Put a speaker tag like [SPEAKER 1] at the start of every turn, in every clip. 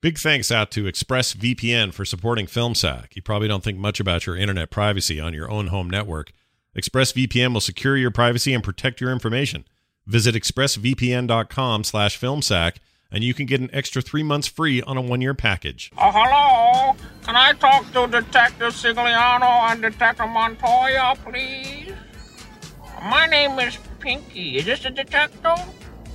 [SPEAKER 1] Big thanks out to ExpressVPN for supporting FilmSack. You probably don't think much about your internet privacy on your own home network. ExpressVPN will secure your privacy and protect your information. Visit expressvpn.com slash filmsack and you can get an extra three months free on a one-year package.
[SPEAKER 2] Oh, hello. Can I talk to Detective Sigliano and Detective Montoya, please? My name is Pinky. Is this a detective?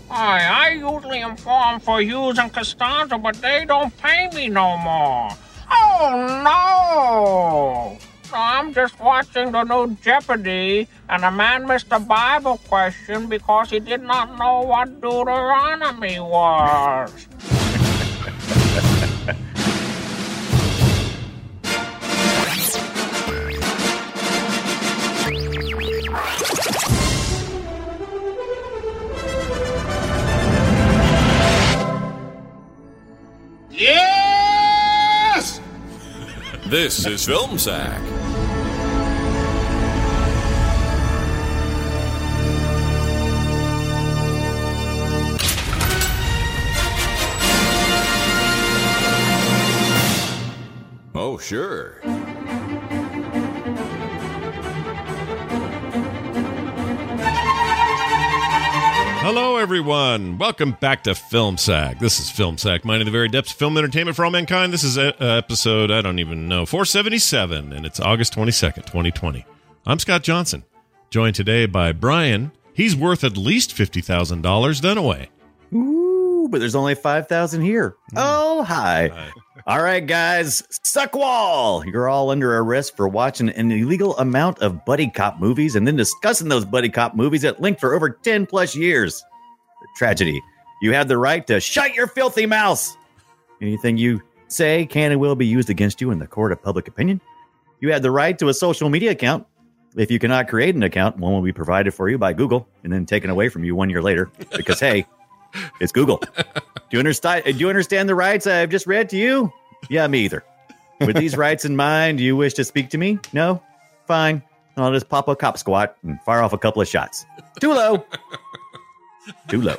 [SPEAKER 2] Hi, I usually inform for Hughes and Costanza, but they don't pay me no more. Oh, no! So I'm just watching the new Jeopardy, and a man missed a Bible question because he did not know what Deuteronomy was.
[SPEAKER 3] Yes!
[SPEAKER 4] This is Film Sack. Oh, sure.
[SPEAKER 1] Hello, everyone. Welcome back to Film Sack. This is Film Sack, mining the very depths of film entertainment for all mankind. This is uh, episode, I don't even know, 477, and it's August 22nd, 2020. I'm Scott Johnson, joined today by Brian. He's worth at least $50,000 Dunaway.
[SPEAKER 5] Ooh, but there's only 5,000 here. Oh, hi. All right, guys. Suckwall, you're all under arrest for watching an illegal amount of buddy cop movies and then discussing those buddy cop movies at length for over 10 plus years. Tragedy. You have the right to shut your filthy mouth. Anything you say can and will be used against you in the court of public opinion. You have the right to a social media account. If you cannot create an account, one will be provided for you by Google and then taken away from you one year later because, hey, it's Google. Do you understand? Do you understand the rights I've just read to you? Yeah, me either. With these rights in mind, do you wish to speak to me? No? Fine. I'll just pop a cop squat and fire off a couple of shots. Too low. Too low.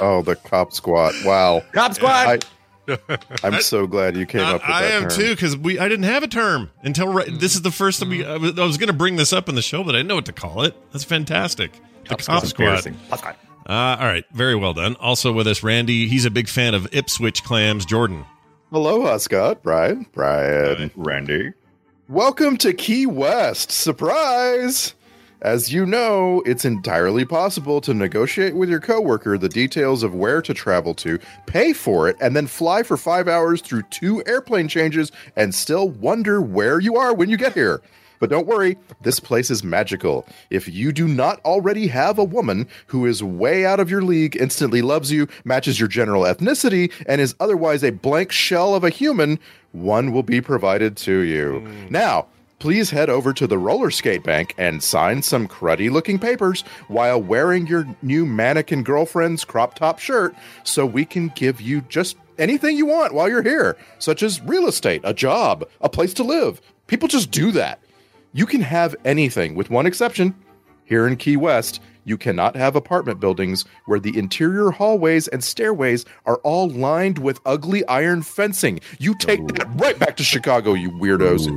[SPEAKER 3] Oh, the cop squat. Wow.
[SPEAKER 5] Cop squat.
[SPEAKER 3] I, I'm so glad you came
[SPEAKER 1] I,
[SPEAKER 3] up with that.
[SPEAKER 1] I am
[SPEAKER 3] term.
[SPEAKER 1] too, because we I didn't have a term until right, this is the first that we. I was, going to bring this up in the show, but I didn't know what to call it. That's fantastic. The cop
[SPEAKER 5] It's
[SPEAKER 1] squad.
[SPEAKER 5] embarrassing. Cop squat.
[SPEAKER 1] Uh, all right, very well done. Also with us, Randy. He's a big fan of Ipswich clams. Jordan.
[SPEAKER 3] Aloha, Scott. Brian. Brian.
[SPEAKER 5] Randy.
[SPEAKER 3] Welcome to Key West. Surprise! As you know, it's entirely possible to negotiate with your coworker the details of where to travel to, pay for it, and then fly for five hours through two airplane changes and still wonder where you are when you get here. But don't worry, this place is magical. If you do not already have a woman who is way out of your league, instantly loves you, matches your general ethnicity, and is otherwise a blank shell of a human, one will be provided to you. Now, please head over to the roller skate bank and sign some cruddy looking papers while wearing your new mannequin girlfriend's crop top shirt so we can give you just anything you want while you're here, such as real estate, a job, a place to live. People just do that. You can have anything with one exception. Here in Key West, you cannot have apartment buildings where the interior hallways and stairways are all lined with ugly iron fencing. You take that right back to Chicago, you weirdos.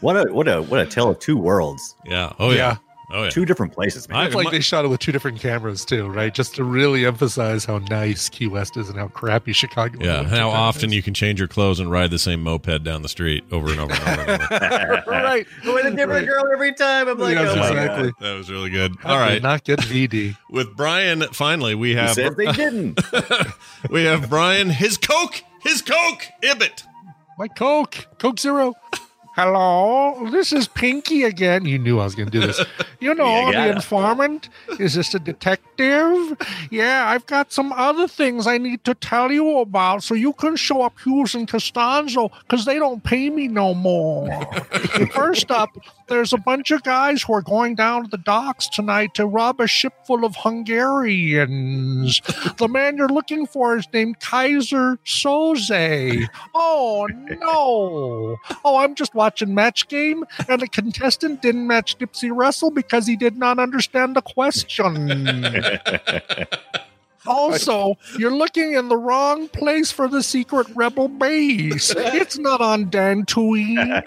[SPEAKER 5] What a what a what a tale of two worlds.
[SPEAKER 1] Yeah. Oh yeah. Oh yeah.
[SPEAKER 5] Two different places, man.
[SPEAKER 1] I-
[SPEAKER 6] It's like
[SPEAKER 1] my-
[SPEAKER 6] they shot it with two different cameras too, right? Just to really emphasize how nice Key West is and how crappy Chicago.
[SPEAKER 1] yeah. How often you can change your clothes and ride the same moped down the street over and over and over. And over.
[SPEAKER 6] right?
[SPEAKER 5] With a different girl every time. I'm like,
[SPEAKER 6] Yes,
[SPEAKER 5] oh my
[SPEAKER 6] exactly.
[SPEAKER 5] God.
[SPEAKER 1] that was really good.
[SPEAKER 6] How
[SPEAKER 1] All
[SPEAKER 6] did
[SPEAKER 1] right.
[SPEAKER 6] not get VD.
[SPEAKER 1] With Brian, finally we
[SPEAKER 5] He
[SPEAKER 1] have
[SPEAKER 5] said they didn't.
[SPEAKER 1] we have Brian. His Coke. His Coke. Ibbit.
[SPEAKER 6] My Coke, Coke Zero. Hello, this is Pinky again. You knew I was going to do this. You know,
[SPEAKER 5] You got
[SPEAKER 6] the
[SPEAKER 5] it.
[SPEAKER 6] informant. Is this a detective? Yeah, I've got some other things I need to tell you about so you can show up Hughes and Costanzo because they don't pay me no more. First up, there's a bunch of guys who are going down to the docks tonight to rob a ship full of Hungarians. The man you're looking for is named Kaiser Soze. Oh, no. Oh, I'm just watching Match Game, and the contestant didn't match Dipsy Russell because he did not understand the question.
[SPEAKER 7] Also, you're looking in the wrong place for the secret rebel base. It's not on Dantooine.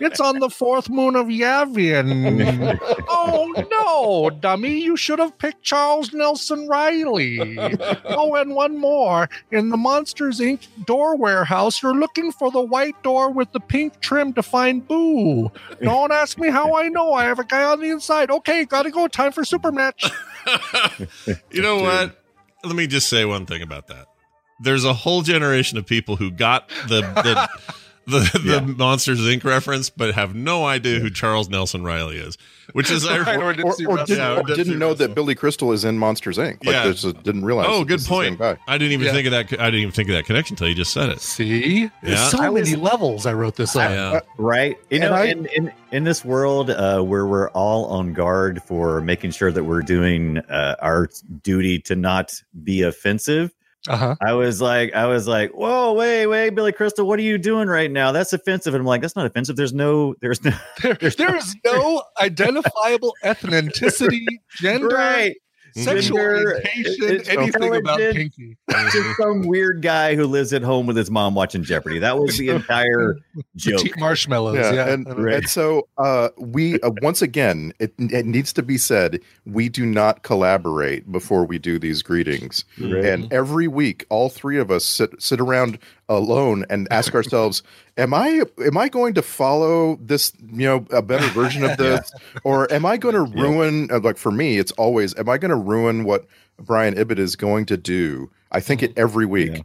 [SPEAKER 7] It's on the fourth moon of Yavin. Oh no, dummy! You should have picked Charles Nelson Riley. Oh, and one more. In the Monsters Inc. door warehouse, you're looking for the white door with the pink trim to find Boo. Don't ask me how I know. I have a guy on the inside. Okay, gotta go. Time for super match.
[SPEAKER 1] you know what? Let me just say one thing about that. There's a whole generation of people who got the the the, the
[SPEAKER 5] Yeah.
[SPEAKER 1] Monsters Inc. reference, but have no idea who Charles Nelson Riley is, which is ironic.
[SPEAKER 6] or did
[SPEAKER 3] or,
[SPEAKER 6] see
[SPEAKER 3] or
[SPEAKER 6] Russell.
[SPEAKER 3] didn't,
[SPEAKER 1] Yeah,
[SPEAKER 3] or
[SPEAKER 1] I did see
[SPEAKER 3] didn't know
[SPEAKER 1] Russell.
[SPEAKER 3] that Billy Crystal is in Monsters Inc. Like,
[SPEAKER 1] Yeah.
[SPEAKER 3] there's just didn't realize.
[SPEAKER 1] Oh,
[SPEAKER 3] that
[SPEAKER 1] good
[SPEAKER 3] it's the same
[SPEAKER 1] point.
[SPEAKER 3] guy.
[SPEAKER 1] I didn't even
[SPEAKER 6] Yeah.
[SPEAKER 1] think of that. co- I didn't even think of that connection until you just said it.
[SPEAKER 6] See,
[SPEAKER 1] Yeah.
[SPEAKER 6] there's so
[SPEAKER 5] I was-
[SPEAKER 6] many levels. I wrote this up.
[SPEAKER 1] Yeah.
[SPEAKER 5] right you
[SPEAKER 3] And
[SPEAKER 5] know
[SPEAKER 3] I-
[SPEAKER 5] in, in in this world uh where we're all on guard for making sure that we're doing uh, our duty to not be offensive
[SPEAKER 6] Uh-huh.
[SPEAKER 5] i was like i was like whoa wait wait billy crystal what are you doing right now that's offensive and i'm like that's not offensive there's no there's no
[SPEAKER 6] There, there is no identifiable ethnicity, gender,
[SPEAKER 5] right
[SPEAKER 6] sexual
[SPEAKER 5] Gender,
[SPEAKER 6] orientation,
[SPEAKER 5] it's
[SPEAKER 6] anything about
[SPEAKER 5] intelligent.
[SPEAKER 6] Pinky.
[SPEAKER 5] just some weird guy who lives at home with his mom watching jeopardy that was the entire joke
[SPEAKER 6] Petite marshmallows.
[SPEAKER 3] Yeah,
[SPEAKER 6] Yeah,
[SPEAKER 3] and,
[SPEAKER 5] Right.
[SPEAKER 3] and so uh, we uh, once again, it, it needs to be said, we do not collaborate before we do these greetings. And every week, all three of us sit sit around alone and ask ourselves, "Am I am I going to follow this? You know, a better version of this, or am I going to ruin? uh, Like for me, it's always, am I going to ruin what Brian Ibbett is going to do? I think it every week, and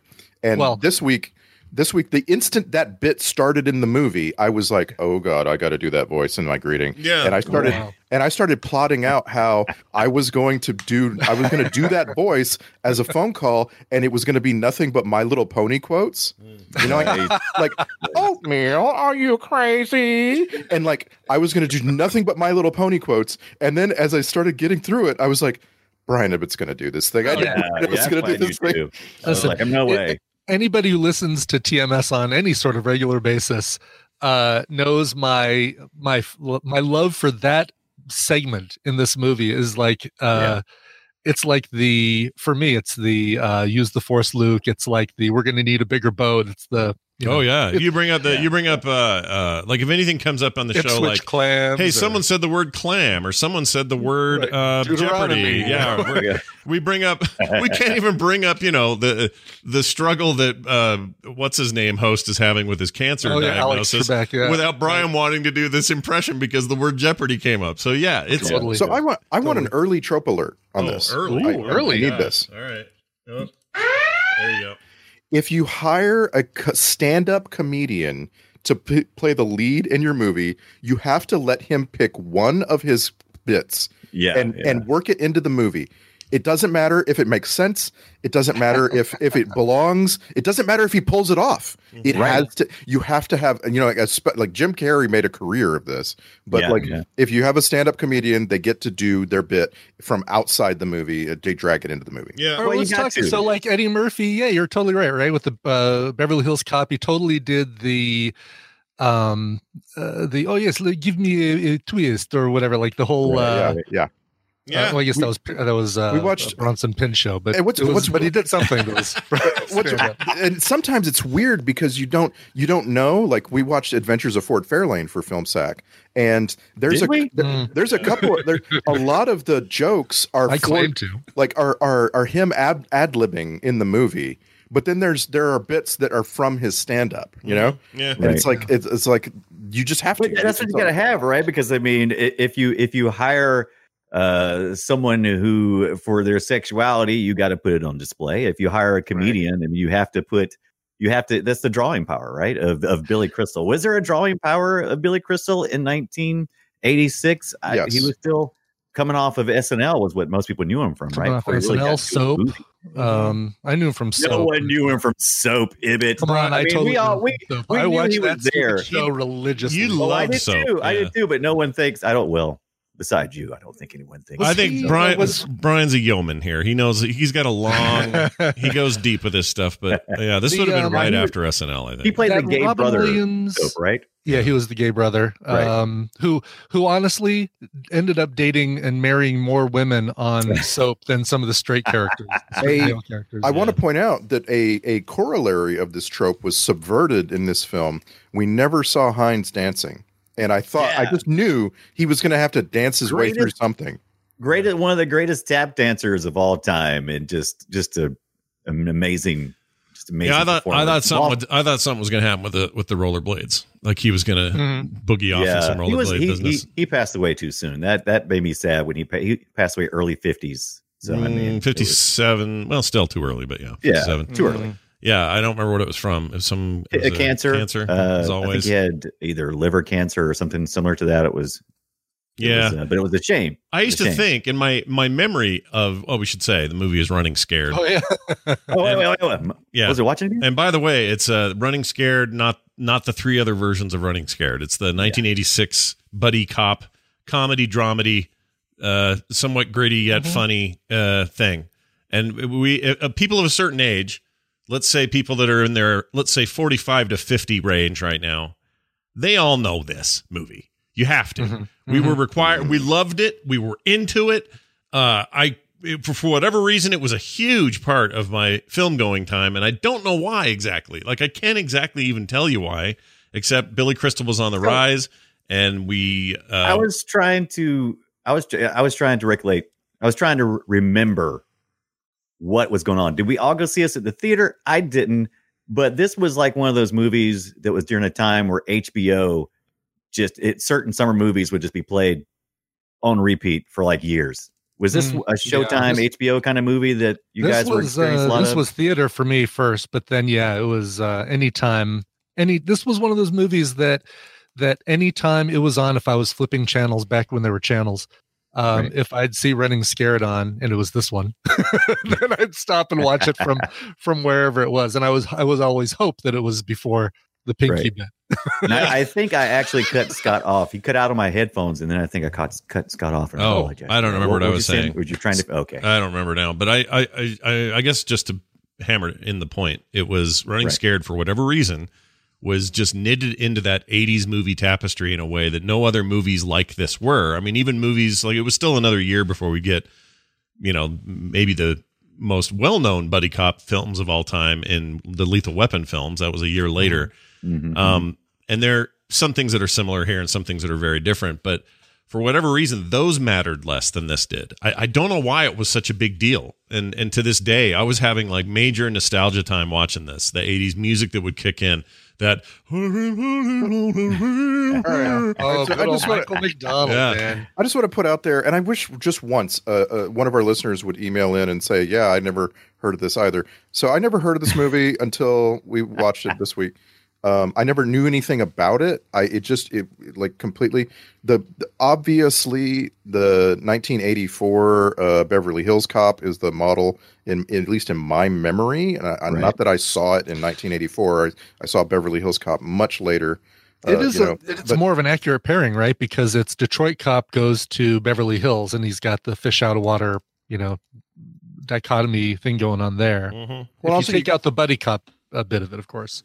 [SPEAKER 6] Mm-hmm. Well-
[SPEAKER 3] this week. This week, the instant that bit started in the movie, I was like, "Oh God, I got to do that voice in my greeting."
[SPEAKER 1] Yeah.
[SPEAKER 3] and I started
[SPEAKER 6] Wow.
[SPEAKER 3] and I started plotting out how I was going to do I was going to do that voice as a phone call, and it was going to be nothing but My Little Pony quotes. You know, like, like
[SPEAKER 7] Oatmeal, are you crazy?
[SPEAKER 3] and like I was going to do nothing but My Little Pony quotes. And then as I started getting through it, I was like, Brian Ibbett's going to do this thing. I
[SPEAKER 5] yeah,
[SPEAKER 3] didn't know
[SPEAKER 5] yeah,
[SPEAKER 3] I was
[SPEAKER 5] that's
[SPEAKER 3] going
[SPEAKER 5] what I
[SPEAKER 3] to do
[SPEAKER 5] knew
[SPEAKER 3] this thing.
[SPEAKER 5] too. I was
[SPEAKER 6] Listen,
[SPEAKER 5] like, no
[SPEAKER 6] it-
[SPEAKER 5] way.
[SPEAKER 6] anybody who listens to TMS on any sort of regular basis uh, knows my my my love for that segment in this movie is like uh, it's like the for me it's the uh, use the force Luke it's like the we're gonna need a bigger boat it's the you know,
[SPEAKER 1] Oh yeah, you bring up the you bring up uh uh like if anything comes up on the show
[SPEAKER 6] Ipswich
[SPEAKER 1] like
[SPEAKER 6] clams
[SPEAKER 1] hey
[SPEAKER 6] or-
[SPEAKER 1] someone said the word clam or someone said the word
[SPEAKER 6] Right.
[SPEAKER 1] uh, jeopardy
[SPEAKER 6] Deuteronomy.
[SPEAKER 1] yeah we're- we bring up we can't even bring up you know the the struggle that uh what's his name host is having with his cancer
[SPEAKER 6] Oh, yeah, Alex
[SPEAKER 1] diagnosis
[SPEAKER 6] Trebek, yeah.
[SPEAKER 1] without brian wanting to do this impression because the word jeopardy came up so yeah it's
[SPEAKER 6] totally
[SPEAKER 3] So I want I want an early trope alert on
[SPEAKER 1] Oh,
[SPEAKER 3] this.
[SPEAKER 1] early
[SPEAKER 3] I,
[SPEAKER 6] Ooh,
[SPEAKER 3] I-
[SPEAKER 6] early,
[SPEAKER 3] I need
[SPEAKER 1] Yeah.
[SPEAKER 3] this.
[SPEAKER 1] all right Yep. there you go
[SPEAKER 3] if you hire a co- stand-up comedian to p- play the lead in your movie, you have to let him pick one of his bits
[SPEAKER 5] yeah,
[SPEAKER 3] and
[SPEAKER 5] yeah.
[SPEAKER 3] and work it into the movie. It doesn't matter if it makes sense. It doesn't matter if if it belongs. It doesn't matter if he pulls it off. It
[SPEAKER 5] Mm-hmm.
[SPEAKER 3] has to. You have to have. You know, like, a spe- like Jim Carrey made a career of this. But
[SPEAKER 5] Yeah,
[SPEAKER 3] like,
[SPEAKER 5] yeah.
[SPEAKER 3] if you have a stand-up comedian, they get to do their bit from outside the movie. uh, They drag it into the movie.
[SPEAKER 1] yeah
[SPEAKER 6] All right,
[SPEAKER 5] Well, you
[SPEAKER 6] let's
[SPEAKER 5] got
[SPEAKER 6] talk-
[SPEAKER 5] to.
[SPEAKER 6] Uh, So, like Eddie Murphy, yeah, you're totally right, right? With the uh, Beverly Hills Cop, he totally did the, um, uh, the oh yes, like, give me a, a twist or whatever, like the whole.
[SPEAKER 5] Right,
[SPEAKER 6] uh,
[SPEAKER 3] yeah, yeah.
[SPEAKER 1] yeah
[SPEAKER 6] uh, well, I guess
[SPEAKER 3] We-
[SPEAKER 6] that was that was uh,
[SPEAKER 3] we watched-
[SPEAKER 6] a Bronson Pin show, but
[SPEAKER 3] Hey, what's-
[SPEAKER 6] it was-
[SPEAKER 3] what's-
[SPEAKER 6] but he did something that was.
[SPEAKER 3] What's- and sometimes it's weird because you don't you don't know. Like we watched Adventures of Ford Fairlane for Film Sack, and there's
[SPEAKER 5] Did
[SPEAKER 3] a
[SPEAKER 5] we?
[SPEAKER 3] there-
[SPEAKER 6] Mm.
[SPEAKER 3] there's a couple. There, a lot of the jokes are
[SPEAKER 6] I
[SPEAKER 3] Ford-
[SPEAKER 6] claim to.
[SPEAKER 3] like are are are him ad libbing in the movie. But then there's there are bits that are from his stand up, you know,
[SPEAKER 1] yeah
[SPEAKER 3] and it's like it's, it's like you just have to.
[SPEAKER 5] But that's what you gotta have, right? Because I mean, i- if you if you hire uh someone who for their sexuality, you got to put it on display. If you hire a comedian, and you have to put you have to that's the drawing power, right? Of of Billy Crystal. Was there a drawing power of Billy Crystal in 1986? I-
[SPEAKER 3] Yes.
[SPEAKER 5] he was still coming off of SNL was what most people knew him from,
[SPEAKER 6] Coming
[SPEAKER 5] right?
[SPEAKER 6] off
[SPEAKER 5] Before he really
[SPEAKER 6] SNL,
[SPEAKER 5] got to a
[SPEAKER 6] Soap.
[SPEAKER 5] movie.
[SPEAKER 6] Um, I knew him from
[SPEAKER 5] No
[SPEAKER 6] Soap.
[SPEAKER 5] one knew him from Soap, Ibbit.
[SPEAKER 6] Come on, I,
[SPEAKER 5] I mean,
[SPEAKER 6] totally.
[SPEAKER 5] we all
[SPEAKER 6] knew
[SPEAKER 5] we
[SPEAKER 6] him from Soap.
[SPEAKER 5] we
[SPEAKER 6] I
[SPEAKER 5] knew
[SPEAKER 6] watched
[SPEAKER 5] he
[SPEAKER 6] that
[SPEAKER 5] was there.
[SPEAKER 6] stupid show religiously.
[SPEAKER 1] You
[SPEAKER 5] Well, I
[SPEAKER 1] love
[SPEAKER 5] did
[SPEAKER 1] Soap,
[SPEAKER 5] too. I
[SPEAKER 1] yeah.
[SPEAKER 5] did too, but no one thinks I don't will. besides you, I don't think anyone thinks.
[SPEAKER 1] I
[SPEAKER 6] Was
[SPEAKER 1] think
[SPEAKER 6] he-
[SPEAKER 1] Brian
[SPEAKER 6] was-
[SPEAKER 1] Brian's a yeoman here. He knows he's got a long. he goes deep with this stuff, but yeah, this
[SPEAKER 6] The,
[SPEAKER 1] would have been
[SPEAKER 6] um,
[SPEAKER 1] right
[SPEAKER 6] I-
[SPEAKER 1] after SNL. I think
[SPEAKER 5] uh, he played the
[SPEAKER 6] That
[SPEAKER 5] gay
[SPEAKER 6] Robin
[SPEAKER 5] brother,
[SPEAKER 6] Williams-
[SPEAKER 5] dope, right?
[SPEAKER 6] Yeah, he was the gay brother,
[SPEAKER 5] Right.
[SPEAKER 6] um, who who honestly ended up dating and marrying more women on soap than some of the straight characters. the straight
[SPEAKER 3] Hey,
[SPEAKER 6] male characters.
[SPEAKER 3] I want to point out that a, a corollary of this trope was subverted in this film. We never saw Hines dancing. And I thought, I
[SPEAKER 5] Yeah.
[SPEAKER 3] just knew he was going to have to dance his way through
[SPEAKER 5] Greatest-
[SPEAKER 3] something.
[SPEAKER 5] Great, one of the greatest tap dancers of all time, and just just a an amazing, just amazing.
[SPEAKER 1] yeah, I thought I thought
[SPEAKER 5] performance. Walt-
[SPEAKER 1] something was, I thought something was going to happen with the with the rollerblades. Like he was going to
[SPEAKER 6] Mhm.
[SPEAKER 1] boogie off in some
[SPEAKER 5] Mm-hmm. he, was,
[SPEAKER 1] rollerblade
[SPEAKER 5] he, he,
[SPEAKER 1] business.
[SPEAKER 5] he passed away too soon. That that made me sad when he pa- he passed away early fifties. So I mean, it
[SPEAKER 1] Mm,
[SPEAKER 5] was-
[SPEAKER 1] fifty-seven. well, still too early, but yeah,
[SPEAKER 5] Yeah.
[SPEAKER 1] fifty-seven.
[SPEAKER 5] too early.
[SPEAKER 1] Yeah, I don't remember what it was from. It was some Mm, it
[SPEAKER 5] A
[SPEAKER 1] was a
[SPEAKER 5] cancer,
[SPEAKER 1] Cancer,
[SPEAKER 5] Uh,
[SPEAKER 1] as
[SPEAKER 5] I think
[SPEAKER 1] always.
[SPEAKER 5] he had either liver cancer or something similar to that. It was, it
[SPEAKER 1] yeah,
[SPEAKER 5] was, uh, but it was a shame.
[SPEAKER 1] I used to
[SPEAKER 5] shame.
[SPEAKER 1] think in my my memory of oh, we should say the movie is Running Scared.
[SPEAKER 6] Oh yeah,
[SPEAKER 5] Oh wait, wait, wait, wait.
[SPEAKER 1] Yeah.
[SPEAKER 5] was it watching? again?
[SPEAKER 1] And by the way, it's uh, Running Scared, not not the three other versions of Running Scared. It's the 1986 buddy cop comedy dramedy, uh, somewhat gritty yet funny uh, thing. And we uh, people of a certain age, let's say people that are in their let's say 45 to 50 range right now, they all know this movie. You have to.
[SPEAKER 6] Mhm.
[SPEAKER 1] Mm-hmm. We were required. We loved it. We were into it. Uh, I it- for, for whatever reason, it was a huge part of my film going time, and I don't know why exactly. Like I can't exactly even tell you why, except Billy Crystal was on the rise, and we. Uh,
[SPEAKER 5] I was trying to. I was. I was trying to recollect. I was trying to re- remember what was going on. Did we all go see us at the theater? I didn't. But this was like one of those movies that was during a time where HBO just it certain summer movies would just be played on repeat for like years. Was this
[SPEAKER 6] Mm,
[SPEAKER 5] a Showtime
[SPEAKER 6] this-
[SPEAKER 5] HBO kind of movie that you
[SPEAKER 6] this
[SPEAKER 5] guys were
[SPEAKER 6] was
[SPEAKER 5] experiencing a
[SPEAKER 6] uh,
[SPEAKER 5] lot
[SPEAKER 6] this
[SPEAKER 5] of?
[SPEAKER 6] was theater for me first, but then yeah, it was uh, anytime any. This was one of those movies that that anytime it was on, if I was flipping channels back when there were channels. Um,
[SPEAKER 5] Right.
[SPEAKER 6] If I'd see Running Scared on, and it was this one, then I'd stop and watch it from from wherever it was. And I was I was always hope that it was before the pinky
[SPEAKER 5] Right.
[SPEAKER 6] bit.
[SPEAKER 5] And I, I think I actually cut Scott off. He cut out of my headphones, and then I think I caught cut Scott off. And I
[SPEAKER 1] Oh,
[SPEAKER 5] apologize.
[SPEAKER 1] I don't remember what I
[SPEAKER 5] were you
[SPEAKER 1] was saying.
[SPEAKER 5] Were you trying to? Okay.
[SPEAKER 1] I don't remember now, but I I I- I, I guess just to hammer in the point, it was Running
[SPEAKER 5] Right.
[SPEAKER 1] Scared for whatever reason was just knitted into that 80s movie tapestry in a way that no other movies like this were. I mean, even movies like it was still another year before we get, you know, maybe the most well-known buddy cop films of all time in the Lethal Weapon films. That was a year later.
[SPEAKER 5] Mhm.
[SPEAKER 1] Um, and there are some things that are similar here and some things that are very different. But for whatever reason, those mattered less than this did. I, I don't know why it was such a big deal. And and to this day, I was having like major nostalgia time watching this. The '80s music that would kick in. That
[SPEAKER 6] Oh,
[SPEAKER 3] So I
[SPEAKER 6] good old
[SPEAKER 3] just wanna-
[SPEAKER 6] Michael McDonald,
[SPEAKER 1] Yeah.
[SPEAKER 6] man.
[SPEAKER 3] I just want to put out there, and I wish just once uh, uh, one of our listeners would email in and say, "Yeah, I never heard of this either." So I never heard of this movie until we watched it this week. Um, I never knew anything about it. I it just it like completely the, the- obviously the 1984 uh, Beverly Hills Cop is the model in, in- at least in my memory, and I, I-
[SPEAKER 5] Right.
[SPEAKER 3] not that I saw it in 1984. I, I saw Beverly Hills Cop much later.
[SPEAKER 6] It
[SPEAKER 3] Uh,
[SPEAKER 6] is
[SPEAKER 3] you
[SPEAKER 6] a,
[SPEAKER 3] know,
[SPEAKER 6] it's
[SPEAKER 3] but-
[SPEAKER 6] more of an accurate pairing, right? Because it's Detroit cop goes to Beverly Hills, and he's got the fish out of water, you know, dichotomy thing going on there.
[SPEAKER 3] Well,
[SPEAKER 6] if
[SPEAKER 3] also
[SPEAKER 6] you
[SPEAKER 3] you
[SPEAKER 6] take out the buddy cop a bit of it, of course.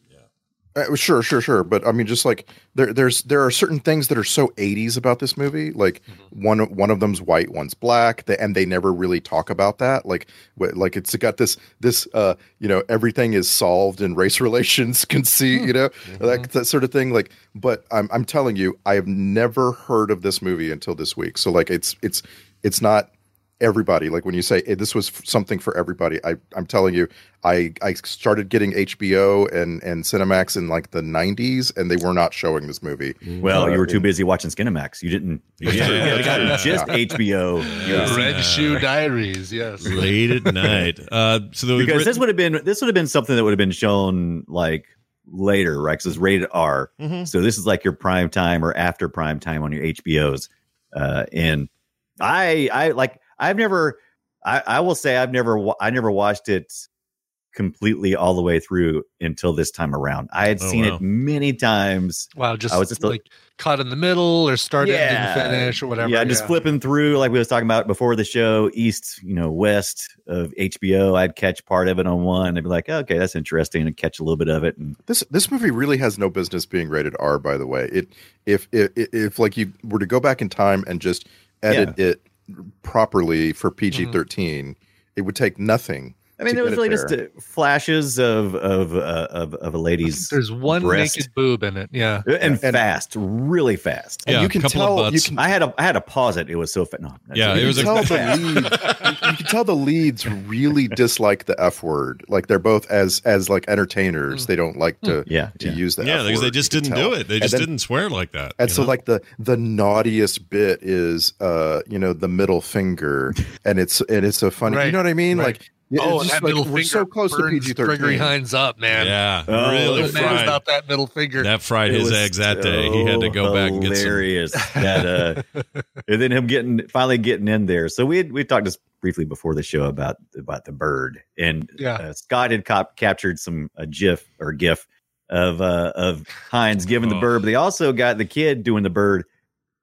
[SPEAKER 3] Uh, sure, sure, sure. But I mean, just like there, there's there are certain things that are so '80s about this movie. Like one one of them's white, one's black, the, and they never really talk about that. Like wh- like it's got this this uh you know everything is solved in race relations. Can see you know that that sort of thing. Like, but I'm I'm telling you, I have never heard of this movie until this week. So like it's it's it's not everybody like when you say "Hey, this was f- something for everybody I, i'm telling you I, I started getting hbo and, and cinemax in like the 90s and they were not showing this movie
[SPEAKER 5] Well, you were
[SPEAKER 3] Uh,
[SPEAKER 5] too busy watching Skinemax. You didn't. You
[SPEAKER 1] Yeah.
[SPEAKER 5] didn't- you got
[SPEAKER 1] Yeah.
[SPEAKER 5] just HBO. You would've seen
[SPEAKER 6] Red Shoe Diaries, yes.
[SPEAKER 1] late at night. Uh, so there
[SPEAKER 5] it.
[SPEAKER 1] was
[SPEAKER 5] Because
[SPEAKER 1] written-
[SPEAKER 5] this would have been this would have been something that would have been shown like later, right? Because it's rated R.
[SPEAKER 1] Mhm.
[SPEAKER 5] So this is like your prime time or after prime time on your HBOs. Uh, and I, I like I've never. I, I will say I've never wa- I never watched it completely all the way through until this time around. I had
[SPEAKER 1] Oh,
[SPEAKER 5] seen
[SPEAKER 1] wow.
[SPEAKER 5] it many times.
[SPEAKER 6] Wow, just,
[SPEAKER 5] I was just a-
[SPEAKER 6] like caught in the middle or started
[SPEAKER 5] Yeah.
[SPEAKER 6] didn't finish or whatever.
[SPEAKER 5] yeah, just flipping through like we was talking about before the show, east, you know, west of HBO. I'd catch part of it on one and be like, okay, that's interesting, and catch a little bit of it. And
[SPEAKER 3] This this movie really has no business being rated R. By the way, it if if, if like you were to go back in time and just edit it properly
[SPEAKER 1] Mm-hmm.
[SPEAKER 3] for PG 13 it would take nothing.
[SPEAKER 5] I mean,
[SPEAKER 3] To
[SPEAKER 5] there was
[SPEAKER 3] get it
[SPEAKER 5] really just uh,
[SPEAKER 3] there.
[SPEAKER 5] flashes of of uh, of of a lady's
[SPEAKER 6] There's one
[SPEAKER 5] breast.
[SPEAKER 6] naked boob in it. Yeah.
[SPEAKER 5] and,
[SPEAKER 3] And-
[SPEAKER 5] fast, really fast.
[SPEAKER 3] And
[SPEAKER 1] Yeah,
[SPEAKER 3] you can
[SPEAKER 1] couple of
[SPEAKER 3] tell you
[SPEAKER 1] butts.
[SPEAKER 3] can
[SPEAKER 5] I had a I had to pause it. It was so fast. No, that's-
[SPEAKER 1] Yeah, Uh, it
[SPEAKER 3] you
[SPEAKER 1] was a-
[SPEAKER 3] can tell the lead, you can tell the leads really dislike the F word. Like they're both as as like
[SPEAKER 1] Mm.
[SPEAKER 3] entertainers, they don't like to
[SPEAKER 5] Yeah,
[SPEAKER 3] to
[SPEAKER 5] yeah.
[SPEAKER 3] use that.
[SPEAKER 1] yeah, because they just didn't do it. They just didn't swear like that.
[SPEAKER 3] And
[SPEAKER 1] you
[SPEAKER 3] so
[SPEAKER 1] know?
[SPEAKER 3] like the the naughtiest bit is uh you know the middle finger, and it's and it's so funny.
[SPEAKER 6] Right,
[SPEAKER 3] You know what I mean?
[SPEAKER 6] right.
[SPEAKER 3] Like yeah,
[SPEAKER 6] oh,
[SPEAKER 3] it's
[SPEAKER 6] and
[SPEAKER 3] just
[SPEAKER 6] that
[SPEAKER 3] like,
[SPEAKER 6] middle
[SPEAKER 3] we're
[SPEAKER 6] finger
[SPEAKER 3] so close to
[SPEAKER 6] burns
[SPEAKER 3] PG
[SPEAKER 6] Gregory
[SPEAKER 3] thirteen.
[SPEAKER 6] Hines up, man.
[SPEAKER 1] yeah,
[SPEAKER 5] Oh,
[SPEAKER 1] really
[SPEAKER 6] What
[SPEAKER 5] it
[SPEAKER 6] matters
[SPEAKER 1] fried.
[SPEAKER 6] about that middle finger?
[SPEAKER 1] That fried
[SPEAKER 5] It
[SPEAKER 1] his
[SPEAKER 5] was
[SPEAKER 1] eggs that day. He had to go
[SPEAKER 5] so
[SPEAKER 1] back and get some.
[SPEAKER 5] hilarious that, uh, and then him getting finally getting in there. So we had, we talked just briefly before the show about about the bird, and
[SPEAKER 6] Yeah.
[SPEAKER 5] uh, Scott had cop, captured some a GIF or GIF of uh, of Hines giving the
[SPEAKER 1] Oh.
[SPEAKER 5] bird, but they also got the kid doing the bird,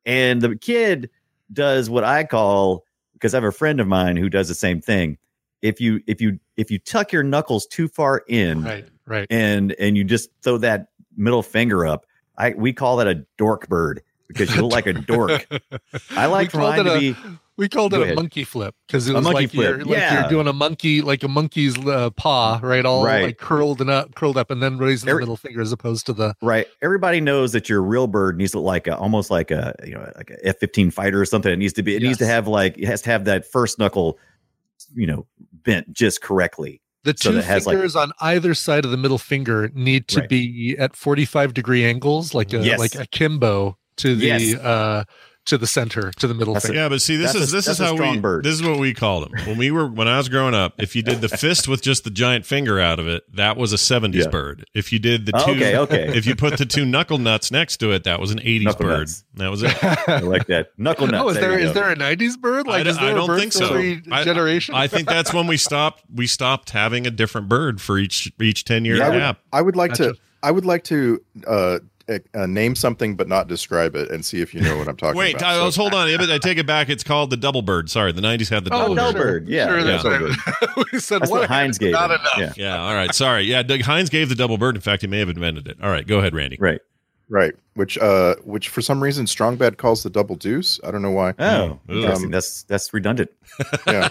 [SPEAKER 5] and the kid does what I call because I have a friend of mine who does the same thing. If you if you if you tuck your knuckles too far in,
[SPEAKER 6] Right, right.
[SPEAKER 5] and and you just throw that middle finger up. I we call that a dork bird because you look like a dork. I like
[SPEAKER 6] called
[SPEAKER 5] mine
[SPEAKER 6] it
[SPEAKER 5] to
[SPEAKER 6] a-
[SPEAKER 5] be
[SPEAKER 6] We called
[SPEAKER 5] Go
[SPEAKER 6] it a
[SPEAKER 5] ahead.
[SPEAKER 6] monkey flip because it
[SPEAKER 5] A
[SPEAKER 6] was
[SPEAKER 5] monkey
[SPEAKER 6] like,
[SPEAKER 5] flip,
[SPEAKER 6] You're, like
[SPEAKER 5] yeah.
[SPEAKER 6] you're doing a monkey, like a monkey's uh, paw, right? All
[SPEAKER 5] Right.
[SPEAKER 6] like curled and up, curled up, and then raising
[SPEAKER 5] Every-
[SPEAKER 6] the middle finger as opposed to the
[SPEAKER 5] right. Everybody knows that your real bird needs to look like a, almost like a you know like a F fifteen fighter or something. It needs to be it needs to
[SPEAKER 6] Yes.
[SPEAKER 5] have like it has to have that first knuckle, you know, bent just correctly.
[SPEAKER 6] the
[SPEAKER 5] So
[SPEAKER 6] two
[SPEAKER 5] that has, like-
[SPEAKER 6] fingers on either side of the middle finger need to
[SPEAKER 5] Right.
[SPEAKER 6] be at 45 degree angles, like a
[SPEAKER 5] Yes.
[SPEAKER 6] like a kimbo to the
[SPEAKER 5] Yes.
[SPEAKER 6] uh to the center to the middle
[SPEAKER 5] That's it.
[SPEAKER 6] finger.
[SPEAKER 1] Yeah, but see, this
[SPEAKER 5] That's
[SPEAKER 1] is
[SPEAKER 5] a-
[SPEAKER 1] this is
[SPEAKER 5] that's a
[SPEAKER 1] how we
[SPEAKER 5] strong bird.
[SPEAKER 1] this is what we called them when we were when I was growing up. If you did the fist with just the giant finger out of it, that was a seventies
[SPEAKER 5] Yeah.
[SPEAKER 1] bird. If you did the two,
[SPEAKER 5] Oh, okay, okay.
[SPEAKER 1] if you put the two knuckle nuts next to it, that was an eighties
[SPEAKER 5] Knuckle
[SPEAKER 1] bird.
[SPEAKER 5] nuts.
[SPEAKER 1] That was it.
[SPEAKER 5] I like that knuckle nuts.
[SPEAKER 6] Oh, is there
[SPEAKER 5] you
[SPEAKER 6] is
[SPEAKER 5] go.
[SPEAKER 6] there a 90s bird?
[SPEAKER 1] I
[SPEAKER 6] Like,
[SPEAKER 1] d-
[SPEAKER 6] is there
[SPEAKER 1] I
[SPEAKER 6] a
[SPEAKER 1] don't
[SPEAKER 6] bird
[SPEAKER 1] think
[SPEAKER 6] for
[SPEAKER 1] so.
[SPEAKER 6] every
[SPEAKER 1] I-
[SPEAKER 6] generation?
[SPEAKER 1] I think that's when we stopped. We stopped having a different bird for each each ten year
[SPEAKER 3] Yeah, I would-
[SPEAKER 1] gap.
[SPEAKER 3] I would like
[SPEAKER 6] Gotcha.
[SPEAKER 3] to I would like to uh, eh, uh name something but not describe it and see if you know what I'm talking
[SPEAKER 1] Wait,
[SPEAKER 3] about.
[SPEAKER 1] I
[SPEAKER 3] So-
[SPEAKER 1] was hold on. I take it back. It's called the double bird. Sorry, the nineties had the
[SPEAKER 6] Oh,
[SPEAKER 1] double
[SPEAKER 5] Double
[SPEAKER 1] bird.
[SPEAKER 6] sure.
[SPEAKER 5] bird. Yeah,
[SPEAKER 6] Sure,
[SPEAKER 5] yeah.
[SPEAKER 6] that's
[SPEAKER 5] So
[SPEAKER 6] right.
[SPEAKER 5] good.
[SPEAKER 6] we said
[SPEAKER 5] That's
[SPEAKER 6] what
[SPEAKER 5] what Heinz gave.
[SPEAKER 6] Not
[SPEAKER 5] him.
[SPEAKER 6] enough.
[SPEAKER 5] Yeah,
[SPEAKER 1] Yeah. All right. Sorry. Yeah. Doug Hines gave the double bird. In fact, he may have invented it. All right. Go ahead, Randy.
[SPEAKER 5] right.
[SPEAKER 3] Right, which uh which for some reason Strong Bad calls the double deuce. I don't know why.
[SPEAKER 6] Mm,
[SPEAKER 5] Oh,
[SPEAKER 1] Ooh.
[SPEAKER 5] interesting.
[SPEAKER 3] Um,
[SPEAKER 5] that's that's redundant.
[SPEAKER 3] Yeah.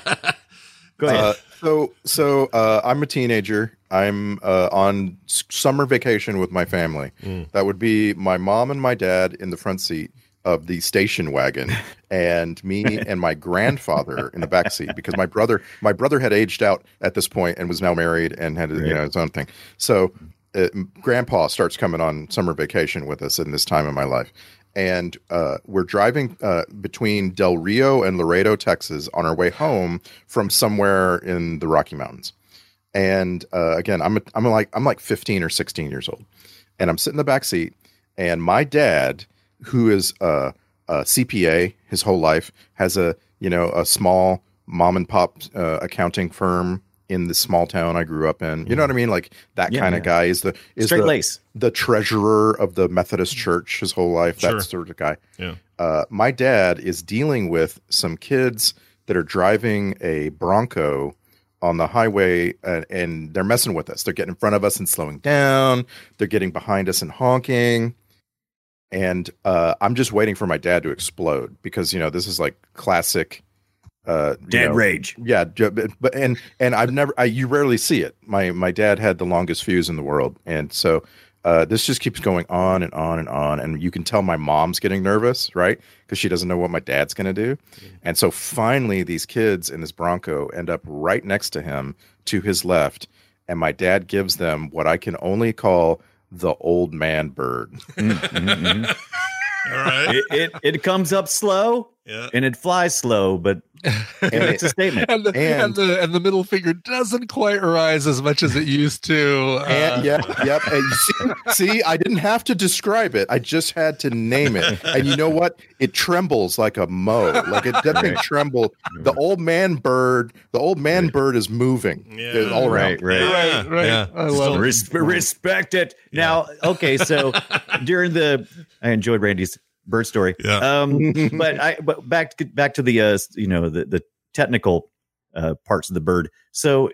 [SPEAKER 5] Go ahead.
[SPEAKER 3] Uh, so so uh, I'm a teenager. I'm uh, on s- summer vacation with my family.
[SPEAKER 1] Mm.
[SPEAKER 3] That would be my mom and my dad in the front seat of the station wagon, and me and my grandfather in the back seat because my brother my brother had aged out at this point and was now married and had you know his own thing. So uh, grandpa starts coming on summer vacation with us in this time of my life and uh, we're driving uh, between del rio and laredo texas on our way home from somewhere in the rocky mountains and uh, again I'm, I'm like i'm like 15 or 16 years old and i'm sitting in the back seat and my dad who is a, a cpa his whole life has a you know a small mom and pop uh, accounting firm in the small town i grew up in you know what i mean like that
[SPEAKER 5] Yeah,
[SPEAKER 3] kind
[SPEAKER 5] yeah.
[SPEAKER 3] of guy is the is
[SPEAKER 5] Straight
[SPEAKER 3] the,
[SPEAKER 5] lace.
[SPEAKER 3] the treasurer of the Methodist Church his whole life,
[SPEAKER 1] Sure.
[SPEAKER 3] that sort of guy.
[SPEAKER 1] Yeah.
[SPEAKER 3] Uh, my dad is dealing with some kids that are driving a Bronco on the highway and, and they're messing with us. They're getting in front of us and slowing down, they're getting behind us and honking. And uh, I'm just waiting for my dad to explode because, you know, this is like classic. Uh, you
[SPEAKER 5] Dead
[SPEAKER 3] know,
[SPEAKER 5] rage.
[SPEAKER 3] yeah, ju- but but- and and I've never I, you rarely see it. My my dad had the longest fuse in the world, and so uh, this just keeps going on and on and on. And you can tell my mom's getting nervous, right? Because she doesn't know what my dad's going to do. And so finally, these kids in this Bronco end up right next to him, to his left, and my dad gives them what I can only call the old man bird.
[SPEAKER 5] Mm, mm, mm.
[SPEAKER 1] All right.
[SPEAKER 5] it, it it comes up slow
[SPEAKER 1] Yeah.
[SPEAKER 5] and it flies slow, but
[SPEAKER 3] And
[SPEAKER 5] It's
[SPEAKER 3] it-
[SPEAKER 5] a statement.
[SPEAKER 6] And the, and,
[SPEAKER 3] And-
[SPEAKER 6] the and the middle finger doesn't quite rise as much as it used to.
[SPEAKER 3] and,
[SPEAKER 6] uh,
[SPEAKER 3] yep, yep. And you see, see, I didn't have to describe it. I just had to name it. And you know what? It trembles like a mo. Like it doesn't
[SPEAKER 5] Right.
[SPEAKER 3] tremble. The old man bird, the old man bird is moving
[SPEAKER 1] Yeah.
[SPEAKER 3] It's all around.
[SPEAKER 5] Right, right.
[SPEAKER 1] Yeah,
[SPEAKER 6] Right, right.
[SPEAKER 1] yeah.
[SPEAKER 6] I love it.
[SPEAKER 5] Res- respect it. Now, okay, so during the I enjoyed Randy's bird story.
[SPEAKER 1] Yeah.
[SPEAKER 5] Um but I but back to, back to the uh you know the the technical uh parts of the bird. So uh,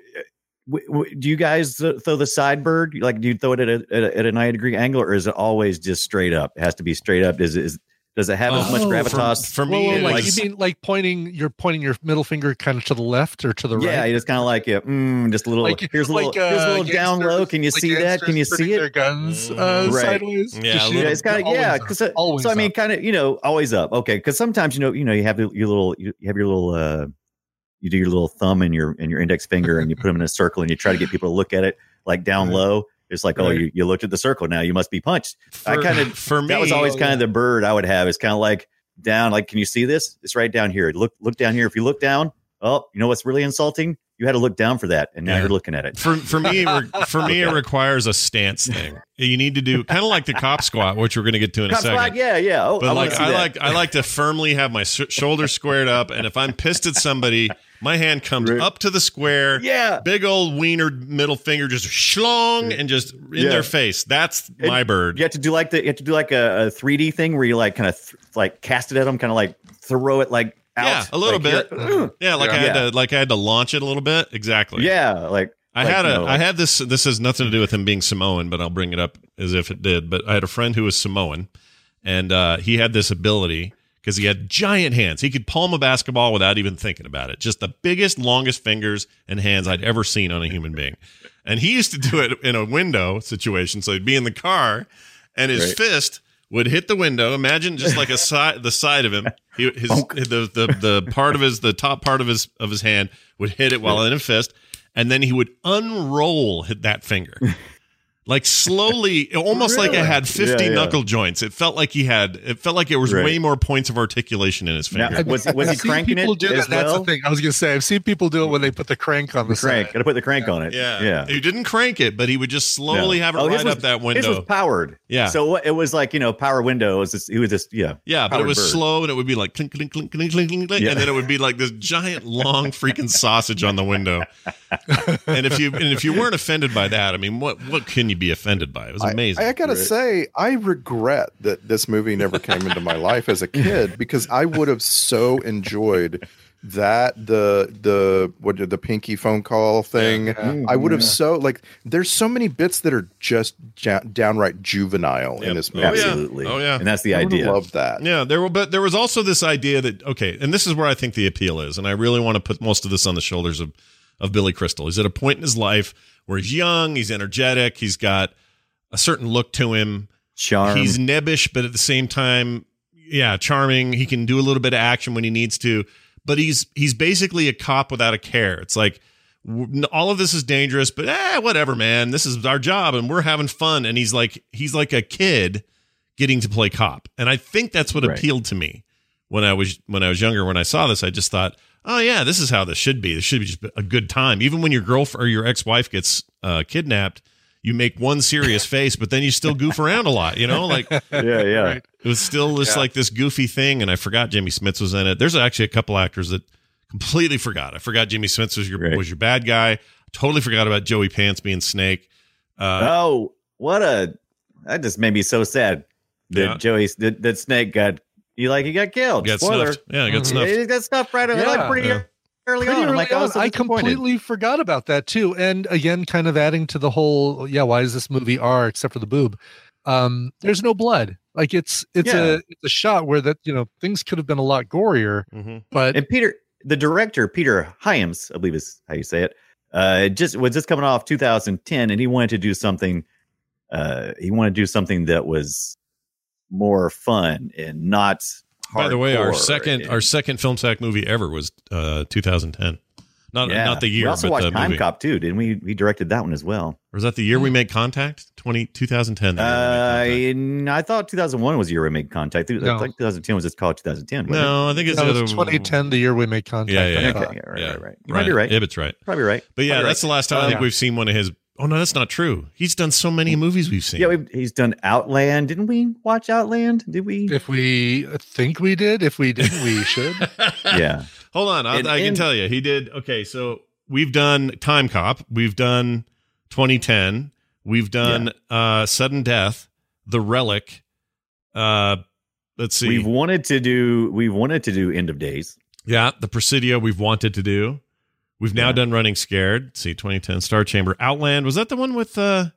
[SPEAKER 5] w- w- do you guys th- throw the side bird? Like do you throw it at a, at a at a 90 degree angle or is it always just straight up? It has to be straight up. Is is does it have as much
[SPEAKER 6] Oh,
[SPEAKER 1] for-
[SPEAKER 5] gravitas?
[SPEAKER 1] For,
[SPEAKER 6] Whoa,
[SPEAKER 1] me,
[SPEAKER 6] whoa,
[SPEAKER 1] it
[SPEAKER 6] like,
[SPEAKER 1] was-
[SPEAKER 6] you mean like pointing you're pointing your middle finger kind of to the left or to the
[SPEAKER 5] yeah,
[SPEAKER 6] right?
[SPEAKER 5] it's kind of like yeah, mm, just a little.
[SPEAKER 6] Like-
[SPEAKER 5] here's a little, here's a
[SPEAKER 6] uh,
[SPEAKER 5] little down low.
[SPEAKER 6] gangsters-
[SPEAKER 5] Can you
[SPEAKER 6] like
[SPEAKER 5] see that? Can you
[SPEAKER 6] gangsters
[SPEAKER 5] see
[SPEAKER 6] putting
[SPEAKER 5] it?
[SPEAKER 6] Their guns uh,
[SPEAKER 5] Mm. Right.
[SPEAKER 6] sideways.
[SPEAKER 1] Yeah,
[SPEAKER 6] to
[SPEAKER 1] a
[SPEAKER 6] shoot.
[SPEAKER 1] little-
[SPEAKER 5] yeah, it's kind of
[SPEAKER 6] Always
[SPEAKER 5] yeah.
[SPEAKER 6] up.
[SPEAKER 5] Cause, uh,
[SPEAKER 6] Always
[SPEAKER 5] so I mean,
[SPEAKER 6] up.
[SPEAKER 5] kind of you know, always up. Okay, because sometimes you know, you know, you have your your little, you have your little, uh, you do your little thumb and your and your index finger, and you put them in a circle, and you try to get people to look at it like down
[SPEAKER 6] Right.
[SPEAKER 5] low. It's like, oh,
[SPEAKER 6] Right.
[SPEAKER 5] you, you looked at the circle. Now you must be punched.
[SPEAKER 1] for,
[SPEAKER 5] I kinda-
[SPEAKER 1] for me
[SPEAKER 5] that was always
[SPEAKER 6] oh,
[SPEAKER 5] kind of the bird I would have. It's kind of like down. Like, can you see this? It's right down here. Look, look down here. If you look down, oh, you know what's really insulting? You had to look down for that, and now
[SPEAKER 1] Yeah.
[SPEAKER 5] you're looking at it.
[SPEAKER 1] for for me it re- for me it requires a stance thing. You need to do kind of like the cop squat, which we're going to get to in a
[SPEAKER 5] Cop
[SPEAKER 1] second.
[SPEAKER 5] flag, yeah, yeah. Oh,
[SPEAKER 1] But
[SPEAKER 5] I wanna
[SPEAKER 1] like
[SPEAKER 5] see
[SPEAKER 1] I
[SPEAKER 5] that.
[SPEAKER 1] like I like to firmly have my s- shoulders squared up, and if I'm pissed at somebody, my hand comes
[SPEAKER 3] Right.
[SPEAKER 1] up to the square.
[SPEAKER 5] yeah.
[SPEAKER 1] Big old wiener middle finger just
[SPEAKER 5] Mm.
[SPEAKER 1] schlong and just in
[SPEAKER 3] Yeah.
[SPEAKER 1] their face. That's my bird.
[SPEAKER 5] You have to do like the you have to do like a, a 3D thing where you like kind of th- like cast it at them, kind of like throw it like out
[SPEAKER 1] Yeah, a little
[SPEAKER 5] like,
[SPEAKER 1] bit.
[SPEAKER 5] you're-
[SPEAKER 1] Yeah, like I had
[SPEAKER 5] Yeah.
[SPEAKER 1] to like I had to launch it a little bit. Exactly.
[SPEAKER 5] yeah, like
[SPEAKER 1] I
[SPEAKER 5] like,
[SPEAKER 1] had a I
[SPEAKER 5] you know, like-
[SPEAKER 1] had this this has nothing to do with him being Samoan, but I'll bring it up as if it did. But I had a friend who was Samoan and uh, he had this ability because he had giant hands. He could palm a basketball without even thinking about it. Just the biggest, longest fingers and hands I'd ever seen on a human being. And he used to do it in a window situation. So he'd be in the car and his
[SPEAKER 3] Right.
[SPEAKER 1] fist would hit the window. Imagine just like a side, the side of him. He, his
[SPEAKER 5] Oh,
[SPEAKER 1] the, the the part of his the top part of his of his hand would hit it while in a fist, and then he would unroll hit that finger, like slowly, almost like it had fifty
[SPEAKER 5] Yeah, yeah.
[SPEAKER 1] knuckle joints. It felt like he had. It felt like there was
[SPEAKER 5] Right.
[SPEAKER 1] way more points of articulation in his finger.
[SPEAKER 5] Now, was, was he
[SPEAKER 6] I've seen
[SPEAKER 5] cranking
[SPEAKER 6] people
[SPEAKER 5] it
[SPEAKER 6] do that.
[SPEAKER 5] as
[SPEAKER 6] That's
[SPEAKER 5] well?
[SPEAKER 6] the thing. I was gonna say I've seen people do it when they put the crank on the,
[SPEAKER 5] Crank.
[SPEAKER 6] side.
[SPEAKER 5] Got to put the crank on it.
[SPEAKER 1] yeah,
[SPEAKER 5] yeah.
[SPEAKER 1] He didn't crank it, but he would just slowly
[SPEAKER 5] No.
[SPEAKER 1] have it
[SPEAKER 5] Oh, his
[SPEAKER 1] right
[SPEAKER 5] was-
[SPEAKER 1] up that
[SPEAKER 5] This was
[SPEAKER 1] window.
[SPEAKER 5] powered.
[SPEAKER 1] Yeah.
[SPEAKER 5] So what- it was like you know power window. It was just, he was just yeah.
[SPEAKER 1] Yeah, but it
[SPEAKER 5] Howard
[SPEAKER 1] was
[SPEAKER 5] Bird.
[SPEAKER 1] slow, and it would be like clink, clink, clink, clink, clink, clink, clink,
[SPEAKER 5] Yeah.
[SPEAKER 1] and then it would be like this giant, long, freaking sausage on the window. and if you and if you weren't offended by that, I mean, what what can you be offended by? It was
[SPEAKER 3] I-
[SPEAKER 1] amazing.
[SPEAKER 3] I, gotta say, I regret that this movie never came into my life as a kid because I would have so enjoyed that the the what the pinky phone call thing. I would have
[SPEAKER 5] Mm-hmm.
[SPEAKER 3] so like. There's so many bits that are just ja- downright juvenile
[SPEAKER 1] Yep.
[SPEAKER 3] in this
[SPEAKER 1] Oh,
[SPEAKER 3] movie.
[SPEAKER 1] yeah.
[SPEAKER 5] Absolutely.
[SPEAKER 1] Oh, yeah.
[SPEAKER 5] And that's the
[SPEAKER 3] I would
[SPEAKER 5] idea.
[SPEAKER 3] love that.
[SPEAKER 1] yeah, there were, but there was also this idea that okay, and this is where I think the appeal is, and I really want to put most of this on the shoulders of of Billy Crystal. He's at a point in his life where he's young, he's energetic, he's got a certain look to him.
[SPEAKER 5] Charm.
[SPEAKER 1] He's nebbish, but at the same time, yeah, charming. He can do a little bit of action when he needs to, but he's he's basically a cop without a care. It's like w- all of this is dangerous, but eh, whatever, man. This is our job, and we're having fun. And he's like he's like a kid getting to play cop, and I think that's what
[SPEAKER 5] Right.
[SPEAKER 1] appealed to me when I was when I was younger. When I saw this, I just thought. Oh yeah, this is how this should be. This should be just a good time. Even when your girlfriend or your ex-wife gets uh, kidnapped, you make one serious face, but then you still goof around a lot. You know, like
[SPEAKER 5] yeah, yeah.
[SPEAKER 6] Right.
[SPEAKER 1] it was still just like this goofy thing, and I forgot Jimmy Smits was in it. There's actually a couple actors that completely forgot. I forgot Jimmy Smits was your
[SPEAKER 5] Right.
[SPEAKER 1] was your bad guy. Totally forgot about Joey Pants being Snake. Uh,
[SPEAKER 5] oh, what a that just made me so sad that
[SPEAKER 1] Yeah.
[SPEAKER 5] Joey that, that snake got you like he got killed.
[SPEAKER 1] got
[SPEAKER 5] Oh, Spoiler. Mm-hmm.
[SPEAKER 1] snuffed. Yeah, got
[SPEAKER 6] Mhm.
[SPEAKER 1] snuffed.
[SPEAKER 5] Yeah, he got snuffed right away,
[SPEAKER 6] Yeah.
[SPEAKER 5] like pretty
[SPEAKER 1] Yeah.
[SPEAKER 5] early
[SPEAKER 6] Pretty
[SPEAKER 5] on. I'm
[SPEAKER 6] early
[SPEAKER 5] like, I
[SPEAKER 6] on,
[SPEAKER 5] was so
[SPEAKER 6] I
[SPEAKER 5] disappointed.
[SPEAKER 6] completely forgot about that too. And again, kind of adding to the whole, yeah, why is this movie R except for the boob? Um, there's no blood. Like it's it's
[SPEAKER 5] Yeah.
[SPEAKER 6] a it's a shot where that you know things could have been a lot gorier,
[SPEAKER 1] Mhm.
[SPEAKER 6] but
[SPEAKER 5] And Peter, the director, Peter Hyams, I believe is how you say it, uh, just was just coming off 2010, and he wanted to do something. Uh, he wanted to do something that was more fun and not.
[SPEAKER 1] By the way, our
[SPEAKER 5] hardcore
[SPEAKER 1] second
[SPEAKER 5] and-
[SPEAKER 1] our second film sack movie ever was uh, 2010. Not
[SPEAKER 5] Yeah.
[SPEAKER 1] not the
[SPEAKER 5] We
[SPEAKER 1] year,
[SPEAKER 5] also
[SPEAKER 1] but
[SPEAKER 5] watched
[SPEAKER 1] the
[SPEAKER 5] Time
[SPEAKER 1] movie.
[SPEAKER 5] Cop too, didn't we? We directed that one as well.
[SPEAKER 1] Or is that the year we made contact? 20, 2010. the year we made
[SPEAKER 5] Uh,
[SPEAKER 1] Contact.
[SPEAKER 5] in- I thought 2001 was the year we made contact. I
[SPEAKER 6] No.
[SPEAKER 5] think 2010 was just called 2010. wasn't
[SPEAKER 1] no, I think it's
[SPEAKER 6] That
[SPEAKER 1] the
[SPEAKER 6] was
[SPEAKER 1] other
[SPEAKER 6] 2010, the year we made contact.
[SPEAKER 1] Yeah, yeah,
[SPEAKER 6] I
[SPEAKER 5] it?
[SPEAKER 1] yeah.
[SPEAKER 6] thought.
[SPEAKER 5] Okay, yeah, right, right, right. You might
[SPEAKER 1] Right.
[SPEAKER 5] be right.
[SPEAKER 1] Ibbott's right.
[SPEAKER 5] Probably right.
[SPEAKER 1] But yeah,
[SPEAKER 5] Probably
[SPEAKER 1] that's the last time I
[SPEAKER 6] Um,
[SPEAKER 1] think we've seen one of his. Oh no, that's not true. He's done so many movies we've seen.
[SPEAKER 5] Yeah, we, he's done Outland. Didn't we watch Outland? Did we?
[SPEAKER 6] If we think we did, if we didn't, we should.
[SPEAKER 5] yeah.
[SPEAKER 1] Hold on, I,
[SPEAKER 5] And-
[SPEAKER 1] I can
[SPEAKER 5] and-
[SPEAKER 1] tell you, he did. Okay, so we've done Time Cop, we've done 2010, we've done uh, Sudden Death, The Relic. Uh, let's see,
[SPEAKER 5] We've wanted to do. We've wanted to do End of Days.
[SPEAKER 1] yeah, The Presidio. We've wanted to do. We've now
[SPEAKER 5] Yeah.
[SPEAKER 1] done Running Scared. Let's see, 2010, Star Chamber, Outland. Was that the one with uh,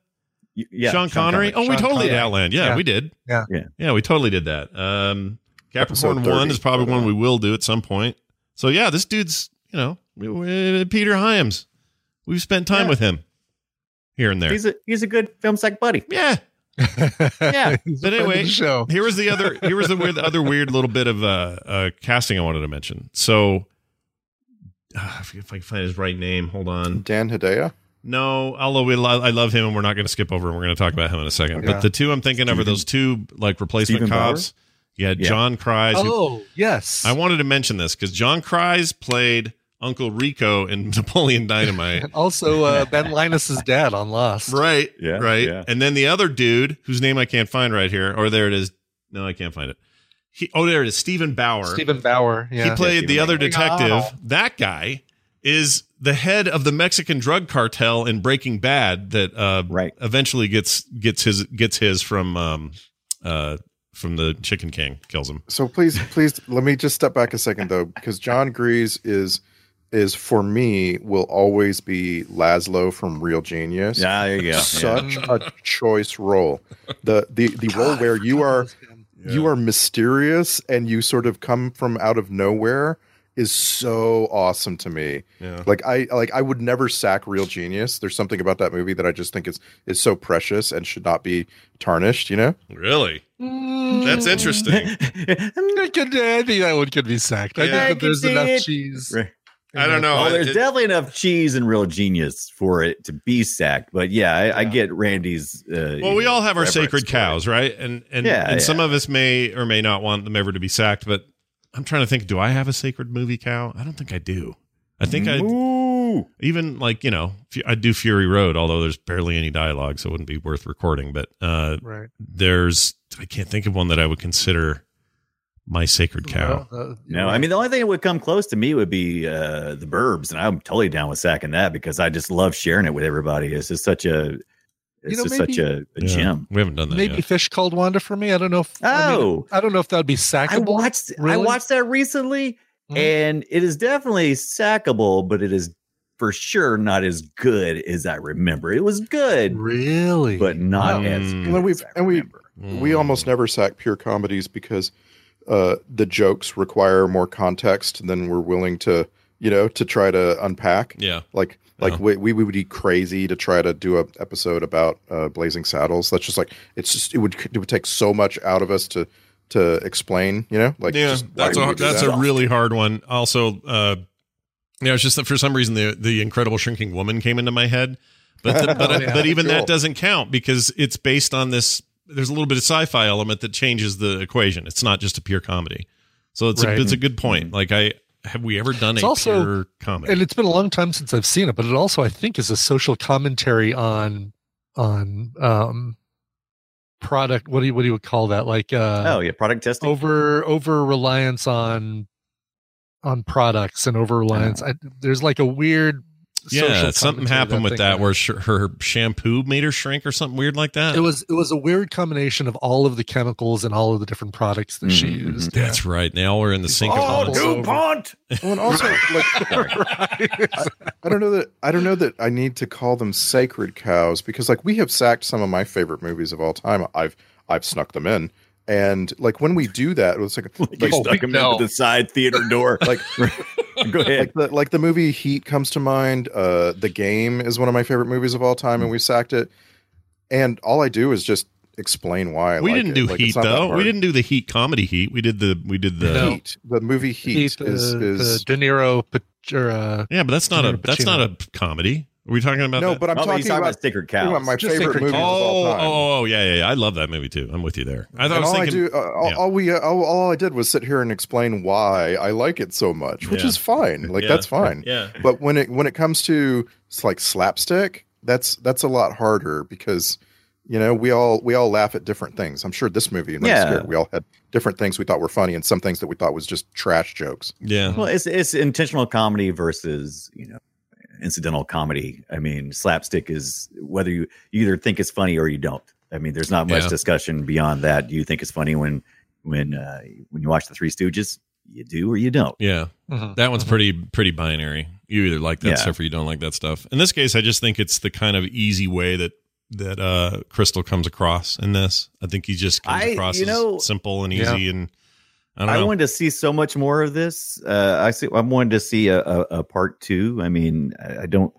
[SPEAKER 5] Y- Yeah.
[SPEAKER 1] Sean, Connery? Oh, we
[SPEAKER 6] Sean
[SPEAKER 1] totally did
[SPEAKER 6] Connery.
[SPEAKER 1] Outland. Yeah,
[SPEAKER 6] Yeah.
[SPEAKER 1] we did.
[SPEAKER 6] Yeah.
[SPEAKER 5] Yeah.
[SPEAKER 1] yeah, we totally did that. Um, Capricorn
[SPEAKER 3] Episode
[SPEAKER 1] 1
[SPEAKER 3] 30,
[SPEAKER 1] is probably
[SPEAKER 3] by the
[SPEAKER 1] one we will do at some point. So, yeah, this dude's, you know, we- we- Peter Hyams. We've spent time
[SPEAKER 5] Yeah.
[SPEAKER 1] with him here and there.
[SPEAKER 5] He's a he's a good film psych buddy.
[SPEAKER 1] yeah.
[SPEAKER 5] Yeah.
[SPEAKER 1] But
[SPEAKER 6] He's a friend of
[SPEAKER 1] anyway,
[SPEAKER 6] the show.
[SPEAKER 1] Here was the other. Here was the weird, other weird little bit of uh, uh, casting I wanted to mention. So, uh, if I can find his right name, hold on.
[SPEAKER 3] Dan Hedaya.
[SPEAKER 1] No, although we lo- I love him, and we're not going to skip over him. We're going to talk about him in a second.
[SPEAKER 6] Yeah.
[SPEAKER 1] But the two I'm thinking of are those two like replacement
[SPEAKER 5] Stephen Bauer?
[SPEAKER 1] cops. Yeah,
[SPEAKER 5] Yeah.
[SPEAKER 1] John Cries. who-
[SPEAKER 6] Oh yes,
[SPEAKER 1] I wanted to mention this because John Cries played Uncle Rico in Napoleon Dynamite.
[SPEAKER 6] and also uh, Ben Linus's dad on Lost.
[SPEAKER 1] right.
[SPEAKER 5] Yeah,
[SPEAKER 1] Right.
[SPEAKER 5] yeah.
[SPEAKER 1] And then the other dude, whose name I can't find right here, or there it is. No, I can't find it. He, oh, there it is. Stephen Bauer.
[SPEAKER 6] Stephen Bauer. Yeah.
[SPEAKER 1] He played
[SPEAKER 5] Stephen
[SPEAKER 1] the other
[SPEAKER 7] Bauer.
[SPEAKER 1] detective.
[SPEAKER 7] Wow.
[SPEAKER 1] That guy is the head of the Mexican drug cartel in Breaking Bad that uh,
[SPEAKER 5] Right.
[SPEAKER 1] eventually gets gets his gets his from um uh from the Chicken King kills him.
[SPEAKER 3] So please, please let me just step back a second though, because John Grease is is for me will always be Laszlo from Real Genius.
[SPEAKER 5] Yeah. There you go. Yeah.
[SPEAKER 3] Such a choice role. The the the role where you are you are mysterious and you sort of come from out of nowhere is so awesome to me.
[SPEAKER 1] Yeah.
[SPEAKER 3] Like I like I would never sack Real Genius. There's something about that movie that I just think is is so precious and should not be tarnished, you know?
[SPEAKER 1] Really?
[SPEAKER 6] Mm.
[SPEAKER 1] That's interesting.
[SPEAKER 6] I, could, I think that one could be sacked. I
[SPEAKER 1] Yeah.
[SPEAKER 6] think that there's
[SPEAKER 5] I could
[SPEAKER 6] enough
[SPEAKER 5] see it.
[SPEAKER 6] cheese.
[SPEAKER 5] Right.
[SPEAKER 1] I don't know.
[SPEAKER 5] Oh, there's
[SPEAKER 1] It-
[SPEAKER 5] definitely enough cheese and real genius for it to be sacked. But yeah, I, I get Randy's. Uh,
[SPEAKER 1] well, we all have our
[SPEAKER 5] reverence
[SPEAKER 1] sacred
[SPEAKER 5] for it.
[SPEAKER 1] cows, right? And and,
[SPEAKER 5] Yeah,
[SPEAKER 1] and
[SPEAKER 5] yeah.
[SPEAKER 1] some of us may or may not want them ever to be sacked, but I'm trying to think, do I have a sacred movie cow? I don't think I do. I think I
[SPEAKER 5] Mm-hmm. Ooh.
[SPEAKER 1] even like you know Fu- i do fury road although there's barely any dialogue so it wouldn't be worth recording but uh
[SPEAKER 6] Right.
[SPEAKER 1] there's i can't think of one that i would consider my sacred cow
[SPEAKER 6] Well, uh,
[SPEAKER 5] No, I mean the only thing that would come close to me would be uh, the Burbs, and I'm totally down with sacking that because I just love sharing it with everybody. It's just such a, it's
[SPEAKER 6] You know,
[SPEAKER 5] just
[SPEAKER 6] maybe-
[SPEAKER 5] such a, a
[SPEAKER 1] Yeah.
[SPEAKER 5] gem.
[SPEAKER 1] we haven't done that
[SPEAKER 6] maybe
[SPEAKER 1] yet
[SPEAKER 6] fish called Wanda for me. I don't know if I, mean,
[SPEAKER 5] Oh.
[SPEAKER 6] I don't know if that would be
[SPEAKER 5] I
[SPEAKER 6] sackable.
[SPEAKER 5] watched, I
[SPEAKER 6] Really?
[SPEAKER 5] watched that recently,
[SPEAKER 6] Mhm.
[SPEAKER 5] and it is definitely sackable, but it is for sure not as good as I remember. It was good,
[SPEAKER 6] really?
[SPEAKER 5] but not
[SPEAKER 1] Wow.
[SPEAKER 5] as.
[SPEAKER 1] Mm.
[SPEAKER 5] Good
[SPEAKER 3] And then we've
[SPEAKER 5] as I
[SPEAKER 3] and we
[SPEAKER 5] remember.
[SPEAKER 3] we almost never sack pure comedies because uh, the jokes require more context than we're willing to you know to try to unpack
[SPEAKER 1] yeah
[SPEAKER 3] like like
[SPEAKER 1] Uh-huh.
[SPEAKER 3] we, we would be crazy to try to do a episode about uh, blazing saddles that's just like it's just it would it would take so much out of us to to explain you know like
[SPEAKER 1] yeah
[SPEAKER 3] just why
[SPEAKER 1] that's
[SPEAKER 3] would
[SPEAKER 1] a
[SPEAKER 3] we do
[SPEAKER 1] that's
[SPEAKER 3] that?
[SPEAKER 1] a really hard one also uh you know it's just that for some reason the the incredible shrinking woman came into my head but the, but uh,
[SPEAKER 6] Oh, yeah.
[SPEAKER 1] but even
[SPEAKER 3] Cool.
[SPEAKER 1] that doesn't count because it's based on this there's a little bit of sci-fi element that changes the equation it's not just a pure comedy so it's
[SPEAKER 6] Right.
[SPEAKER 1] a, it's a good point like i have we ever done
[SPEAKER 6] It's
[SPEAKER 1] a
[SPEAKER 6] also-
[SPEAKER 1] pure comedy
[SPEAKER 6] and it's been a long time since I've seen it, but it also I think is a social commentary on on um product. What do you what do you call that? Like uh
[SPEAKER 5] Oh yeah, product testing.
[SPEAKER 6] over over reliance on on products and over reliance. I, there's like a weird
[SPEAKER 1] yeah
[SPEAKER 6] social
[SPEAKER 1] something
[SPEAKER 6] commentary
[SPEAKER 1] happened with
[SPEAKER 6] thing
[SPEAKER 1] that
[SPEAKER 6] had.
[SPEAKER 1] where sh- her shampoo made her shrink or something weird like that
[SPEAKER 6] it was it was a weird combination of all of the chemicals and all of the different products that she
[SPEAKER 5] Mhm, mhm.
[SPEAKER 6] used.
[SPEAKER 1] that's right now we're in the sink
[SPEAKER 6] Oh,
[SPEAKER 1] of
[SPEAKER 6] dude.
[SPEAKER 1] all
[SPEAKER 5] DuPont.
[SPEAKER 3] well, Oh, and also like I don't know that I don't know that I need to call them sacred cows because like we have sacked some of my favorite movies of all time. I've I've snuck them in. And like when we do that, it's like like,
[SPEAKER 5] You stuck him
[SPEAKER 6] no.
[SPEAKER 5] into the side theater door.
[SPEAKER 3] Oh, like
[SPEAKER 5] Go ahead.
[SPEAKER 3] like the like the movie Heat comes to mind. Uh The Game is one of my favorite movies of all time and we sacked it. And all I do is just explain why I
[SPEAKER 1] we
[SPEAKER 3] like
[SPEAKER 1] didn't
[SPEAKER 3] it.
[SPEAKER 1] do
[SPEAKER 3] Like, it's
[SPEAKER 1] heat
[SPEAKER 3] not that
[SPEAKER 1] though we
[SPEAKER 3] hard.
[SPEAKER 1] didn't do the heat comedy heat we did the we did the
[SPEAKER 6] No.
[SPEAKER 3] Heat. The movie Heat,
[SPEAKER 6] Heat, uh,
[SPEAKER 3] is is
[SPEAKER 6] the De Niro or uh,
[SPEAKER 1] Yeah, but that's not a
[SPEAKER 6] Pacino.
[SPEAKER 1] that's not a comedy. Are we talking about
[SPEAKER 3] No,
[SPEAKER 1] that?
[SPEAKER 3] but I'm
[SPEAKER 5] Oh,
[SPEAKER 3] talking,
[SPEAKER 5] he's talking
[SPEAKER 3] about,
[SPEAKER 5] about Sacred
[SPEAKER 3] talking
[SPEAKER 5] Cows.
[SPEAKER 3] about my
[SPEAKER 6] Just
[SPEAKER 3] favorite
[SPEAKER 6] Sacred
[SPEAKER 3] movies
[SPEAKER 1] oh,
[SPEAKER 3] of all time.
[SPEAKER 1] oh, oh, yeah, yeah, yeah. I love that movie too. I'm with you there. I thought I
[SPEAKER 3] And
[SPEAKER 1] was
[SPEAKER 3] all
[SPEAKER 1] thinking
[SPEAKER 3] I do, uh, all,
[SPEAKER 1] yeah.
[SPEAKER 3] all we, uh, all, all I did was sit here and explain why I like it so much, which
[SPEAKER 1] Yeah.
[SPEAKER 3] is fine. Like
[SPEAKER 1] Yeah.
[SPEAKER 3] that's fine.
[SPEAKER 1] Yeah.
[SPEAKER 3] But when it when it comes to s- like slapstick, that's that's a lot harder because you know we all we all laugh at different things. I'm sure this movie,
[SPEAKER 5] Yeah.
[SPEAKER 3] yeah. we all had different things we thought were funny and some things that we thought was just trash jokes.
[SPEAKER 1] Yeah.
[SPEAKER 5] Well, it's it's intentional comedy versus you know incidental comedy. I mean, slapstick is whether you, you either think it's funny or you don't. I mean, there's not much
[SPEAKER 1] Yeah.
[SPEAKER 5] discussion beyond that. You think it's funny when when uh, when you watch the Three Stooges, you do or you don't.
[SPEAKER 1] Yeah.
[SPEAKER 6] mhm.
[SPEAKER 1] That one's
[SPEAKER 6] Mhm.
[SPEAKER 1] pretty pretty binary. You either like that
[SPEAKER 5] Yeah.
[SPEAKER 1] stuff or you don't like that stuff. In this case, I just think it's the kind of easy way that that uh Crystal comes across in this. I think he just comes
[SPEAKER 5] I-
[SPEAKER 1] across
[SPEAKER 5] you know-
[SPEAKER 1] as simple and
[SPEAKER 6] Yeah.
[SPEAKER 1] easy and I don't
[SPEAKER 5] I,
[SPEAKER 1] know.
[SPEAKER 5] wanted to see so much more of this. Uh, I see. I wanted to see a, a, a part two. I mean, I, I don't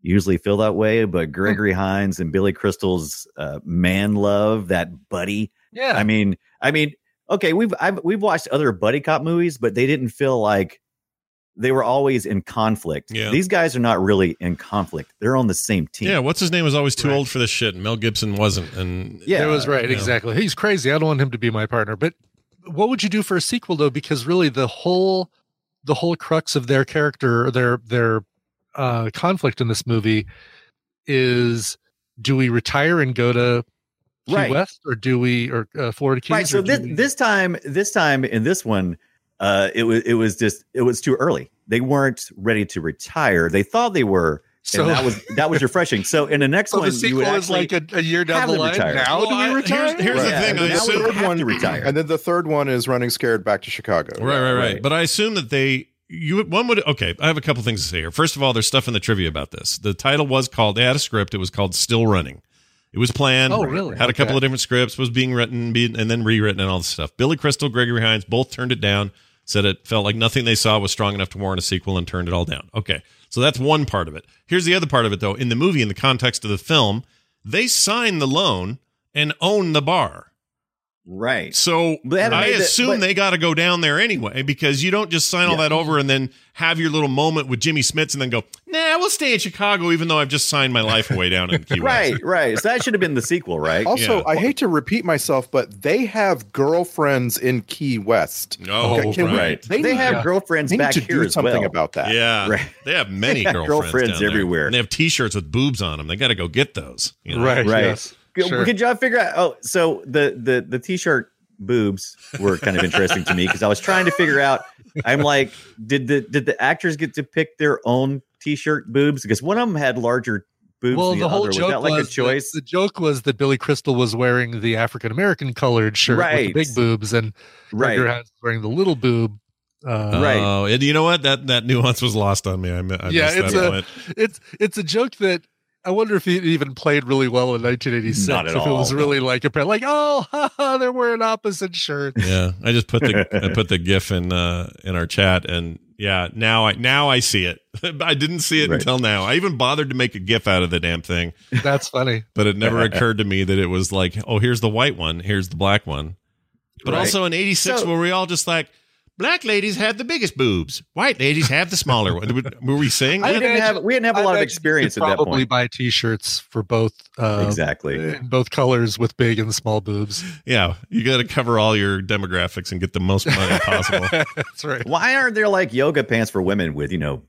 [SPEAKER 5] usually feel that way,
[SPEAKER 1] Hmm.
[SPEAKER 5] but Gregory Hines and Billy Crystal's uh, man love, that buddy
[SPEAKER 6] yeah.
[SPEAKER 5] I mean, I mean, okay, we've I've, we've watched other buddy cop movies, but they didn't feel like they were always in conflict.
[SPEAKER 1] Yeah.
[SPEAKER 5] These guys are not really in conflict; they're on the same team.
[SPEAKER 1] yeah, what's his name was always too
[SPEAKER 6] Right.
[SPEAKER 1] old for this shit and Mel Gibson wasn't and
[SPEAKER 5] yeah,
[SPEAKER 6] that was right.
[SPEAKER 1] yeah.
[SPEAKER 6] Exactly. He's crazy. I don't want him to be my partner. But what would you do for a sequel though? Because really, the whole the whole crux of their character, their their uh, conflict in this movie is: do we retire and go to Key
[SPEAKER 5] Right.
[SPEAKER 6] West, or do we or uh, Florida Keys?
[SPEAKER 5] right. So
[SPEAKER 6] or do
[SPEAKER 5] this
[SPEAKER 6] we-
[SPEAKER 5] this time, this time in this one, uh, it was it was just it was too early. They weren't ready to retire. They thought they were,
[SPEAKER 6] so,
[SPEAKER 5] and that was that was refresheshing. So in the next
[SPEAKER 6] so
[SPEAKER 5] one,
[SPEAKER 6] the
[SPEAKER 5] you
[SPEAKER 6] sequel
[SPEAKER 5] would
[SPEAKER 6] is
[SPEAKER 5] actually,
[SPEAKER 6] like a, a year down
[SPEAKER 5] have
[SPEAKER 6] the
[SPEAKER 5] them
[SPEAKER 6] line.
[SPEAKER 5] retire.
[SPEAKER 6] Now
[SPEAKER 1] Well,
[SPEAKER 6] do
[SPEAKER 1] I-
[SPEAKER 6] we retire?
[SPEAKER 1] here's- here's the
[SPEAKER 5] Right.
[SPEAKER 1] thing,
[SPEAKER 5] And
[SPEAKER 1] I
[SPEAKER 5] now we
[SPEAKER 1] assume-
[SPEAKER 5] would have to retire.
[SPEAKER 3] And then the third one is running scared back to Chicago.
[SPEAKER 1] Right, right, right,
[SPEAKER 5] right.
[SPEAKER 1] But I assume that they you one would okay. I have a couple things to say here. First of all, there's stuff in the trivia about this. The title was called they had a script. It was called Still Running. It was planned.
[SPEAKER 6] Oh, really?
[SPEAKER 1] Had a couple
[SPEAKER 6] Okay.
[SPEAKER 1] of different scripts. Was being written being, and then rewritten and all this stuff. Billy Crystal, Gregory Hines both turned it down. Said it felt like nothing they saw was strong enough to warrant a sequel and turned it all down. Okay, so that's one part of it. Here's the other part of it though. In the movie, in the context of the film, they sign the loan and own the bar.
[SPEAKER 5] right.
[SPEAKER 1] So
[SPEAKER 5] But they haven't
[SPEAKER 1] I
[SPEAKER 5] made the-
[SPEAKER 1] assume
[SPEAKER 5] but-
[SPEAKER 1] they got to go down there anyway because you don't just sign all
[SPEAKER 5] Yeah.
[SPEAKER 1] that over and then have your little moment with Jimmy Smits and then go, nah, we'll stay in Chicago even though I've just signed my life away down in Key West.
[SPEAKER 5] Right, right. So that should have been the sequel, right?
[SPEAKER 3] Also,
[SPEAKER 1] Yeah.
[SPEAKER 3] I hate to repeat myself, but they have girlfriends in Key West.
[SPEAKER 1] Oh,
[SPEAKER 3] Okay, can we-
[SPEAKER 1] right.
[SPEAKER 5] They, have
[SPEAKER 6] Yeah.
[SPEAKER 5] girlfriends
[SPEAKER 3] They need
[SPEAKER 5] back
[SPEAKER 3] to
[SPEAKER 5] here
[SPEAKER 3] do
[SPEAKER 5] as
[SPEAKER 3] something
[SPEAKER 5] well.
[SPEAKER 3] about that.
[SPEAKER 1] Yeah.
[SPEAKER 5] Right.
[SPEAKER 1] They have many
[SPEAKER 5] They got
[SPEAKER 1] girlfriends,
[SPEAKER 5] girlfriends
[SPEAKER 1] down there.
[SPEAKER 5] everywhere.
[SPEAKER 1] And they have T-shirts with boobs on them. They got to go get those. you know?
[SPEAKER 6] Right.
[SPEAKER 5] Right.
[SPEAKER 6] Yes.
[SPEAKER 5] Could-
[SPEAKER 6] Sure.
[SPEAKER 5] Could y'all figure out? Oh, so the the the t-shirt boobs were kind of interesting to me because I was trying to figure out. I'm like, did the did the actors get to pick their own t-shirt boobs? Because one of them had larger boobs.
[SPEAKER 6] Well,
[SPEAKER 5] than
[SPEAKER 6] the whole
[SPEAKER 5] other.
[SPEAKER 6] joke
[SPEAKER 5] was that like
[SPEAKER 6] was
[SPEAKER 5] a
[SPEAKER 6] that-
[SPEAKER 5] choice.
[SPEAKER 6] The, joke was that Billy Crystal was wearing the African American colored shirt
[SPEAKER 5] Right.
[SPEAKER 6] with the big boobs, and
[SPEAKER 5] right.
[SPEAKER 6] Edgar Hines wearing the little boob. Uh,
[SPEAKER 5] Right.
[SPEAKER 1] Oh, and you know what? That that nuance was lost on me. I, mi- I
[SPEAKER 6] Yeah,
[SPEAKER 1] missed
[SPEAKER 6] it's
[SPEAKER 1] that
[SPEAKER 6] a-
[SPEAKER 1] point.
[SPEAKER 6] It's it's a joke that I wonder if it even played really well in 1986.
[SPEAKER 5] Not at
[SPEAKER 6] if it was
[SPEAKER 5] all.
[SPEAKER 6] really like a pair, like oh, haha, they're wearing opposite shirts.
[SPEAKER 1] Yeah, I just put the I put the GIF in uh, in our chat, and yeah, now I now I see it. I didn't see it
[SPEAKER 5] Right.
[SPEAKER 1] until now. I even bothered to make a GIF out of the damn thing,
[SPEAKER 6] That's funny.
[SPEAKER 1] but it never occurred to me that it was like, oh, here's the white one, here's the black one. But
[SPEAKER 5] Right.
[SPEAKER 1] also in '86,
[SPEAKER 5] So-
[SPEAKER 1] were we all just like, black ladies have the biggest boobs, white ladies have the smaller one? Were we saying?
[SPEAKER 5] we
[SPEAKER 6] I
[SPEAKER 1] that?
[SPEAKER 5] didn't
[SPEAKER 6] imagine-
[SPEAKER 5] have we didn't have a
[SPEAKER 6] I
[SPEAKER 5] lot of
[SPEAKER 6] imagine
[SPEAKER 5] experience
[SPEAKER 6] you
[SPEAKER 5] at
[SPEAKER 6] could
[SPEAKER 5] that
[SPEAKER 6] probably
[SPEAKER 5] point.
[SPEAKER 6] buy T-shirts for both uh,
[SPEAKER 5] exactly.
[SPEAKER 6] in both colors with big and small boobs.
[SPEAKER 1] Yeah, you got to cover all your demographics and get the most money possible.
[SPEAKER 6] That's right.
[SPEAKER 5] Why aren't there like yoga pants for women with you know,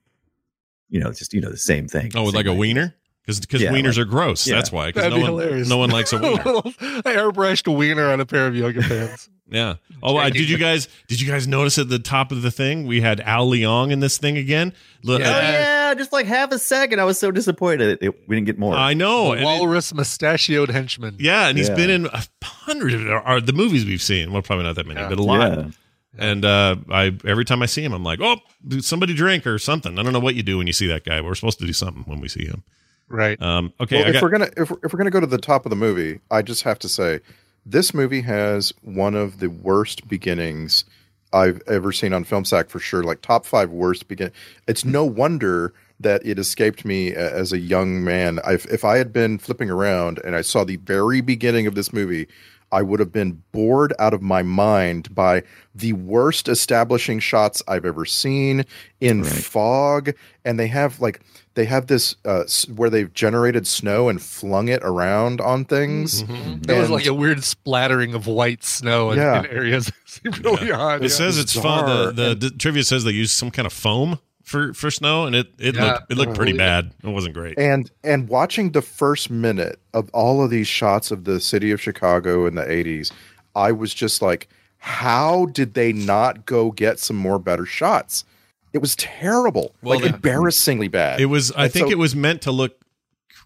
[SPEAKER 5] you know, just you know the same thing?
[SPEAKER 1] Oh, with
[SPEAKER 5] same
[SPEAKER 1] like a
[SPEAKER 5] thing?
[SPEAKER 1] wiener. Because
[SPEAKER 5] Yeah,
[SPEAKER 1] wieners are gross.
[SPEAKER 5] yeah.
[SPEAKER 1] That's why. Because
[SPEAKER 6] That'd
[SPEAKER 1] no
[SPEAKER 6] be
[SPEAKER 1] one
[SPEAKER 6] hilarious.
[SPEAKER 1] no one likes a
[SPEAKER 6] a
[SPEAKER 1] wiener.
[SPEAKER 6] little I airbrushed a wiener on a pair of yoga pants.
[SPEAKER 1] Yeah. Oh, I, did you guys did you guys notice at the top of the thing we had Al Leong in this thing again? Look,
[SPEAKER 5] Oh
[SPEAKER 6] Yeah.
[SPEAKER 5] yeah, just like half a second. I was so disappointed that it, we didn't get more.
[SPEAKER 1] uh, I know.
[SPEAKER 6] The
[SPEAKER 1] and it-
[SPEAKER 6] walrus mustachioed henchman.
[SPEAKER 1] yeah, and he's
[SPEAKER 5] Yeah.
[SPEAKER 1] been in a hundred of our, the movies we've seen. Well, probably not that many,
[SPEAKER 6] Yeah.
[SPEAKER 1] but a lot.
[SPEAKER 5] Yeah.
[SPEAKER 1] And uh, I every time I see him, I'm like, oh, dude, somebody drink or something. I don't know what you do when you see that guy. But we're supposed to do something when we see him.
[SPEAKER 6] Right.
[SPEAKER 1] Um, okay,
[SPEAKER 3] well,
[SPEAKER 1] I
[SPEAKER 3] if
[SPEAKER 1] got,
[SPEAKER 3] we're gonna if, we're- if we're gonna go to the top of the movie, I just have to say this movie has one of the worst beginnings I've ever seen on film sack for sure. Like top five worst begin. It's no wonder that it escaped me a- as a young man. i if I had been flipping around and I saw the very beginning of this movie, I would have been bored out of my mind by the worst establishing shots I've ever seen in fog. And they have like they have this uh, s- where they've generated snow and flung it around on
[SPEAKER 6] Mm-hmm.
[SPEAKER 3] things.
[SPEAKER 6] There was
[SPEAKER 3] And-
[SPEAKER 6] like a weird splattering of white snow in,
[SPEAKER 3] Yeah.
[SPEAKER 6] in areas that seemed really odd.
[SPEAKER 1] It says it's
[SPEAKER 3] Bizarre.
[SPEAKER 1] fun. The, the, the trivia says they use some kind of foam for, for snow, and it, it
[SPEAKER 6] Yeah.
[SPEAKER 1] looked it looked pretty bad. It wasn't great.
[SPEAKER 3] and and watching the first minute of all of these shots of the city of chicago in the 80s i was just like how did they not go get some more better shots it was terrible
[SPEAKER 1] Well,
[SPEAKER 3] like
[SPEAKER 1] the-
[SPEAKER 3] embarrassingly bad
[SPEAKER 1] It was. I
[SPEAKER 3] And
[SPEAKER 1] think
[SPEAKER 3] so-
[SPEAKER 1] it was meant to look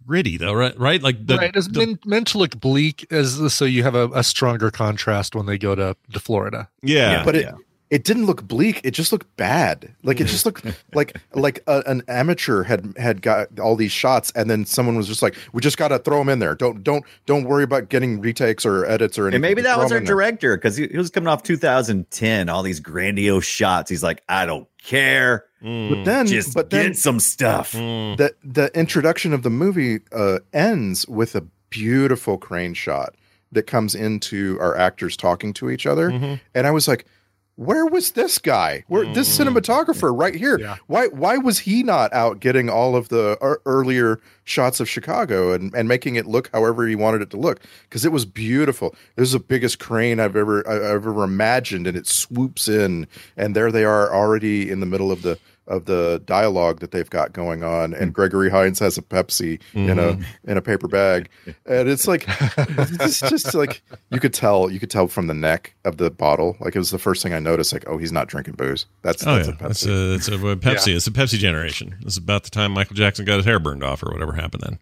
[SPEAKER 1] gritty, though, right? Right? Like the,
[SPEAKER 6] right, it's
[SPEAKER 1] the-
[SPEAKER 6] meant, meant to look bleak, as so you have a, a stronger contrast when they go to, to Florida.
[SPEAKER 1] yeah.
[SPEAKER 3] but it it didn't look bleak it just looked bad like it just looked like like a, an amateur had had got all these shots and then someone was just like we just gotta throw them in there don't don't don't worry about getting retakes or edits or anything
[SPEAKER 5] And maybe
[SPEAKER 3] Just
[SPEAKER 5] that
[SPEAKER 3] throw
[SPEAKER 5] was
[SPEAKER 3] 'em
[SPEAKER 5] our
[SPEAKER 3] in there."
[SPEAKER 5] director because he, he was coming off 2010, all these grandiose shots. He's like, I don't care.
[SPEAKER 1] Mm.
[SPEAKER 3] but then
[SPEAKER 5] Mm, Just
[SPEAKER 3] but then
[SPEAKER 5] get some stuff.
[SPEAKER 3] the the introduction of the movie uh, ends with a beautiful crane shot that comes into our actors talking to each other, and I was like, "Where was this guy? Where this cinematographer right here? Why why was he not out getting all of the ear- earlier shots of Chicago and and making it look however he wanted it to look? Because it was beautiful. This is the biggest crane I've ever I- I've ever imagined, and it swoops in, and there they are already in the middle of the of the dialogue that they've got going on
[SPEAKER 1] Hmm.
[SPEAKER 3] and Gregory Hines has a Pepsi in a in a paper bag and it's like it's just like you could tell you could tell from the neck of the bottle like it was the first thing I noticed like oh he's not drinking booze that's
[SPEAKER 1] Oh
[SPEAKER 3] that's
[SPEAKER 1] yeah,
[SPEAKER 3] a Pepsi
[SPEAKER 1] that's a it's a uh, Pepsi. It's a Pepsi generation. This is about the time Michael Jackson got his hair burned off or whatever happened then.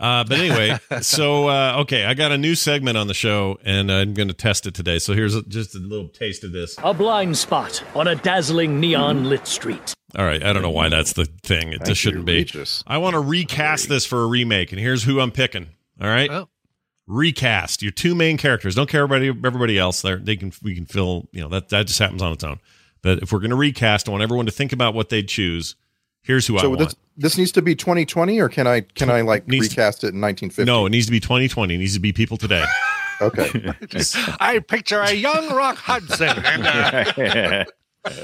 [SPEAKER 1] Uh, but anyway, so uh, okay, I got a new segment on the show and I'm going to test it today. So here's a, just a little taste of this.
[SPEAKER 8] A blind spot on a dazzling neon lit street.
[SPEAKER 1] All right, I don't know why that's the thing. It
[SPEAKER 3] you,
[SPEAKER 1] just shouldn't be.
[SPEAKER 3] Regis.
[SPEAKER 1] I want to recast this for a remake, and here's who I'm picking. All right,
[SPEAKER 6] Oh.
[SPEAKER 1] recast your two main characters. Don't care about everybody else. There, they can we can fill. You know that that just happens on its own. But if we're going to recast, I want everyone to think about what they'd choose. Here's who I
[SPEAKER 3] so
[SPEAKER 1] want.
[SPEAKER 3] this this needs to be 2020 or can I can I like
[SPEAKER 1] Needs-
[SPEAKER 3] recast it in 1950
[SPEAKER 1] No, it needs to be 2020. It needs to be people today.
[SPEAKER 3] okay
[SPEAKER 7] I picture a young Rock Hudson and uh,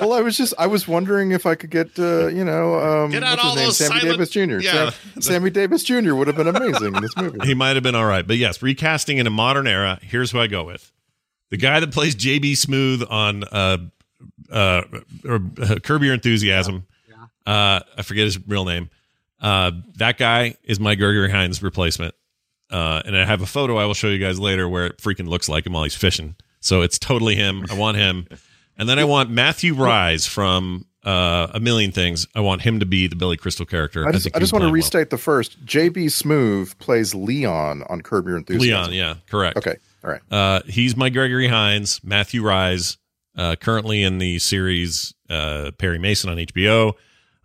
[SPEAKER 3] well I was just I was wondering if I could get uh, you know um
[SPEAKER 1] Get out
[SPEAKER 3] what's his
[SPEAKER 1] all
[SPEAKER 3] name?
[SPEAKER 1] those
[SPEAKER 3] Sammy
[SPEAKER 1] silent-
[SPEAKER 3] Davis Jr.
[SPEAKER 1] Yeah.
[SPEAKER 3] Sam- Sammy Davis Jr. would have been amazing in this movie
[SPEAKER 1] he might have been all right, but yes, recasting in a modern era. Here's who I go with: the guy that plays JB Smooth on uh, uh, or, uh, Curb Your Enthusiasm. Uh, I forget his real name. Uh, that guy is my Gregory Hines replacement, uh, and I have a photo I will show you guys later where it freaking looks like him while he's fishing. So it's totally him. I want him, and then I want Matthew Rise from. Uh, a million things. I want him to be the Billy Crystal character.
[SPEAKER 3] I just,
[SPEAKER 1] think
[SPEAKER 3] I
[SPEAKER 1] he's
[SPEAKER 3] just want to
[SPEAKER 1] playing well.
[SPEAKER 3] restate the first. JB Smoove plays Leon on Curb Your Enthusiasm.
[SPEAKER 1] Leon, yeah, correct.
[SPEAKER 3] Okay. All right.
[SPEAKER 1] Uh, he's my Gregory Hines, Matthew Rise, uh, currently in the series uh, Perry Mason on HBO,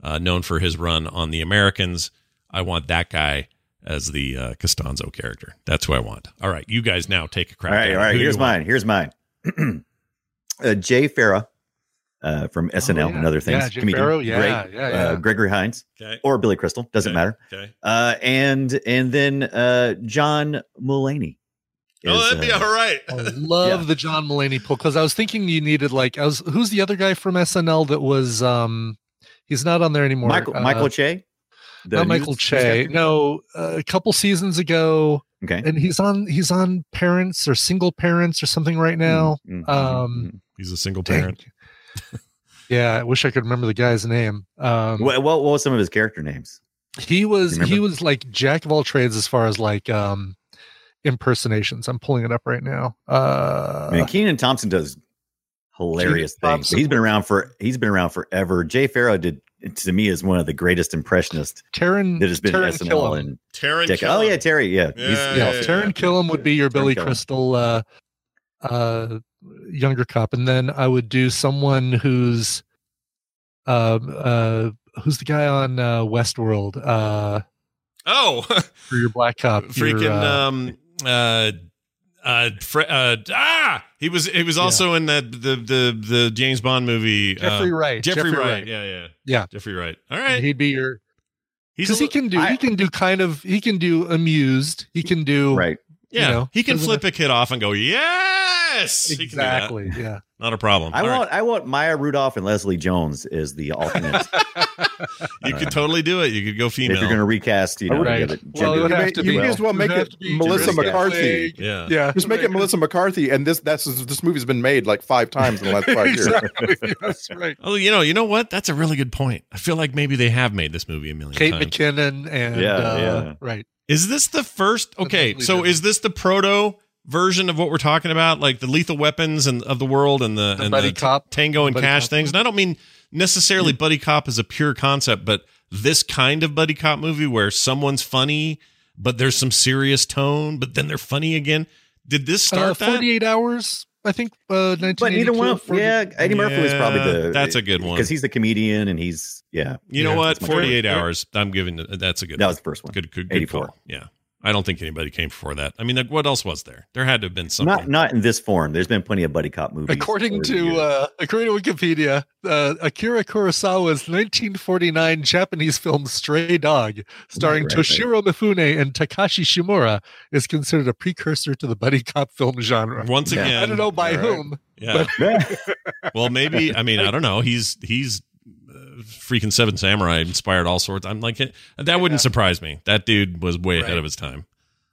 [SPEAKER 1] uh, known for his run on The Americans. I want that guy as the uh, Costanzo character. That's who I want. All right, you guys now take a crack.
[SPEAKER 5] All right,
[SPEAKER 1] at it.
[SPEAKER 5] all right.
[SPEAKER 1] Who do
[SPEAKER 5] Here's
[SPEAKER 1] you want?
[SPEAKER 5] mine. Here's mine. uh, Jay Farah uh, from SNL
[SPEAKER 6] Oh, yeah.
[SPEAKER 5] and other things.
[SPEAKER 6] Yeah, Jay
[SPEAKER 5] Comedian.
[SPEAKER 6] Farrow, yeah,
[SPEAKER 5] Great.
[SPEAKER 6] yeah,
[SPEAKER 5] Uh,
[SPEAKER 6] yeah.
[SPEAKER 5] Gregory Hines
[SPEAKER 1] Okay.
[SPEAKER 5] or Billy Crystal doesn't
[SPEAKER 1] Okay.
[SPEAKER 5] matter.
[SPEAKER 1] Okay.
[SPEAKER 5] Uh, and and then uh, John Mulaney. is,
[SPEAKER 1] Oh, that'd be
[SPEAKER 5] uh,
[SPEAKER 1] all right.
[SPEAKER 6] I love
[SPEAKER 5] Yeah.
[SPEAKER 6] the John Mulaney pull because I was thinking you needed like I was who's the other guy from SNL that was um he's not on there anymore.
[SPEAKER 5] Michael
[SPEAKER 6] Uh,
[SPEAKER 5] Michael Che. The
[SPEAKER 6] not Michael
[SPEAKER 5] news-
[SPEAKER 6] Che. No, uh, a couple seasons ago,
[SPEAKER 5] Okay.
[SPEAKER 6] and he's on he's on Parents or Single Parents or something right now.
[SPEAKER 5] Mm, mm,
[SPEAKER 6] Um,
[SPEAKER 1] He's a single parent.
[SPEAKER 6] yeah, I wish I could remember the guy's name. Um,
[SPEAKER 5] mm. what, what what was some of his character names?
[SPEAKER 6] he was
[SPEAKER 5] remember?
[SPEAKER 6] he was like jack of all trades as far as like um impersonations. I'm pulling it up right now. Uh,
[SPEAKER 5] I mean, Keenan Thompson does hilarious
[SPEAKER 6] Kenan
[SPEAKER 5] things.
[SPEAKER 6] Thompson
[SPEAKER 5] He's been around for he's been around forever. Jay Farrow did to me is one of the greatest impressionists
[SPEAKER 6] Taryn
[SPEAKER 5] that has been
[SPEAKER 6] Taron
[SPEAKER 5] SNL
[SPEAKER 6] Killam.
[SPEAKER 5] and
[SPEAKER 1] Taryn.
[SPEAKER 5] Dick.
[SPEAKER 1] Killam.
[SPEAKER 5] Oh yeah, Terry. Yeah,
[SPEAKER 1] Yeah,
[SPEAKER 5] he's-
[SPEAKER 6] yeah,
[SPEAKER 1] yeah,
[SPEAKER 6] Taryn Killam would be your
[SPEAKER 5] Taron
[SPEAKER 6] Billy
[SPEAKER 5] Killam.
[SPEAKER 6] Crystal uh uh younger cop and then I would do someone who's um uh who's the guy on uh Westworld uh
[SPEAKER 1] Oh,
[SPEAKER 6] for your black cop your,
[SPEAKER 1] freaking
[SPEAKER 6] uh,
[SPEAKER 1] um uh uh, Fre- uh ah he was he was also in that the the the James Bond movie uh,
[SPEAKER 6] Jeffrey Wright
[SPEAKER 1] Jeffrey, Wright. Yeah, yeah.
[SPEAKER 6] Yeah.
[SPEAKER 1] Jeffrey Wright. All
[SPEAKER 6] And
[SPEAKER 1] right.
[SPEAKER 6] he'd be your
[SPEAKER 1] He's a
[SPEAKER 6] because he
[SPEAKER 1] li-
[SPEAKER 6] can do
[SPEAKER 5] I-
[SPEAKER 6] he can do kind of he can do amused he can do
[SPEAKER 5] Right.
[SPEAKER 1] yeah,
[SPEAKER 6] you know,
[SPEAKER 1] he can
[SPEAKER 6] doesn't
[SPEAKER 1] flip a kid off and go yes. He can do that.
[SPEAKER 6] exactly yeah
[SPEAKER 1] Not a problem.
[SPEAKER 5] I
[SPEAKER 1] All right.
[SPEAKER 5] want I want Maya Rudolph and Leslie Jones as the alternate.
[SPEAKER 1] You could totally do it. You could go female.
[SPEAKER 5] if you're going to recast, you know,
[SPEAKER 6] Right.
[SPEAKER 5] the other
[SPEAKER 6] Well, it
[SPEAKER 5] gender.
[SPEAKER 6] would
[SPEAKER 3] You
[SPEAKER 6] have
[SPEAKER 3] may-
[SPEAKER 6] to
[SPEAKER 3] you
[SPEAKER 6] be
[SPEAKER 3] may as well
[SPEAKER 6] it
[SPEAKER 3] make
[SPEAKER 6] would have
[SPEAKER 3] it
[SPEAKER 6] to be
[SPEAKER 3] Melissa
[SPEAKER 6] Jurassic
[SPEAKER 3] McCarthy.
[SPEAKER 6] Plague.
[SPEAKER 1] yeah.
[SPEAKER 6] yeah
[SPEAKER 3] Just make it Melissa McCarthy, and this that's this movie's been made like five times in the last five years.
[SPEAKER 6] exactly that's right
[SPEAKER 1] Oh, you know, you know what? That's a really good point. I feel like maybe they have made this movie a million
[SPEAKER 6] Kate
[SPEAKER 1] times.
[SPEAKER 6] McKinnon and
[SPEAKER 5] Yeah,
[SPEAKER 6] uh,
[SPEAKER 5] yeah.
[SPEAKER 6] right
[SPEAKER 1] Is this the first? Okay,
[SPEAKER 6] Completely
[SPEAKER 1] so
[SPEAKER 6] different.
[SPEAKER 1] is this the proto version of what we're talking about, like the lethal weapons and of the world and the,
[SPEAKER 6] The
[SPEAKER 1] and
[SPEAKER 6] buddy
[SPEAKER 1] t-
[SPEAKER 6] cop.
[SPEAKER 1] tango and
[SPEAKER 6] buddy
[SPEAKER 1] cash
[SPEAKER 6] cop.
[SPEAKER 1] things? And I don't mean necessarily buddy cop as a pure concept, but this kind of buddy cop movie where someone's funny, but there's some serious tone, but then they're funny again. Did this
[SPEAKER 6] uh,
[SPEAKER 1] start that?
[SPEAKER 6] 48 hours i think uh
[SPEAKER 5] But neither one,
[SPEAKER 6] 1982, 40
[SPEAKER 5] yeah. Eddie Murphy was probably
[SPEAKER 1] Yeah,
[SPEAKER 5] the
[SPEAKER 1] that's a good one.
[SPEAKER 5] because he's the comedian and he's yeah.
[SPEAKER 1] You know
[SPEAKER 6] Yeah,
[SPEAKER 1] what?
[SPEAKER 5] that's my
[SPEAKER 1] Forty eight
[SPEAKER 5] favorite.
[SPEAKER 1] hours. I'm giving. the- That's a good.
[SPEAKER 5] That was the first one.
[SPEAKER 1] good. Good. good
[SPEAKER 5] 84.
[SPEAKER 1] call. Yeah. I don't think anybody came before that. I mean, like, what else was there? There had to have been something.
[SPEAKER 5] Not not in this form. There's been plenty of buddy cop movies.
[SPEAKER 6] According
[SPEAKER 5] over the
[SPEAKER 6] to
[SPEAKER 5] years.
[SPEAKER 6] uh, according to Wikipedia, uh, Akira Kurosawa's 1949 Japanese film Stray Dog, starring
[SPEAKER 5] Right, right.
[SPEAKER 6] Toshiro Mifune and Takashi Shimura, is considered a precursor to the buddy cop film genre.
[SPEAKER 1] Once
[SPEAKER 5] Yeah.
[SPEAKER 1] again,
[SPEAKER 6] I don't know by whom.
[SPEAKER 1] Yeah. well, maybe. I mean, I don't know. He's he's uh, freaking Seven Samurai inspired all sorts. I'm like, eh, that wouldn't surprise me. That dude was way ahead
[SPEAKER 6] Right.
[SPEAKER 1] of his time.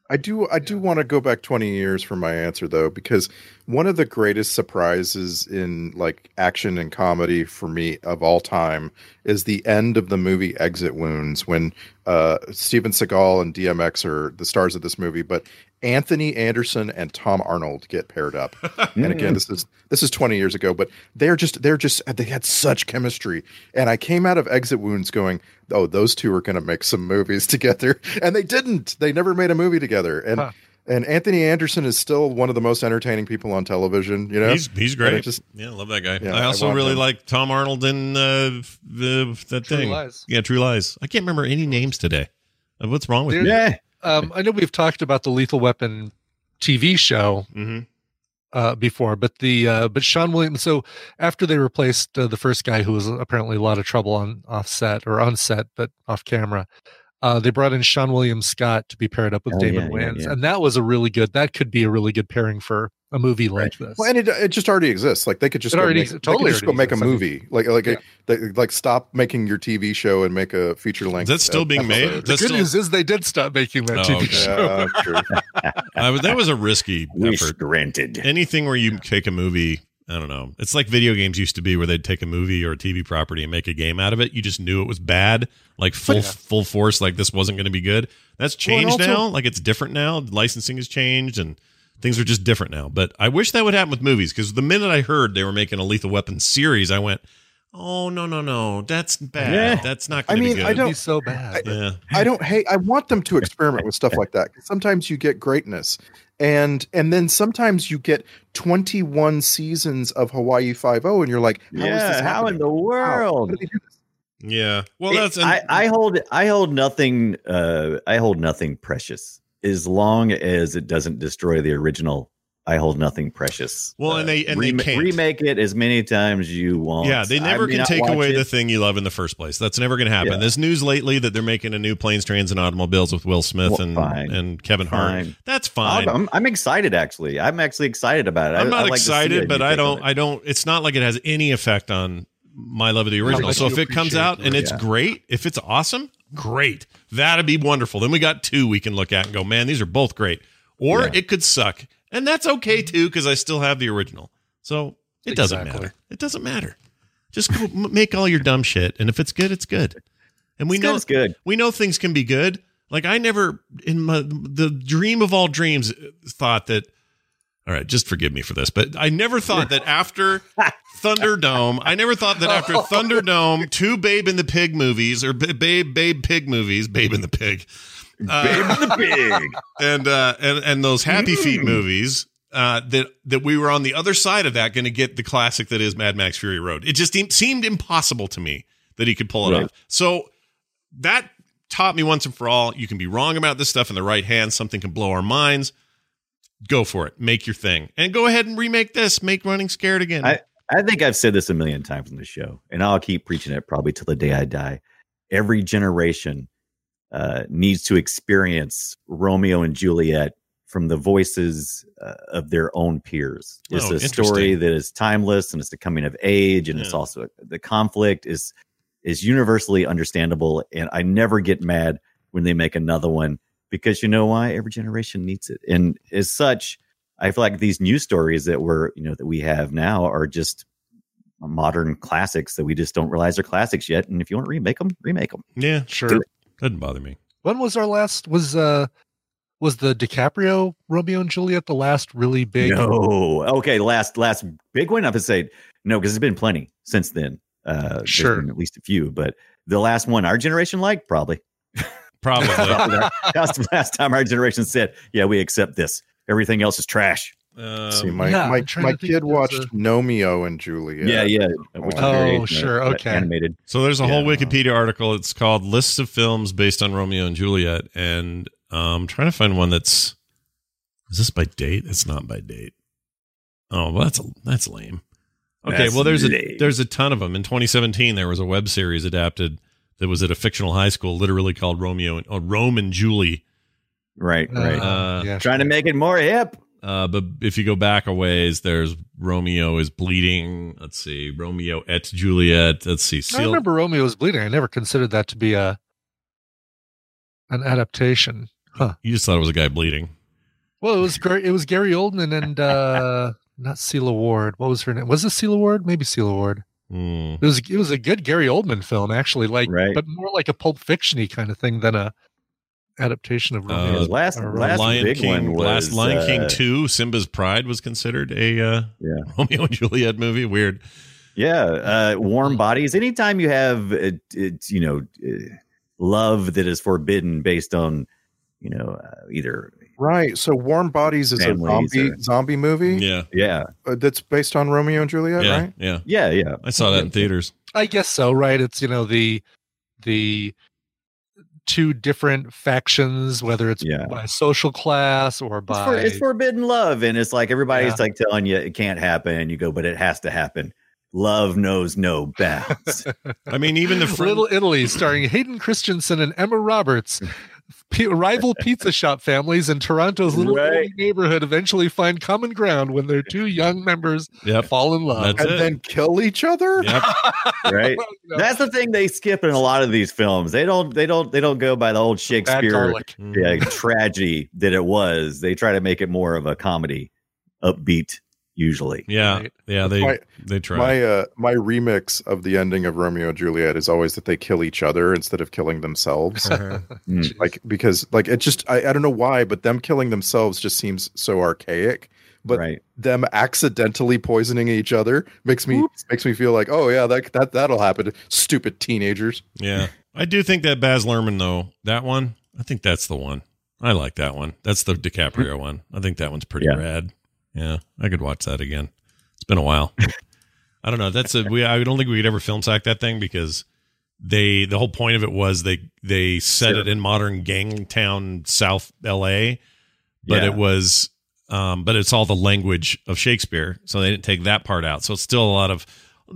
[SPEAKER 3] I do I do want to go back 20 years for my answer though because one of the greatest surprises in like action and comedy for me of all time is the end of the movie Exit Wounds when uh Steven Seagal and DMX are the stars of this movie but Anthony Anderson and Tom Arnold get paired up. and again this is this is 20 years ago but they're just they're just they had such chemistry and I came out of Exit Wounds going oh those two are going to make some movies together and they didn't. They never made a movie together and
[SPEAKER 6] Huh.
[SPEAKER 3] and Anthony Anderson is still one of the most entertaining people on television. You know,
[SPEAKER 1] He's he's
[SPEAKER 3] And
[SPEAKER 1] great.
[SPEAKER 3] it just-
[SPEAKER 1] yeah, I love that guy.
[SPEAKER 3] Yeah,
[SPEAKER 1] I
[SPEAKER 3] I
[SPEAKER 1] also
[SPEAKER 3] want
[SPEAKER 1] really
[SPEAKER 3] him.
[SPEAKER 1] like Tom Arnold in uh, the that
[SPEAKER 6] True
[SPEAKER 1] thing.
[SPEAKER 6] Lies.
[SPEAKER 1] Yeah, True Lies. I can't remember any names today. Uh, What's wrong with
[SPEAKER 6] Dude.
[SPEAKER 1] me?
[SPEAKER 5] yeah,
[SPEAKER 6] Um, I know we've talked about the Lethal Weapon TV show
[SPEAKER 1] hmm
[SPEAKER 6] uh, before, but the uh, but Sean Williams. So after they replaced uh, the first guy who was apparently a lot of trouble on offset or on set, but off camera, uh, they brought in Sean Williams Scott to be paired up with
[SPEAKER 5] Oh,
[SPEAKER 6] Damon
[SPEAKER 5] yeah, yeah,
[SPEAKER 6] Wayans,
[SPEAKER 5] yeah.
[SPEAKER 6] and that was a really good. That could be a really good pairing for a movie like this.
[SPEAKER 3] well, and it, it just already exists. Like they could just
[SPEAKER 6] It
[SPEAKER 3] go
[SPEAKER 6] already
[SPEAKER 3] make,
[SPEAKER 6] exi-
[SPEAKER 3] they could
[SPEAKER 6] totally
[SPEAKER 3] just go
[SPEAKER 6] already
[SPEAKER 3] make a
[SPEAKER 6] exists. I mean-
[SPEAKER 3] movie. Like like
[SPEAKER 6] Yeah.
[SPEAKER 3] a, they- like stop making your TV show and make a feature
[SPEAKER 1] Is
[SPEAKER 3] length.
[SPEAKER 1] that still being made? Is
[SPEAKER 6] the
[SPEAKER 1] that
[SPEAKER 6] good
[SPEAKER 1] still-
[SPEAKER 6] news is they did stop making that
[SPEAKER 1] Oh,
[SPEAKER 6] TV
[SPEAKER 1] okay.
[SPEAKER 6] show.
[SPEAKER 3] Yeah, true.
[SPEAKER 1] I was- that was a risky
[SPEAKER 5] we
[SPEAKER 1] effort.
[SPEAKER 5] rented.
[SPEAKER 1] anything where you take a movie i don't know it's like video games used to be where they'd take a movie or a tv property and make a game out of it you just knew it was bad like full full force like this wasn't going to be good that's
[SPEAKER 3] Well, and
[SPEAKER 1] changed
[SPEAKER 3] also-
[SPEAKER 1] now like it's different now licensing has changed and things are just different now but i wish that would happen with movies because the minute i heard they were making a lethal weapon series i went oh no no no that's bad
[SPEAKER 5] Yeah.
[SPEAKER 1] that's not
[SPEAKER 3] I
[SPEAKER 1] going to be
[SPEAKER 3] mean,
[SPEAKER 1] good
[SPEAKER 3] I
[SPEAKER 6] It'd be
[SPEAKER 3] don't-
[SPEAKER 6] so bad.
[SPEAKER 1] yeah
[SPEAKER 3] I don't hate. I want them to experiment with stuff like that. 'cause Sometimes you get greatness, and and then sometimes you get twenty one seasons of Hawaii Five O, and you're like, how is this
[SPEAKER 5] yeah, how in
[SPEAKER 3] happening?
[SPEAKER 5] the
[SPEAKER 3] How
[SPEAKER 5] world?
[SPEAKER 3] did they do this?
[SPEAKER 1] yeah well
[SPEAKER 5] It-
[SPEAKER 1] that's
[SPEAKER 5] I, I hold I hold nothing uh I hold nothing precious as long as it doesn't destroy the original. I hold nothing precious.
[SPEAKER 1] Well, and they-
[SPEAKER 5] Uh,
[SPEAKER 1] and they
[SPEAKER 5] rema-
[SPEAKER 1] can't.
[SPEAKER 5] remake it as many times you want.
[SPEAKER 1] Yeah, they
[SPEAKER 5] I
[SPEAKER 1] never
[SPEAKER 5] may
[SPEAKER 1] can
[SPEAKER 5] not
[SPEAKER 1] take
[SPEAKER 5] watch
[SPEAKER 1] away
[SPEAKER 5] it.
[SPEAKER 1] the thing you love in the first place. That's never going to happen.
[SPEAKER 5] Yeah.
[SPEAKER 1] This news lately that they're making a new planes, trains, and automobiles with Will Smith
[SPEAKER 5] Well,
[SPEAKER 1] and
[SPEAKER 5] fine.
[SPEAKER 1] and Kevin Hart.
[SPEAKER 5] Fine.
[SPEAKER 1] That's
[SPEAKER 5] I'm,
[SPEAKER 1] fine. I'm,
[SPEAKER 5] I'm- I'm excited actually. I'm actually excited about it. I- I
[SPEAKER 1] not
[SPEAKER 5] like to see
[SPEAKER 1] excited,
[SPEAKER 5] a
[SPEAKER 1] but
[SPEAKER 5] new
[SPEAKER 1] I
[SPEAKER 5] take on
[SPEAKER 1] don't.
[SPEAKER 5] it.
[SPEAKER 1] I don't. It's not like it has any effect on my love of the original.
[SPEAKER 6] much
[SPEAKER 1] So
[SPEAKER 6] you
[SPEAKER 1] if it comes
[SPEAKER 6] appreciate
[SPEAKER 1] out
[SPEAKER 6] it,
[SPEAKER 1] and it's
[SPEAKER 5] yeah.
[SPEAKER 1] great, if it's awesome, great. That'd be wonderful. Then we got two we can look at and go, man, these are both great. Or
[SPEAKER 5] Yeah.
[SPEAKER 1] it could suck, and that's okay too because I still have the original. So it doesn't
[SPEAKER 6] Exactly.
[SPEAKER 1] matter. It doesn't matter. Just go, m- make all your dumb shit, and if it's good, it's good. And we
[SPEAKER 5] It's good,
[SPEAKER 1] know
[SPEAKER 5] it's good.
[SPEAKER 1] we know things can be good. Like I never in my the dream of all dreams thought that. All right, just forgive me for this, but I never thought that after Thunderdome, I never thought that after Thunderdome, two Babe and the Pig movies or Ba- Babe Babe Pig movies, Babe and the Pig, uh,
[SPEAKER 5] Babe the pig.
[SPEAKER 1] and uh, and and those Happy Feet movies. Uh, that that we were on the other side of that, going to get the classic that is Mad Max Fury Road. It just em- seemed impossible to me that he could pull it
[SPEAKER 5] Right.
[SPEAKER 1] off. So that taught me once and for all: you can be wrong about this stuff in the right hand. Something can blow our minds. Go for it. Make your thing, and go ahead and remake this. Make Running Scared again.
[SPEAKER 5] I think I've said this a million times on the show, and I'll keep preaching it probably till the day I die. Every generation uh, needs to experience Romeo and Juliet from the voices uh, of their own peers. It's
[SPEAKER 1] Oh,
[SPEAKER 5] a
[SPEAKER 1] interesting.
[SPEAKER 5] story that is timeless and it's the coming of age and it's
[SPEAKER 1] Yeah.
[SPEAKER 5] also the conflict is is universally understandable and I never get mad when they make another one because you know why every generation needs it. And as such, I feel like these new stories that we're, you know, that we have now are just modern classics that we just don't realize are classics yet and if you want to remake them, remake them.
[SPEAKER 1] Yeah,
[SPEAKER 6] Sure.
[SPEAKER 1] doesn't bother me.
[SPEAKER 6] When was our last? Was uh, was the DiCaprio Romeo and Juliet the last really big? uh,
[SPEAKER 5] No. Okay, last last big one. I would say no because there's been plenty since then. Uh, there's
[SPEAKER 6] Sure.
[SPEAKER 5] been at least a few, but the last one our generation liked probably.
[SPEAKER 1] Probably.
[SPEAKER 5] Probably the- That's the last time our generation said, "Yeah, we accept this. Everything else is trash."
[SPEAKER 1] Um,
[SPEAKER 3] See, my
[SPEAKER 6] yeah,
[SPEAKER 3] my,
[SPEAKER 6] I'm trying
[SPEAKER 3] my
[SPEAKER 6] to think
[SPEAKER 3] kid
[SPEAKER 6] if there's
[SPEAKER 3] watched
[SPEAKER 6] a-
[SPEAKER 3] Nomeo and Juliet.
[SPEAKER 5] yeah.
[SPEAKER 3] Oh,
[SPEAKER 5] variation of
[SPEAKER 6] sure,
[SPEAKER 5] that
[SPEAKER 6] okay.
[SPEAKER 5] Animated.
[SPEAKER 1] So there's a whole
[SPEAKER 5] Yeah.
[SPEAKER 1] Wikipedia article. It's called "Lists of Films Based on Romeo and Juliet," and um, I'm trying to find one that's. Is this by date? It's not by date. Oh well, that's that's lame. Okay,
[SPEAKER 5] That's
[SPEAKER 1] well there's
[SPEAKER 5] lame.
[SPEAKER 1] a there's a ton of them. In 2017, there was a web series adapted that was at a fictional high school, literally called Romeo and uh, Rome and Julie.
[SPEAKER 5] Right. Right.
[SPEAKER 1] Uh,
[SPEAKER 6] yeah,
[SPEAKER 5] Trying to
[SPEAKER 6] sure.
[SPEAKER 5] make it more hip.
[SPEAKER 1] Uh, but if you go back a ways, there's Romeo is bleeding. Let's see, Romeo et Juliet. Let's see,
[SPEAKER 6] I
[SPEAKER 1] Seal-
[SPEAKER 6] remember Romeo was bleeding. I never considered that to be a an adaptation.
[SPEAKER 1] you just thought it was a guy bleeding.
[SPEAKER 6] Well, it was Gar- it was Gary Oldman and uh not Celia Ward. What was her name? Was it Celia Ward? Maybe Celia Ward.
[SPEAKER 1] Hmm.
[SPEAKER 6] It was it was a good Gary Oldman film actually, like
[SPEAKER 5] Right.
[SPEAKER 6] but more like a Pulp Fictiony kind of thing than a adaptation of Romeo.
[SPEAKER 1] Uh,
[SPEAKER 6] and
[SPEAKER 5] last-
[SPEAKER 6] or
[SPEAKER 5] last-
[SPEAKER 1] Lion
[SPEAKER 5] big
[SPEAKER 1] King,
[SPEAKER 5] one was,
[SPEAKER 1] last Lion King
[SPEAKER 5] uh,
[SPEAKER 1] two, Simba's Pride was considered a uh,
[SPEAKER 5] Yeah.
[SPEAKER 1] Romeo and Juliet movie. Weird.
[SPEAKER 5] Yeah. Uh, warm bodies. Anytime you have, uh, it's, you know, uh, love that is forbidden based on, you know, uh, either.
[SPEAKER 3] Right. So Warm Bodies is a
[SPEAKER 5] Families
[SPEAKER 3] zombie
[SPEAKER 5] or-
[SPEAKER 3] zombie movie
[SPEAKER 1] Yeah,
[SPEAKER 5] Yeah.
[SPEAKER 3] uh, that's based on Romeo and Juliet,
[SPEAKER 1] yeah,
[SPEAKER 3] right?
[SPEAKER 1] yeah.
[SPEAKER 5] Yeah. Yeah.
[SPEAKER 1] I saw that in theaters.
[SPEAKER 6] I guess so, right? It's you know the the two different factions, whether it's
[SPEAKER 5] Yeah.
[SPEAKER 6] by social class or
[SPEAKER 5] It's,
[SPEAKER 6] by
[SPEAKER 5] for, it's forbidden love, and it's like everybody's
[SPEAKER 6] Yeah.
[SPEAKER 5] like telling you it can't happen. You go, but it has to happen. Love knows no bounds.
[SPEAKER 1] I mean, even the friend,
[SPEAKER 6] Little Italy, starring Hayden Christensen and Emma Roberts. P- rival pizza shop families in Toronto's little
[SPEAKER 5] Right.
[SPEAKER 6] Italy neighborhood eventually find common ground when their two young members
[SPEAKER 1] yep,
[SPEAKER 6] fall in love.
[SPEAKER 1] That's
[SPEAKER 3] And
[SPEAKER 1] it.
[SPEAKER 3] then kill each other?
[SPEAKER 1] yep.
[SPEAKER 5] right?
[SPEAKER 6] Well, you know,
[SPEAKER 5] That's the thing they skip in a lot of these films. They don't. They don't. They don't go by the old
[SPEAKER 6] bad
[SPEAKER 5] Shakespeare
[SPEAKER 6] garlic.
[SPEAKER 1] Mm.
[SPEAKER 5] yeah, tragedy that it was. They try to make it more of a comedy, upbeat usually.
[SPEAKER 1] yeah,
[SPEAKER 6] Right.
[SPEAKER 1] yeah. They
[SPEAKER 3] My-
[SPEAKER 1] they try.
[SPEAKER 3] My uh my remix of the ending of Romeo and Juliet is always that they kill each other instead of killing themselves.
[SPEAKER 5] Mm.
[SPEAKER 3] like because like it just I, I don't know why, but them killing themselves just seems so archaic. But
[SPEAKER 5] right.
[SPEAKER 3] them accidentally poisoning each other makes me makes me feel like, oh yeah, that that that'll happen. Stupid teenagers.
[SPEAKER 1] yeah, I do think that Baz Luhrmann though that one. I think that's the one. I like that one. That's the DiCaprio one. I think that one's pretty
[SPEAKER 5] Mm-hmm. Yeah.
[SPEAKER 1] rad. Yeah, I could watch that again. It's been a while. I don't know. That's a we. I don't think we could ever film sack that thing because they the whole point of it was they they set
[SPEAKER 5] Sure.
[SPEAKER 1] it in modern gang town South L.A. But
[SPEAKER 5] Yeah.
[SPEAKER 1] it was, um, but it's all the language of Shakespeare, so they didn't take that part out. So it's still a lot of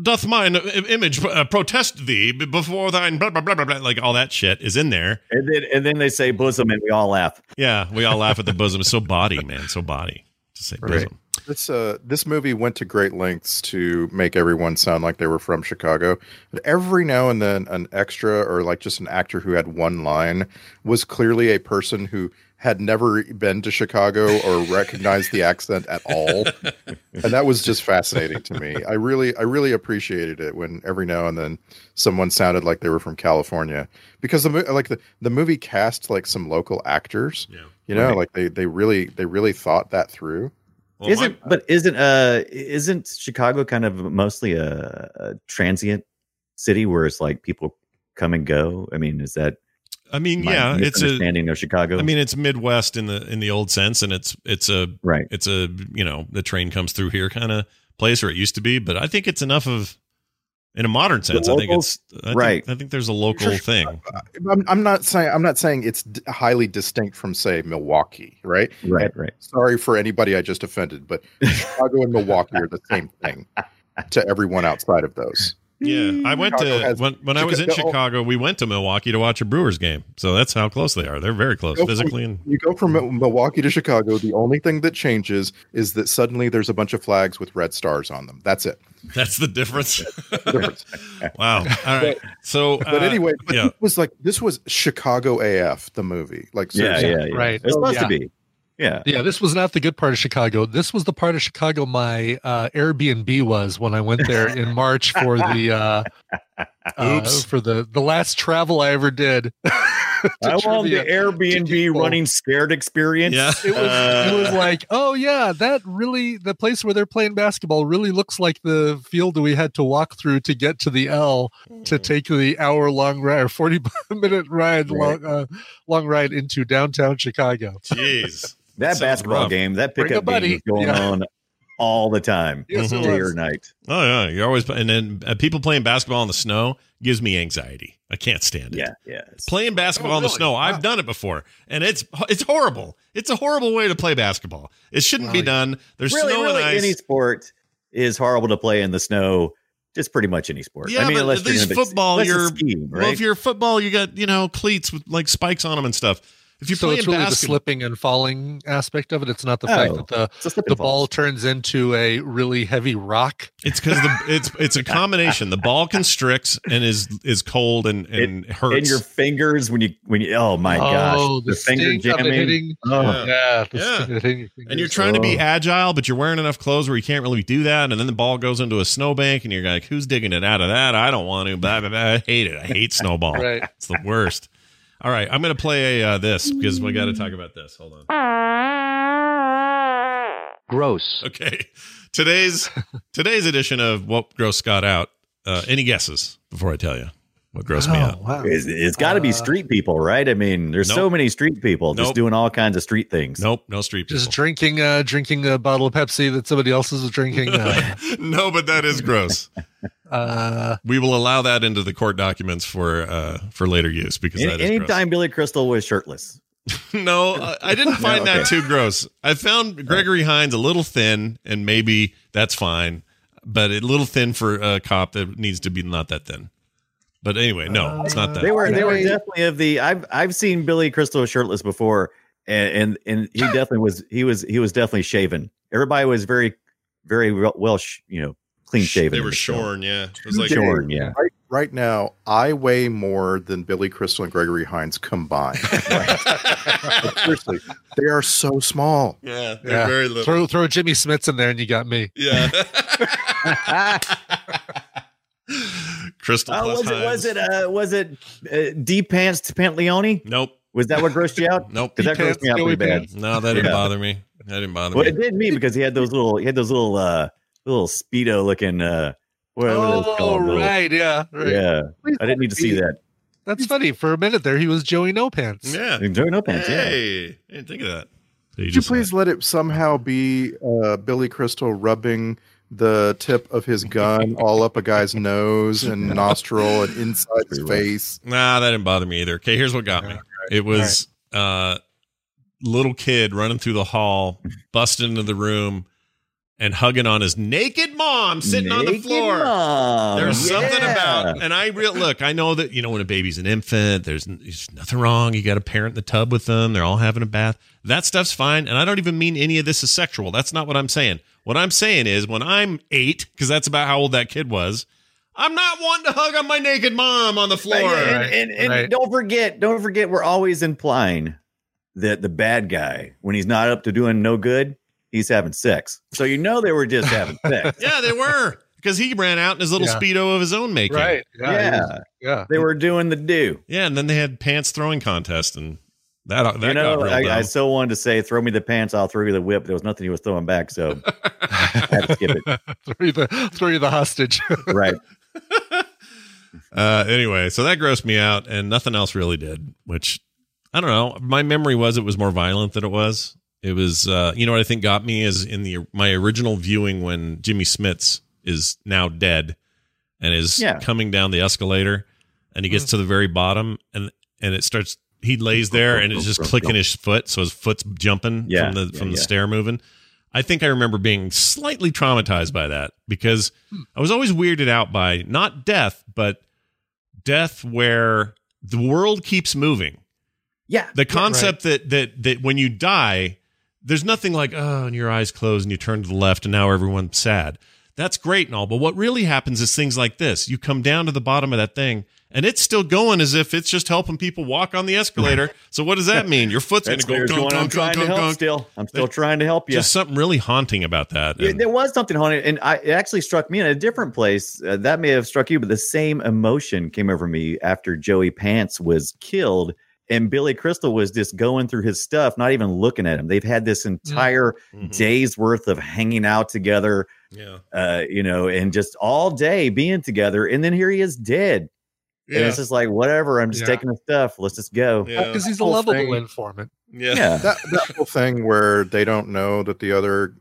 [SPEAKER 1] doth mine i- image uh, protest thee b- before thine blah blah blah blah blah like all that shit is in there.
[SPEAKER 5] And then and then they say bosom, and we all laugh.
[SPEAKER 1] Yeah, we all laugh at the bosom. It's so body, man, so body to say
[SPEAKER 6] Right.
[SPEAKER 1] bosom.
[SPEAKER 3] This uh this movie went to great lengths to make everyone sound like they were from Chicago. But every now and then an extra or like just an actor who had one line was clearly a person who had never been to Chicago or recognized the accent at all. And that was just fascinating to me. I really I really appreciated it when every now and then someone sounded like they were from California because the mo- like the, the movie cast like some local actors.
[SPEAKER 1] Yeah.
[SPEAKER 3] You know,
[SPEAKER 5] Right.
[SPEAKER 3] like they they really they really thought that through.
[SPEAKER 1] Well,
[SPEAKER 5] isn't
[SPEAKER 1] my-
[SPEAKER 5] but isn't uh isn't Chicago kind of mostly a, a transient city where it's like people come and go? I mean, is that
[SPEAKER 1] I mean,
[SPEAKER 5] my
[SPEAKER 1] yeah, it's a.
[SPEAKER 5] misunderstanding of Chicago?
[SPEAKER 1] I mean, it's Midwest in the in the old sense, and it's it's a
[SPEAKER 5] right.
[SPEAKER 1] it's a you know the train comes through here kind of place or it used to be but i think it's enough of in a modern sense i think it's I think-
[SPEAKER 5] right.
[SPEAKER 1] i think there's a local
[SPEAKER 3] Sure.
[SPEAKER 1] thing
[SPEAKER 3] I'm, I'm not saying I'm not saying it's d- highly distinct from say Milwaukee, right?
[SPEAKER 5] Right, right.
[SPEAKER 3] Sorry for anybody I just offended, but Chicago and Milwaukee are the same thing to everyone outside of those.
[SPEAKER 1] Yeah, I went
[SPEAKER 3] Chicago
[SPEAKER 1] to
[SPEAKER 3] has-
[SPEAKER 1] when, when I was in
[SPEAKER 3] Chica- oh.
[SPEAKER 1] Chicago, we went to Milwaukee to watch a Brewers game. So that's how close they are. They're very close
[SPEAKER 3] Go for
[SPEAKER 1] physically and
[SPEAKER 3] You go from Mil- Milwaukee to Chicago. The only thing that changes is that suddenly there's a bunch of flags with red stars on them. That's it.
[SPEAKER 1] that's the difference. wow. All right. So
[SPEAKER 3] But
[SPEAKER 1] uh,
[SPEAKER 3] anyway, but
[SPEAKER 1] yeah.
[SPEAKER 3] it was like this was Chicago AF, the movie. Like,
[SPEAKER 5] Yeah,
[SPEAKER 3] seriously.
[SPEAKER 5] yeah, yeah.
[SPEAKER 6] Right.
[SPEAKER 5] It's
[SPEAKER 6] Oh,
[SPEAKER 5] supposed
[SPEAKER 6] yeah.
[SPEAKER 5] to be. Yeah.
[SPEAKER 6] Yeah, this was not the good part of Chicago. This was the part of Chicago my uh, Airbnb was when I went there in March for the uh, uh,
[SPEAKER 1] Oops.
[SPEAKER 6] for the the last travel I ever did. to
[SPEAKER 5] I want the
[SPEAKER 6] trivia.
[SPEAKER 5] Airbnb
[SPEAKER 6] Well-
[SPEAKER 5] running scared experience.
[SPEAKER 1] Yeah.
[SPEAKER 6] It was, it was
[SPEAKER 5] Uh,
[SPEAKER 6] like, oh yeah, that really the place where they're playing basketball really looks like the field we had to walk through to get to the L to take the hour long ride or forty minute ride long uh, long ride into downtown Chicago.
[SPEAKER 1] Jeez.
[SPEAKER 5] that
[SPEAKER 1] Sounds
[SPEAKER 5] basketball
[SPEAKER 1] rough.
[SPEAKER 5] game, that
[SPEAKER 6] Bring a
[SPEAKER 5] pickup
[SPEAKER 6] buddy.
[SPEAKER 5] game is going
[SPEAKER 6] Yeah.
[SPEAKER 5] on all the time,
[SPEAKER 6] Yes, it
[SPEAKER 5] day
[SPEAKER 6] was.
[SPEAKER 5] or night.
[SPEAKER 1] Oh yeah, you're always and then uh, people playing basketball in the snow gives me anxiety. I can't stand it.
[SPEAKER 5] Yeah, yeah. It's-
[SPEAKER 1] Playing basketball
[SPEAKER 6] Oh,
[SPEAKER 1] in the
[SPEAKER 6] really?
[SPEAKER 1] snow, I've done it before, and it's it's horrible. It's a horrible way to play basketball. It shouldn't be
[SPEAKER 6] Well,
[SPEAKER 1] done. There's
[SPEAKER 5] really,
[SPEAKER 1] snow
[SPEAKER 5] really,
[SPEAKER 1] and ice.
[SPEAKER 5] any sport is horrible to play in the snow. Just pretty much any sport.
[SPEAKER 1] Yeah,
[SPEAKER 5] I mean,
[SPEAKER 1] but
[SPEAKER 5] unless
[SPEAKER 1] at
[SPEAKER 5] you're
[SPEAKER 1] least
[SPEAKER 5] gonna be-
[SPEAKER 1] football,
[SPEAKER 5] unless it's
[SPEAKER 1] you're-
[SPEAKER 5] skiing, right?
[SPEAKER 1] Well, if you're football, you got you know cleats with like spikes on them and stuff. If you're
[SPEAKER 6] so
[SPEAKER 1] playing
[SPEAKER 6] it's really the
[SPEAKER 1] basketball,
[SPEAKER 6] slipping and falling aspect of it. It's not the fact
[SPEAKER 5] Oh.
[SPEAKER 6] that the
[SPEAKER 5] It's a slip
[SPEAKER 6] the
[SPEAKER 5] and
[SPEAKER 6] ball
[SPEAKER 5] fall.
[SPEAKER 6] turns into a really heavy rock.
[SPEAKER 1] It's because the it's it's a combination. The ball constricts and is is cold and and hurts.
[SPEAKER 5] in your fingers when you when you oh my
[SPEAKER 6] Oh,
[SPEAKER 5] gosh
[SPEAKER 6] the stink of it hitting-
[SPEAKER 5] oh
[SPEAKER 1] Yeah.
[SPEAKER 6] Yeah, the
[SPEAKER 1] Yeah.
[SPEAKER 6] st- the thing you think
[SPEAKER 1] and you're
[SPEAKER 6] is-
[SPEAKER 1] trying to be
[SPEAKER 5] Oh.
[SPEAKER 1] agile, but you're wearing enough clothes where you can't really do that. And then the ball goes into a snowbank, and you're like, "Who's digging it out of that? I don't want to." Blah, blah, blah. I hate it. I hate snowball.
[SPEAKER 6] Right.
[SPEAKER 1] It's the worst. All right, I'm gonna play uh, this because we got to talk about this. Hold on.
[SPEAKER 8] Gross.
[SPEAKER 1] Okay, today's today's edition of what gross Scott out. Uh, any guesses before I tell you what grossed me
[SPEAKER 6] Oh,
[SPEAKER 1] out?
[SPEAKER 6] wow.
[SPEAKER 5] it's, it's got to
[SPEAKER 6] Uh,
[SPEAKER 5] be street people right i mean there's so
[SPEAKER 1] Nope.
[SPEAKER 5] many street people just
[SPEAKER 1] Nope.
[SPEAKER 5] doing all kinds of street things
[SPEAKER 1] Nope, no street people.
[SPEAKER 6] Just drinking uh drinking a bottle of Pepsi that somebody else is drinking. Uh,
[SPEAKER 1] no, but that is gross.
[SPEAKER 6] uh
[SPEAKER 1] we will allow that into the court documents for uh for later use because
[SPEAKER 5] Any,
[SPEAKER 1] that is
[SPEAKER 5] anytime billy crystal was shirtless
[SPEAKER 1] gross. no I- i didn't find that too gross i found gregory hines a little thin and maybe that's fine but a little thin for a cop that needs to be not that thin but anyway no it's not that
[SPEAKER 5] they were they were
[SPEAKER 3] Right.
[SPEAKER 5] definitely of the i've i've seen billy crystal shirtless before and and, and he definitely was he was he was definitely shaven everybody was very very well- well sh- you know clean shaven
[SPEAKER 1] they
[SPEAKER 5] in
[SPEAKER 1] were
[SPEAKER 5] the film.
[SPEAKER 1] shorn yeah it was like
[SPEAKER 5] shorn yeah
[SPEAKER 3] Right, right now, I weigh more than Billy Crystal and Gregory Hines combined. Like, seriously, they are so small.
[SPEAKER 1] yeah they're
[SPEAKER 6] Yeah.
[SPEAKER 1] very little
[SPEAKER 6] throw throw Jimmy Smits in there and you got me.
[SPEAKER 1] yeah crystal
[SPEAKER 5] Oh,
[SPEAKER 1] plus
[SPEAKER 5] was it
[SPEAKER 1] Hines.
[SPEAKER 5] was it uh, was it uh, D pants to Pantaleone?
[SPEAKER 1] nope
[SPEAKER 5] Was that what grossed you out?
[SPEAKER 1] nope
[SPEAKER 5] Because that grossed me out
[SPEAKER 6] Joey
[SPEAKER 5] pretty bad.
[SPEAKER 6] Pants.
[SPEAKER 1] no that didn't
[SPEAKER 5] Yeah.
[SPEAKER 1] bother me that didn't bother
[SPEAKER 5] Well,
[SPEAKER 1] me
[SPEAKER 5] it did me because he had those little he had those little uh little speedo looking uh what what are those
[SPEAKER 6] Oh
[SPEAKER 5] called? Little-
[SPEAKER 6] right, yeah. Right.
[SPEAKER 5] Yeah, I didn't need to see that.
[SPEAKER 6] That's funny. For a minute there he was Joey No Pants.
[SPEAKER 1] yeah
[SPEAKER 5] Enjoy no pants. Yeah,
[SPEAKER 1] Hey, I didn't think of that.
[SPEAKER 3] Could you please let it somehow be uh, Billy Crystal rubbing the tip of his gun all up a guy's nose and nostril and inside his face?
[SPEAKER 1] Nah, that didn't bother me either. Okay, here's what got me. It was uh little kid running through the hall, busting into the room, and hugging on his naked mom sitting on the
[SPEAKER 5] Naked
[SPEAKER 1] floor.
[SPEAKER 5] Mom. Oh,
[SPEAKER 1] There's something
[SPEAKER 5] Yeah.
[SPEAKER 1] about, and I real look. I know that you know when a baby's an infant, there's, n- there's nothing wrong. You got a parent in the tub with them. They're all having a bath. That stuff's fine. And I don't even mean any of this is sexual. That's not what I'm saying. What I'm saying is when I'm eight, because that's about how old that kid was. I'm not wanting to hug on my naked mom on the floor.
[SPEAKER 5] And, and, and
[SPEAKER 6] Right.
[SPEAKER 5] don't forget, don't forget, we're always implying that the bad guy, when he's not up to doing no good, he's having sex. So you know they were just having sex.
[SPEAKER 1] Yeah, they were because he ran out in his little
[SPEAKER 6] Yeah.
[SPEAKER 1] speedo of his own making.
[SPEAKER 6] Right.
[SPEAKER 5] Yeah,
[SPEAKER 6] Yeah. yeah.
[SPEAKER 5] they were doing the do.
[SPEAKER 1] Yeah, and then they had pants throwing contest, and that that
[SPEAKER 5] you know,
[SPEAKER 1] got real dumb.
[SPEAKER 5] I, I so wanted to say, "Throw me the pants, I'll throw you the whip." There was nothing he was throwing back, so I had to skip it.
[SPEAKER 6] throw you the throw you the hostage.
[SPEAKER 5] Right?
[SPEAKER 1] Uh, anyway, so that grossed me out, and nothing else really did. Which I don't know. My memory was it was more violent than it was. It was, uh, you know, what I think got me is in the my original viewing when Jimmy Smits is now dead and is
[SPEAKER 5] Yeah. Mm.
[SPEAKER 1] coming down the escalator, and he gets to the very bottom, and and it starts. He lays there, and it's just clicking his foot, so his foot's jumping
[SPEAKER 5] Yeah,
[SPEAKER 1] from the
[SPEAKER 5] yeah,
[SPEAKER 1] from the
[SPEAKER 5] yeah.
[SPEAKER 1] stair moving. I think I remember being slightly traumatized by that because
[SPEAKER 5] Hmm.
[SPEAKER 1] I was always weirded out by not death, but death where the world keeps moving.
[SPEAKER 5] Yeah.
[SPEAKER 1] The concept that that that when you die, there's nothing like oh, and your eyes close and you turn to the left and now everyone's sad. That's great and all, but what really happens is things like this. You come down to the bottom of that thing and it's still going as if it's just helping people walk on the escalator. so what does that mean? Your foot's going
[SPEAKER 5] That's
[SPEAKER 1] to go
[SPEAKER 5] weird.
[SPEAKER 1] gunk,
[SPEAKER 5] Joanne, I'm
[SPEAKER 1] gunk,
[SPEAKER 5] trying
[SPEAKER 1] gunk,
[SPEAKER 5] to
[SPEAKER 1] gunk,
[SPEAKER 5] help
[SPEAKER 1] gunk.
[SPEAKER 5] still. I'm still trying to help you.
[SPEAKER 1] Just something really haunting about that.
[SPEAKER 5] Yeah,
[SPEAKER 1] And-
[SPEAKER 5] there was something haunted, and I, it actually struck me in a different place. Uh, that may have struck you, but the same emotion came over me after Joey Pants was killed, and Billy Crystal was just going through his stuff, not even looking at him. They've had this entire
[SPEAKER 1] Mhm.
[SPEAKER 5] day's worth of hanging out together,
[SPEAKER 1] yeah.
[SPEAKER 5] uh, you know, and just all day being together, and then here he is dead. And
[SPEAKER 1] Yeah.
[SPEAKER 5] it's just like whatever. I'm just
[SPEAKER 6] Yeah.
[SPEAKER 5] taking the stuff. Let's just go.
[SPEAKER 1] Yeah.
[SPEAKER 6] because he's a
[SPEAKER 3] Whole
[SPEAKER 6] lovable
[SPEAKER 3] thing.
[SPEAKER 6] informant.
[SPEAKER 1] Yeah.
[SPEAKER 3] that, that whole thing where they don't know that the other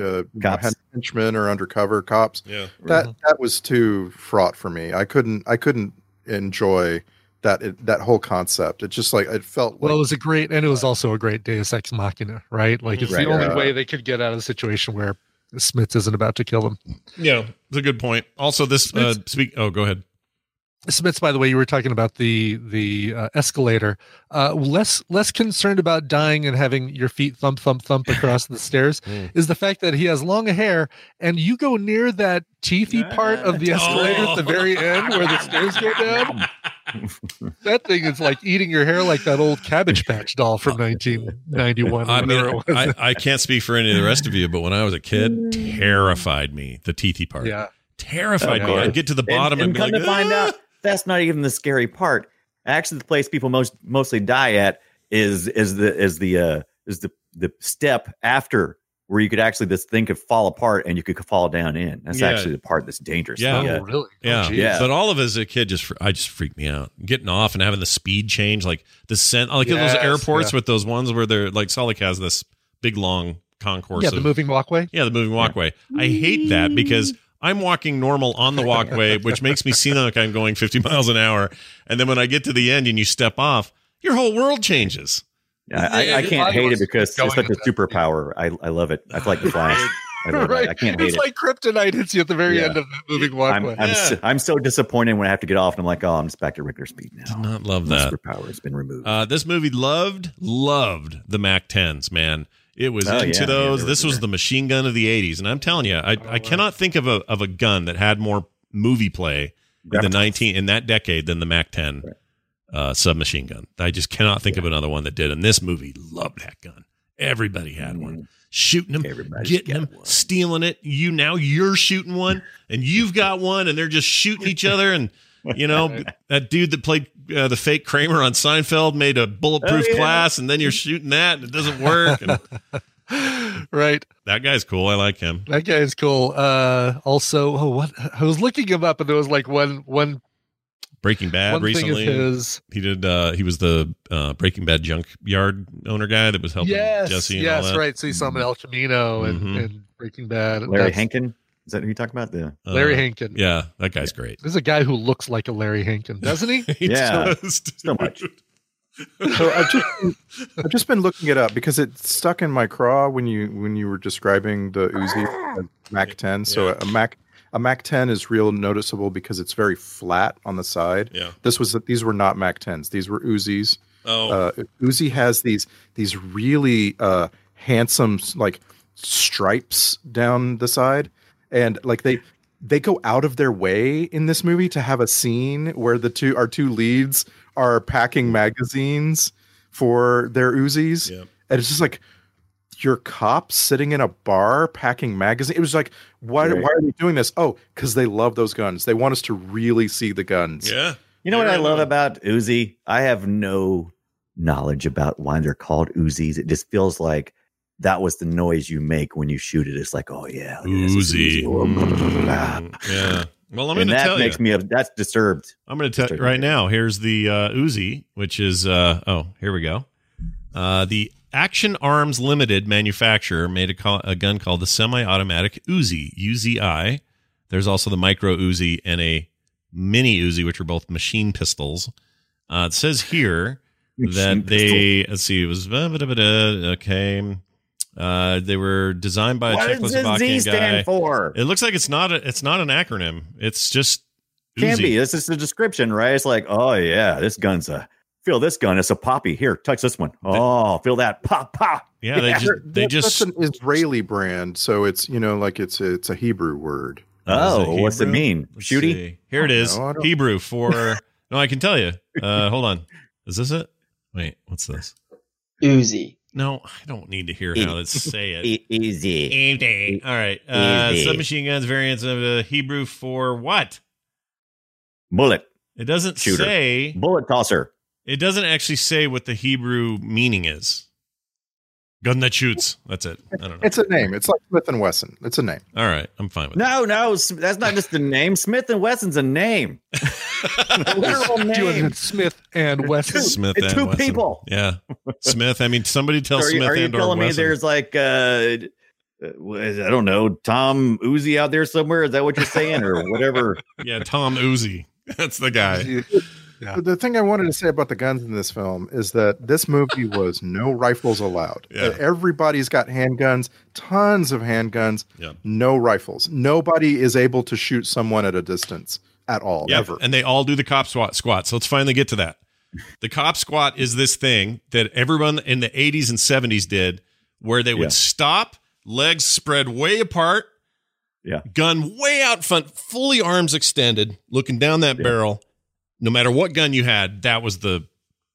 [SPEAKER 3] uh,
[SPEAKER 5] Cops.
[SPEAKER 3] henchmen are undercover cops
[SPEAKER 1] Yeah.
[SPEAKER 3] that that was too fraught for me i couldn't i couldn't enjoy that that whole concept it just like it felt like
[SPEAKER 6] Well, it was a great, and it was also a great Deus Ex Machina, right? Like it's
[SPEAKER 5] Right.
[SPEAKER 6] the only
[SPEAKER 3] Yeah.
[SPEAKER 6] way they could get out of the situation where Smith isn't about to kill them.
[SPEAKER 1] Yeah. It's a good point. Also, this uh, speak. Oh, go ahead.
[SPEAKER 6] Smiths, by the way, you were talking about the the uh, escalator. Uh, less less concerned about dying and having your feet thump thump thump across the stairs
[SPEAKER 1] Mm.
[SPEAKER 6] is the fact that he has long hair, and you go near that teethy part of the escalator at the very end where the stairs go down. that thing is like eating your hair like that old Cabbage Patch doll from 1991.
[SPEAKER 1] I
[SPEAKER 6] whatever
[SPEAKER 1] mean,
[SPEAKER 6] it was.
[SPEAKER 1] I, I can't speak for any of the rest of you, but when I was a kid, terrified me the teethy part.
[SPEAKER 6] yeah,
[SPEAKER 1] terrified
[SPEAKER 5] Oh,
[SPEAKER 1] me.
[SPEAKER 5] yeah.
[SPEAKER 1] I'd get to the bottom and,
[SPEAKER 5] and, come
[SPEAKER 1] be like,
[SPEAKER 5] to find
[SPEAKER 1] "Ah!"
[SPEAKER 5] out that's not even the scary part actually the place people most mostly die at is is the is the uh is the the step after where you could actually this thing could fall apart and you could fall down in that's
[SPEAKER 1] Yeah.
[SPEAKER 5] actually the part that's dangerous
[SPEAKER 1] Yeah.
[SPEAKER 6] Oh, really?
[SPEAKER 1] Yeah.
[SPEAKER 6] Oh, geez.
[SPEAKER 5] Yeah.
[SPEAKER 1] But all of us as a kid just, I just freaked me out. Getting off and having the speed change, like the scent, like in those
[SPEAKER 6] Yes,
[SPEAKER 1] airports
[SPEAKER 6] yeah.
[SPEAKER 1] with those ones where they're like Solik has this big long concourse.
[SPEAKER 6] yeah, the
[SPEAKER 1] of-
[SPEAKER 6] moving walkway.
[SPEAKER 1] Yeah, the moving walkway. I hate
[SPEAKER 5] Mm.
[SPEAKER 1] that because I'm walking normal on the walkway, which makes me seem like I'm going 50 miles an hour. And then when I get to the end and you step off, your whole world changes.
[SPEAKER 5] I, I, I can't hate it because
[SPEAKER 6] Going
[SPEAKER 5] it's such a
[SPEAKER 6] with that.
[SPEAKER 5] superpower I, I love it i feel like the flash I, love it. I can't hate
[SPEAKER 6] it's
[SPEAKER 5] it
[SPEAKER 6] like kryptonite hits you at the very
[SPEAKER 5] Yeah.
[SPEAKER 6] end of the moving
[SPEAKER 5] I'm,
[SPEAKER 6] walkway.
[SPEAKER 5] I'm, so, I'm so disappointed when I have to get off and I'm like, oh, I'm just back to regular speed now.
[SPEAKER 1] Did not love
[SPEAKER 5] My
[SPEAKER 1] that.
[SPEAKER 5] superpower has been removed.
[SPEAKER 1] Uh, this movie loved, loved the Mac 10s, man. It was
[SPEAKER 5] Oh,
[SPEAKER 1] into
[SPEAKER 5] yeah,
[SPEAKER 1] those.
[SPEAKER 5] yeah, they
[SPEAKER 1] this
[SPEAKER 5] were-
[SPEAKER 1] was the machine gun of the 80s. And I'm telling you, I, I cannot think of a, of a gun that had more movie play in the
[SPEAKER 5] Gravitas.
[SPEAKER 1] 19 in that decade than the Mac 10 uh, submachine gun. I just cannot think of another one that did. And this movie loved that gun. Everybody had
[SPEAKER 5] Mm-hmm.
[SPEAKER 1] one. Shooting them,
[SPEAKER 5] Everybody's
[SPEAKER 1] getting
[SPEAKER 5] got
[SPEAKER 1] them,
[SPEAKER 5] one.
[SPEAKER 1] stealing it. You now you're shooting one, and you've got one, and they're just shooting each other. And you know that dude that played uh, the fake Kramer on Seinfeld made a bulletproof
[SPEAKER 5] Oh, yeah.
[SPEAKER 1] class, and then you're shooting that, and it doesn't work. And
[SPEAKER 6] right.
[SPEAKER 1] that guy's cool. I like him.
[SPEAKER 6] That guy is cool. Uh also, oh what I was looking him up and there was like one one
[SPEAKER 1] Breaking Bad
[SPEAKER 6] one
[SPEAKER 1] recently.
[SPEAKER 6] thing of his
[SPEAKER 1] he did. uh He was the uh Breaking Bad junkyard owner guy that was helping
[SPEAKER 6] Yes,
[SPEAKER 1] Jesse. And all
[SPEAKER 6] yes,
[SPEAKER 1] that. Mm-hmm.
[SPEAKER 6] right. So you saw him in El Camino and,
[SPEAKER 1] Mhm.
[SPEAKER 6] and Breaking Bad.
[SPEAKER 5] Larry
[SPEAKER 6] That's-
[SPEAKER 5] Hankin? Is that who you talking about? The
[SPEAKER 1] Uh,
[SPEAKER 6] Larry Hankin.
[SPEAKER 1] Yeah, that guy's great.
[SPEAKER 6] There's a guy who looks like a Larry Hankin, doesn't he?
[SPEAKER 1] He
[SPEAKER 5] Yeah.
[SPEAKER 1] just-
[SPEAKER 5] so much.
[SPEAKER 3] so I've just, I've just been looking it up because it stuck in my craw when you when you were describing the Uzi and Mac 10. So
[SPEAKER 1] Yeah.
[SPEAKER 3] a Mac a Mac 10 is real noticeable because it's very flat on the side.
[SPEAKER 1] Yeah.
[SPEAKER 3] This was these were not Mac 10s. These were Uzis.
[SPEAKER 1] Oh,
[SPEAKER 3] Uh, Uzi has these these really uh, handsome like stripes down the side, and like they they go out of their way in this movie to have a scene where the two our two leads are packing magazines for their Uzis,
[SPEAKER 1] Yeah.
[SPEAKER 3] and it's just like your cops sitting in a bar packing magazine. It was like, why,
[SPEAKER 5] Right.
[SPEAKER 3] why are they doing this? Oh, because they love those guns. They want us to really see the guns.
[SPEAKER 1] yeah.
[SPEAKER 5] You know what I
[SPEAKER 1] Very
[SPEAKER 5] love
[SPEAKER 1] well.
[SPEAKER 5] about Uzi? I have no knowledge about why they're called Uzis. It just feels like that was the noise you make when you shoot it. It's like, oh yeah, look at this, Oh, it's
[SPEAKER 1] Uzi.
[SPEAKER 5] an Uzi.
[SPEAKER 1] Mm, yeah. Well, I'm going
[SPEAKER 5] and
[SPEAKER 1] to
[SPEAKER 5] that
[SPEAKER 1] tell you.
[SPEAKER 5] makes me me that's disturbed.
[SPEAKER 1] I'm going to tell
[SPEAKER 5] Straight
[SPEAKER 1] you right
[SPEAKER 5] up.
[SPEAKER 1] now. Here's the uh, Uzi, which is uh, oh, here we go. Uh, the Action Arms Limited manufacturer made a, call, a gun called the semi-automatic Uzi (UZI). There's also the micro Uzi and a mini Uzi, which are both machine pistols. Uh, it says here that
[SPEAKER 5] Machine
[SPEAKER 1] they let's see, it was okay. Uh, they were designed by a
[SPEAKER 5] what does the Z
[SPEAKER 1] uh, Czechoslovakian guy.
[SPEAKER 5] stand for?
[SPEAKER 1] It looks like it's not a, it's not an acronym. It's just
[SPEAKER 5] Can
[SPEAKER 1] Uzi.
[SPEAKER 5] be. This is the description, right? It's like, oh yeah, this gun's a feel this gun. It's a poppy. Here, touch this one. Oh, feel that pop pop.
[SPEAKER 1] Yeah, they just they
[SPEAKER 3] That-
[SPEAKER 1] just
[SPEAKER 3] that's an Israeli brand, so it's you know like it's a, it's a Hebrew word.
[SPEAKER 1] Is
[SPEAKER 5] Oh,
[SPEAKER 1] it
[SPEAKER 5] what's it
[SPEAKER 1] Hebrew?
[SPEAKER 5] mean?
[SPEAKER 1] Let's
[SPEAKER 5] Shooty.
[SPEAKER 1] see. Here it is.
[SPEAKER 3] No, I don't-
[SPEAKER 1] Hebrew for No, I can tell you. Uh hold on. Is this it? Wait, what's this?
[SPEAKER 9] Uzi.
[SPEAKER 1] No, I don't need to hear how to say it.
[SPEAKER 5] E- easy.
[SPEAKER 1] Evening. All right. Uh,
[SPEAKER 5] Easy.
[SPEAKER 1] submachine guns variants of the Hebrew for what?
[SPEAKER 5] Bullet.
[SPEAKER 1] It doesn't
[SPEAKER 5] Shooter.
[SPEAKER 1] say.
[SPEAKER 5] Bullet tosser.
[SPEAKER 1] It doesn't actually say what the Hebrew meaning is. Gun that shoots. That's it. I don't know.
[SPEAKER 3] It's a name. It's like Smith and Wesson. It's a name.
[SPEAKER 1] All right. I'm fine with
[SPEAKER 5] No, no, S- that's not just a name. Smith and Wesson's a name. A
[SPEAKER 1] it.
[SPEAKER 5] literal name.
[SPEAKER 6] Smith and Wesson.
[SPEAKER 1] Smith
[SPEAKER 5] It's
[SPEAKER 1] and
[SPEAKER 5] two
[SPEAKER 1] Wesson.
[SPEAKER 5] people.
[SPEAKER 1] Yeah. Smith. I mean, somebody tell
[SPEAKER 5] are you,
[SPEAKER 1] Smith
[SPEAKER 5] are you
[SPEAKER 1] and or
[SPEAKER 5] telling me
[SPEAKER 1] Wesson.
[SPEAKER 5] there's like uh uh, I don't know, Tom Uzi out there somewhere? Is that what you're saying? Or whatever.
[SPEAKER 1] Yeah, Tom Uzi. That's the guy.
[SPEAKER 6] Yeah.
[SPEAKER 3] The thing I wanted to say about the guns in this film is that this movie was no rifles allowed.
[SPEAKER 1] Yeah.
[SPEAKER 3] Everybody's got handguns, tons of handguns,
[SPEAKER 1] Yeah.
[SPEAKER 3] no rifles. Nobody is able to shoot someone at a distance at all,
[SPEAKER 1] Yep.
[SPEAKER 3] ever.
[SPEAKER 1] And they all do the cop squat squats. Let's finally get to that. The cop squat is this thing that everyone in the 80s and 70s did where they would
[SPEAKER 5] Yeah.
[SPEAKER 1] stop, legs spread way apart,
[SPEAKER 5] Yeah.
[SPEAKER 1] gun way out front, fully arms extended, looking down that
[SPEAKER 5] Yeah.
[SPEAKER 1] barrel. No matter what gun you had, that was the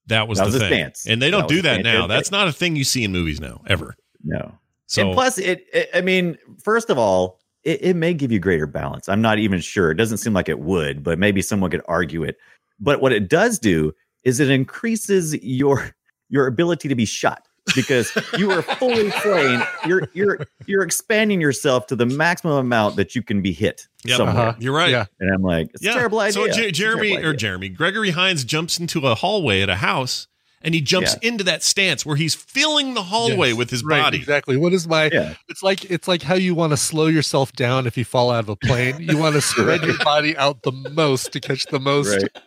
[SPEAKER 1] that was the
[SPEAKER 5] That was the
[SPEAKER 1] thing.
[SPEAKER 5] stance.
[SPEAKER 1] And they don't
[SPEAKER 5] That
[SPEAKER 1] do
[SPEAKER 5] was the
[SPEAKER 1] that
[SPEAKER 5] stance.
[SPEAKER 1] now.
[SPEAKER 5] It-
[SPEAKER 1] That's not a thing you see in movies now ever.
[SPEAKER 5] No.
[SPEAKER 1] So
[SPEAKER 5] and plus, it, it. I mean, first of all, it, it may give you greater balance. I'm not even sure. It doesn't seem like it would, but maybe someone could argue it. But what it does do is it increases your your ability to be shot because you are fully playing. You're you're you're expanding yourself to the maximum amount that you can be hit
[SPEAKER 1] Yep.
[SPEAKER 5] somewhere.
[SPEAKER 6] Uh-huh.
[SPEAKER 1] you're right.
[SPEAKER 6] Yeah.
[SPEAKER 5] And I'm like, it's a terrible idea.
[SPEAKER 1] So Jer-
[SPEAKER 5] It's a
[SPEAKER 1] Jeremy
[SPEAKER 5] terrible
[SPEAKER 1] or
[SPEAKER 5] idea.
[SPEAKER 1] Jeremy Gregory Hines jumps into a hallway at a house, and he jumps into that stance where he's filling the hallway
[SPEAKER 6] Yes.
[SPEAKER 1] with his
[SPEAKER 6] Right,
[SPEAKER 1] body.
[SPEAKER 6] Exactly. What is my
[SPEAKER 5] Yeah.
[SPEAKER 6] it's like it's like how you want to slow yourself down if you fall out of a plane. You want to spread your body out the most to catch the most.
[SPEAKER 5] Right.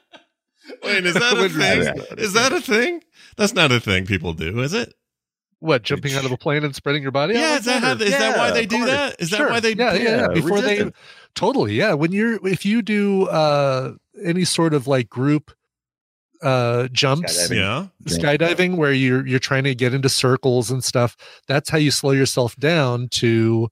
[SPEAKER 1] Wait, is that a
[SPEAKER 6] Would-
[SPEAKER 1] thing? Is that a thing? That's not a thing people do, is it?
[SPEAKER 6] What, jumping out of a plane and spreading your body
[SPEAKER 1] Yeah,
[SPEAKER 6] out?
[SPEAKER 1] is that how, is that why
[SPEAKER 5] Yeah,
[SPEAKER 1] they
[SPEAKER 5] of
[SPEAKER 1] do
[SPEAKER 5] course.
[SPEAKER 1] that? Is that
[SPEAKER 6] Sure.
[SPEAKER 1] why they?
[SPEAKER 6] yeah, yeah, yeah.
[SPEAKER 5] Yeah,
[SPEAKER 6] before
[SPEAKER 5] resistance.
[SPEAKER 6] they totally yeah when you're if you do uh any sort of like group uh jumps
[SPEAKER 5] Skydiving.
[SPEAKER 1] Yeah.
[SPEAKER 6] skydiving where you're you're trying to get into circles and stuff that's how you slow yourself down to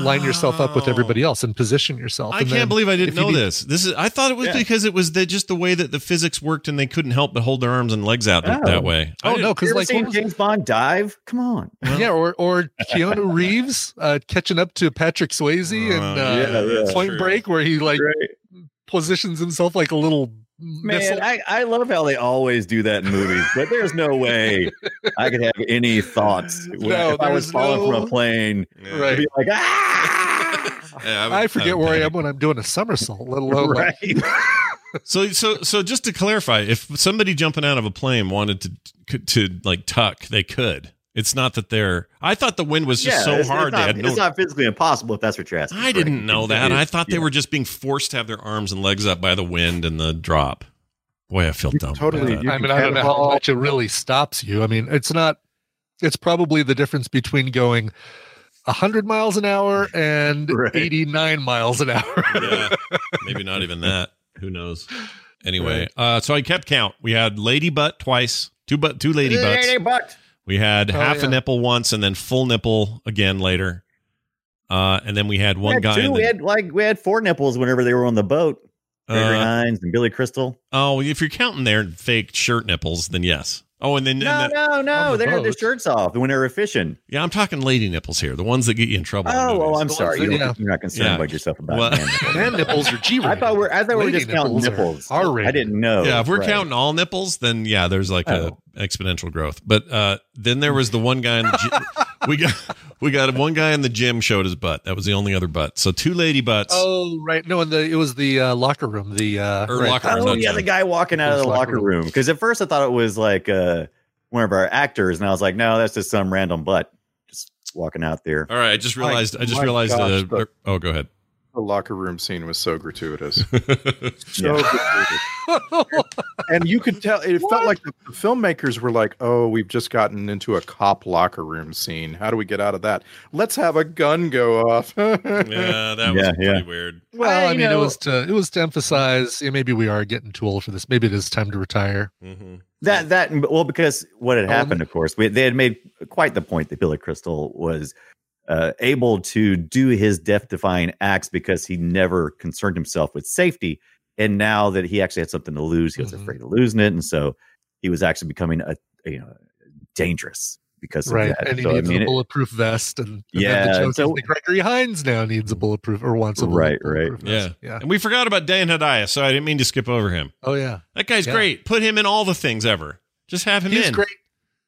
[SPEAKER 6] line yourself up with everybody else and position yourself
[SPEAKER 1] I
[SPEAKER 6] And
[SPEAKER 1] can't
[SPEAKER 6] then
[SPEAKER 1] believe I didn't
[SPEAKER 6] if you
[SPEAKER 1] know
[SPEAKER 6] need-
[SPEAKER 1] this. This is I thought it was
[SPEAKER 5] Yeah.
[SPEAKER 1] because it was the, just the way that the physics worked and they couldn't help but hold their arms and legs out
[SPEAKER 5] Oh.
[SPEAKER 1] that way. I
[SPEAKER 6] oh
[SPEAKER 1] didn't-
[SPEAKER 6] no
[SPEAKER 5] You
[SPEAKER 6] because
[SPEAKER 5] ever
[SPEAKER 6] like what
[SPEAKER 5] seen
[SPEAKER 6] was-
[SPEAKER 5] James Bond dive? Come on.
[SPEAKER 6] yeah or or keanu reeves uh catching up to patrick swayze and
[SPEAKER 1] Oh,
[SPEAKER 6] uh
[SPEAKER 5] yeah, that's
[SPEAKER 6] point
[SPEAKER 1] true.
[SPEAKER 6] break where he like
[SPEAKER 5] Right.
[SPEAKER 6] positions himself like a little missile.
[SPEAKER 5] Man, I, I love how they always do that in movies, but there's no way I could have any thoughts when-
[SPEAKER 6] No,
[SPEAKER 5] if I was
[SPEAKER 6] there's
[SPEAKER 5] falling from a
[SPEAKER 6] no-
[SPEAKER 5] plane.
[SPEAKER 1] Yeah.
[SPEAKER 6] right.
[SPEAKER 5] I'd be like, ah,
[SPEAKER 1] Yeah, would-
[SPEAKER 6] I forget
[SPEAKER 1] would
[SPEAKER 6] where I
[SPEAKER 1] panic.
[SPEAKER 6] am when I'm doing a somersault, let alone like,
[SPEAKER 5] right.
[SPEAKER 1] So so so just to clarify, if somebody jumping out of a plane wanted to could- to like tuck, they could. It's not that they're. I thought the wind was just
[SPEAKER 5] Yeah,
[SPEAKER 1] so
[SPEAKER 5] it's,
[SPEAKER 1] hard
[SPEAKER 5] It's not,
[SPEAKER 1] they
[SPEAKER 5] it's
[SPEAKER 1] had no.
[SPEAKER 5] not physically impossible if that's what you're asking.
[SPEAKER 1] I
[SPEAKER 5] Frank.
[SPEAKER 1] didn't know that.
[SPEAKER 5] It
[SPEAKER 1] I
[SPEAKER 5] is,
[SPEAKER 1] thought they
[SPEAKER 5] yeah.
[SPEAKER 1] were just being forced to have their arms and legs up by the wind and the drop. Boy, I feel dumb. about
[SPEAKER 3] totally-
[SPEAKER 1] that.
[SPEAKER 3] you
[SPEAKER 6] I
[SPEAKER 3] can
[SPEAKER 6] mean, I don't know how
[SPEAKER 3] catapult.
[SPEAKER 6] much it really stops you. I mean, it's not. It's probably the difference between going hundred miles an hour and
[SPEAKER 5] Right.
[SPEAKER 6] eighty-nine miles an hour.
[SPEAKER 1] yeah, maybe not even that. Who knows? Anyway, uh, so I kept count. We had lady butt twice, two butt, two lady butts.
[SPEAKER 5] Lady butt.
[SPEAKER 1] We had
[SPEAKER 6] Oh,
[SPEAKER 1] half a
[SPEAKER 6] yeah.
[SPEAKER 1] nipple once, and then full nipple again later. Uh, and then we had
[SPEAKER 5] We
[SPEAKER 1] one
[SPEAKER 5] had
[SPEAKER 1] guy.
[SPEAKER 5] two,
[SPEAKER 1] in the-
[SPEAKER 5] we had like we had four nipples whenever they were on the boat. Gregory
[SPEAKER 1] Uh,
[SPEAKER 5] Hines and Billy Crystal.
[SPEAKER 1] oh, if you're counting their fake shirt nipples, then yes. Oh, and then and
[SPEAKER 5] No,
[SPEAKER 1] the-
[SPEAKER 5] no,
[SPEAKER 6] on
[SPEAKER 5] no.
[SPEAKER 6] the
[SPEAKER 5] they had their
[SPEAKER 6] boat.
[SPEAKER 5] shirts off when they were fishing.
[SPEAKER 1] yeah, I'm talking lady nipples here, the ones that get you in trouble. in
[SPEAKER 5] Oh, well,
[SPEAKER 1] movies.
[SPEAKER 5] I'm
[SPEAKER 6] The
[SPEAKER 5] sorry.
[SPEAKER 6] ones that-
[SPEAKER 5] You
[SPEAKER 6] yeah.
[SPEAKER 5] don't- You're not concerned
[SPEAKER 1] Yeah.
[SPEAKER 5] about yourself about
[SPEAKER 1] Well-
[SPEAKER 5] man nipples.
[SPEAKER 6] Man nipples are G.
[SPEAKER 5] I thought we're I thought we were just counting nipples.
[SPEAKER 6] Are
[SPEAKER 5] I didn't know.
[SPEAKER 1] yeah, if we're
[SPEAKER 5] Oh, Right.
[SPEAKER 1] counting all nipples, then yeah, there's like
[SPEAKER 5] Oh.
[SPEAKER 1] a exponential growth. But uh, then there was the one guy in the gym. we got we got one guy in the gym showed his butt. That was the only other butt. So two lady butts.
[SPEAKER 6] Oh right, no, and the it was the uh, locker room. The uh,
[SPEAKER 1] Or
[SPEAKER 6] right.
[SPEAKER 1] locker room.
[SPEAKER 5] Oh
[SPEAKER 1] not
[SPEAKER 5] yeah,
[SPEAKER 1] John.
[SPEAKER 5] the guy walking out of the locker room. Because at first I thought it was like uh, one of our actors, and I was like, no, that's just some random butt just walking out there.
[SPEAKER 1] All right, I just realized. I just
[SPEAKER 3] my
[SPEAKER 1] realized.
[SPEAKER 3] gosh,
[SPEAKER 1] uh,
[SPEAKER 3] the-
[SPEAKER 1] oh, go ahead.
[SPEAKER 3] the locker room scene was so gratuitous. so
[SPEAKER 5] Yeah.
[SPEAKER 3] gratuitous. and you could tell it felt like the filmmakers were like, "Oh, we've just gotten into a cop locker room scene. How do we get out of that? Let's have a gun go off."
[SPEAKER 1] Yeah, that was
[SPEAKER 5] Yeah, yeah.
[SPEAKER 1] pretty weird.
[SPEAKER 6] Well,
[SPEAKER 9] I
[SPEAKER 6] I, mean,
[SPEAKER 9] know-
[SPEAKER 6] it was to it was to emphasize. Yeah, maybe we are getting too old for this. Maybe it is time to retire.
[SPEAKER 1] hmm
[SPEAKER 5] That that well, because what had
[SPEAKER 6] Um,
[SPEAKER 5] happened, of course, we, they had made quite the point that Billy Crystal was uh, able to do his death-defying acts because he never concerned himself with safety, and now that he actually had something to lose, he was
[SPEAKER 6] Mhm.
[SPEAKER 5] afraid of losing it, and so he was actually becoming a, you know dangerous because of
[SPEAKER 6] right,
[SPEAKER 5] that.
[SPEAKER 6] and he
[SPEAKER 5] So, I
[SPEAKER 6] needs
[SPEAKER 5] mean,
[SPEAKER 6] a
[SPEAKER 5] it-
[SPEAKER 6] bulletproof vest, and, and then
[SPEAKER 5] Yeah,
[SPEAKER 6] the joke
[SPEAKER 5] so-
[SPEAKER 6] is that Gregory Hines now needs a bulletproof or wants a
[SPEAKER 5] Right,
[SPEAKER 6] bulletproof
[SPEAKER 5] right.
[SPEAKER 6] vest. yeah.
[SPEAKER 1] And we forgot about Dan Hedaya, so I didn't mean to skip over him.
[SPEAKER 6] Oh yeah,
[SPEAKER 1] That guy's
[SPEAKER 6] Yeah.
[SPEAKER 1] great. Put him in all the things ever. Just have him
[SPEAKER 6] he's
[SPEAKER 1] in.
[SPEAKER 6] great,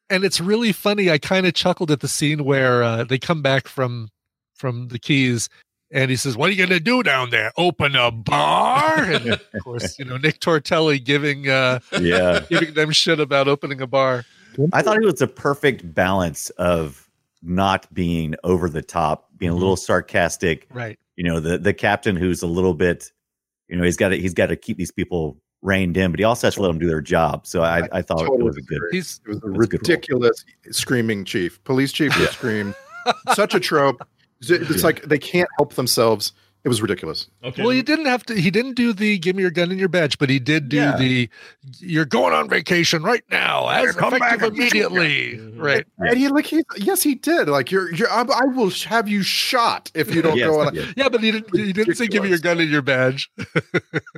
[SPEAKER 6] and it's really funny. I kind of chuckled at the scene where uh, they come back from from the keys. And he says, "What are you going to do down there? Open a bar?" And of course, you know Nick Tortelli giving uh,
[SPEAKER 5] yeah,
[SPEAKER 6] giving them shit about opening a bar.
[SPEAKER 5] I thought it was a perfect balance of not being over the top, being a little sarcastic,
[SPEAKER 6] Right.
[SPEAKER 5] you know the the captain who's a little bit you know he's got to he's got to keep these people reined in but he also has to let them do their job so i i thought it was a good
[SPEAKER 3] agree.
[SPEAKER 6] He's
[SPEAKER 3] It was a
[SPEAKER 5] That's a good
[SPEAKER 3] ridiculous screaming chief, police chief who screamed. Such a trope. It's- It's like they can't help themselves. It was ridiculous.
[SPEAKER 1] Okay.
[SPEAKER 6] Well, he didn't have to. He didn't do the "give me your gun and your badge," but he did do
[SPEAKER 5] Yeah.
[SPEAKER 6] the "you're going on vacation right now, as
[SPEAKER 3] come back
[SPEAKER 6] effective
[SPEAKER 3] and shoot
[SPEAKER 6] immediately." Right.
[SPEAKER 5] Yeah.
[SPEAKER 3] And he like he yes he did like you're you're I, I will sh- have you shot if you don't
[SPEAKER 5] Yes,
[SPEAKER 3] go on.
[SPEAKER 5] yes.
[SPEAKER 6] Yeah, but he didn't. He didn't say "give me your gun and your badge."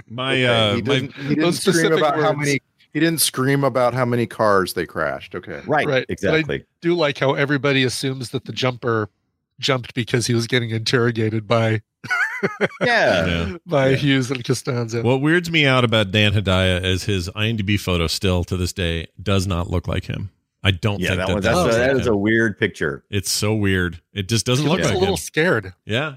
[SPEAKER 1] my
[SPEAKER 3] Okay,
[SPEAKER 1] uh, my
[SPEAKER 3] he didn't, he didn't
[SPEAKER 6] those
[SPEAKER 3] scream
[SPEAKER 6] specific
[SPEAKER 3] about how
[SPEAKER 6] words.
[SPEAKER 3] many he didn't scream about how many cars they crashed. Okay,
[SPEAKER 5] right
[SPEAKER 6] Right.
[SPEAKER 5] exactly
[SPEAKER 6] Do like how everybody assumes that the jumper jumped because he was getting interrogated by
[SPEAKER 5] yeah
[SPEAKER 1] yeah.
[SPEAKER 6] by
[SPEAKER 5] Yeah.
[SPEAKER 6] Hughes and Costanza.
[SPEAKER 1] What weirds me out about Dan Hedaya is his IMDb photo still to this day does not look like him. I don't
[SPEAKER 5] yeah
[SPEAKER 1] think
[SPEAKER 5] that,
[SPEAKER 1] that,
[SPEAKER 5] one, that's
[SPEAKER 1] looks
[SPEAKER 5] a, that
[SPEAKER 1] like
[SPEAKER 5] is
[SPEAKER 1] him.
[SPEAKER 5] a weird picture
[SPEAKER 1] It's so weird. It just doesn't
[SPEAKER 6] he
[SPEAKER 1] look
[SPEAKER 6] looks
[SPEAKER 1] like
[SPEAKER 6] a little
[SPEAKER 1] him.
[SPEAKER 6] scared.
[SPEAKER 1] Yeah.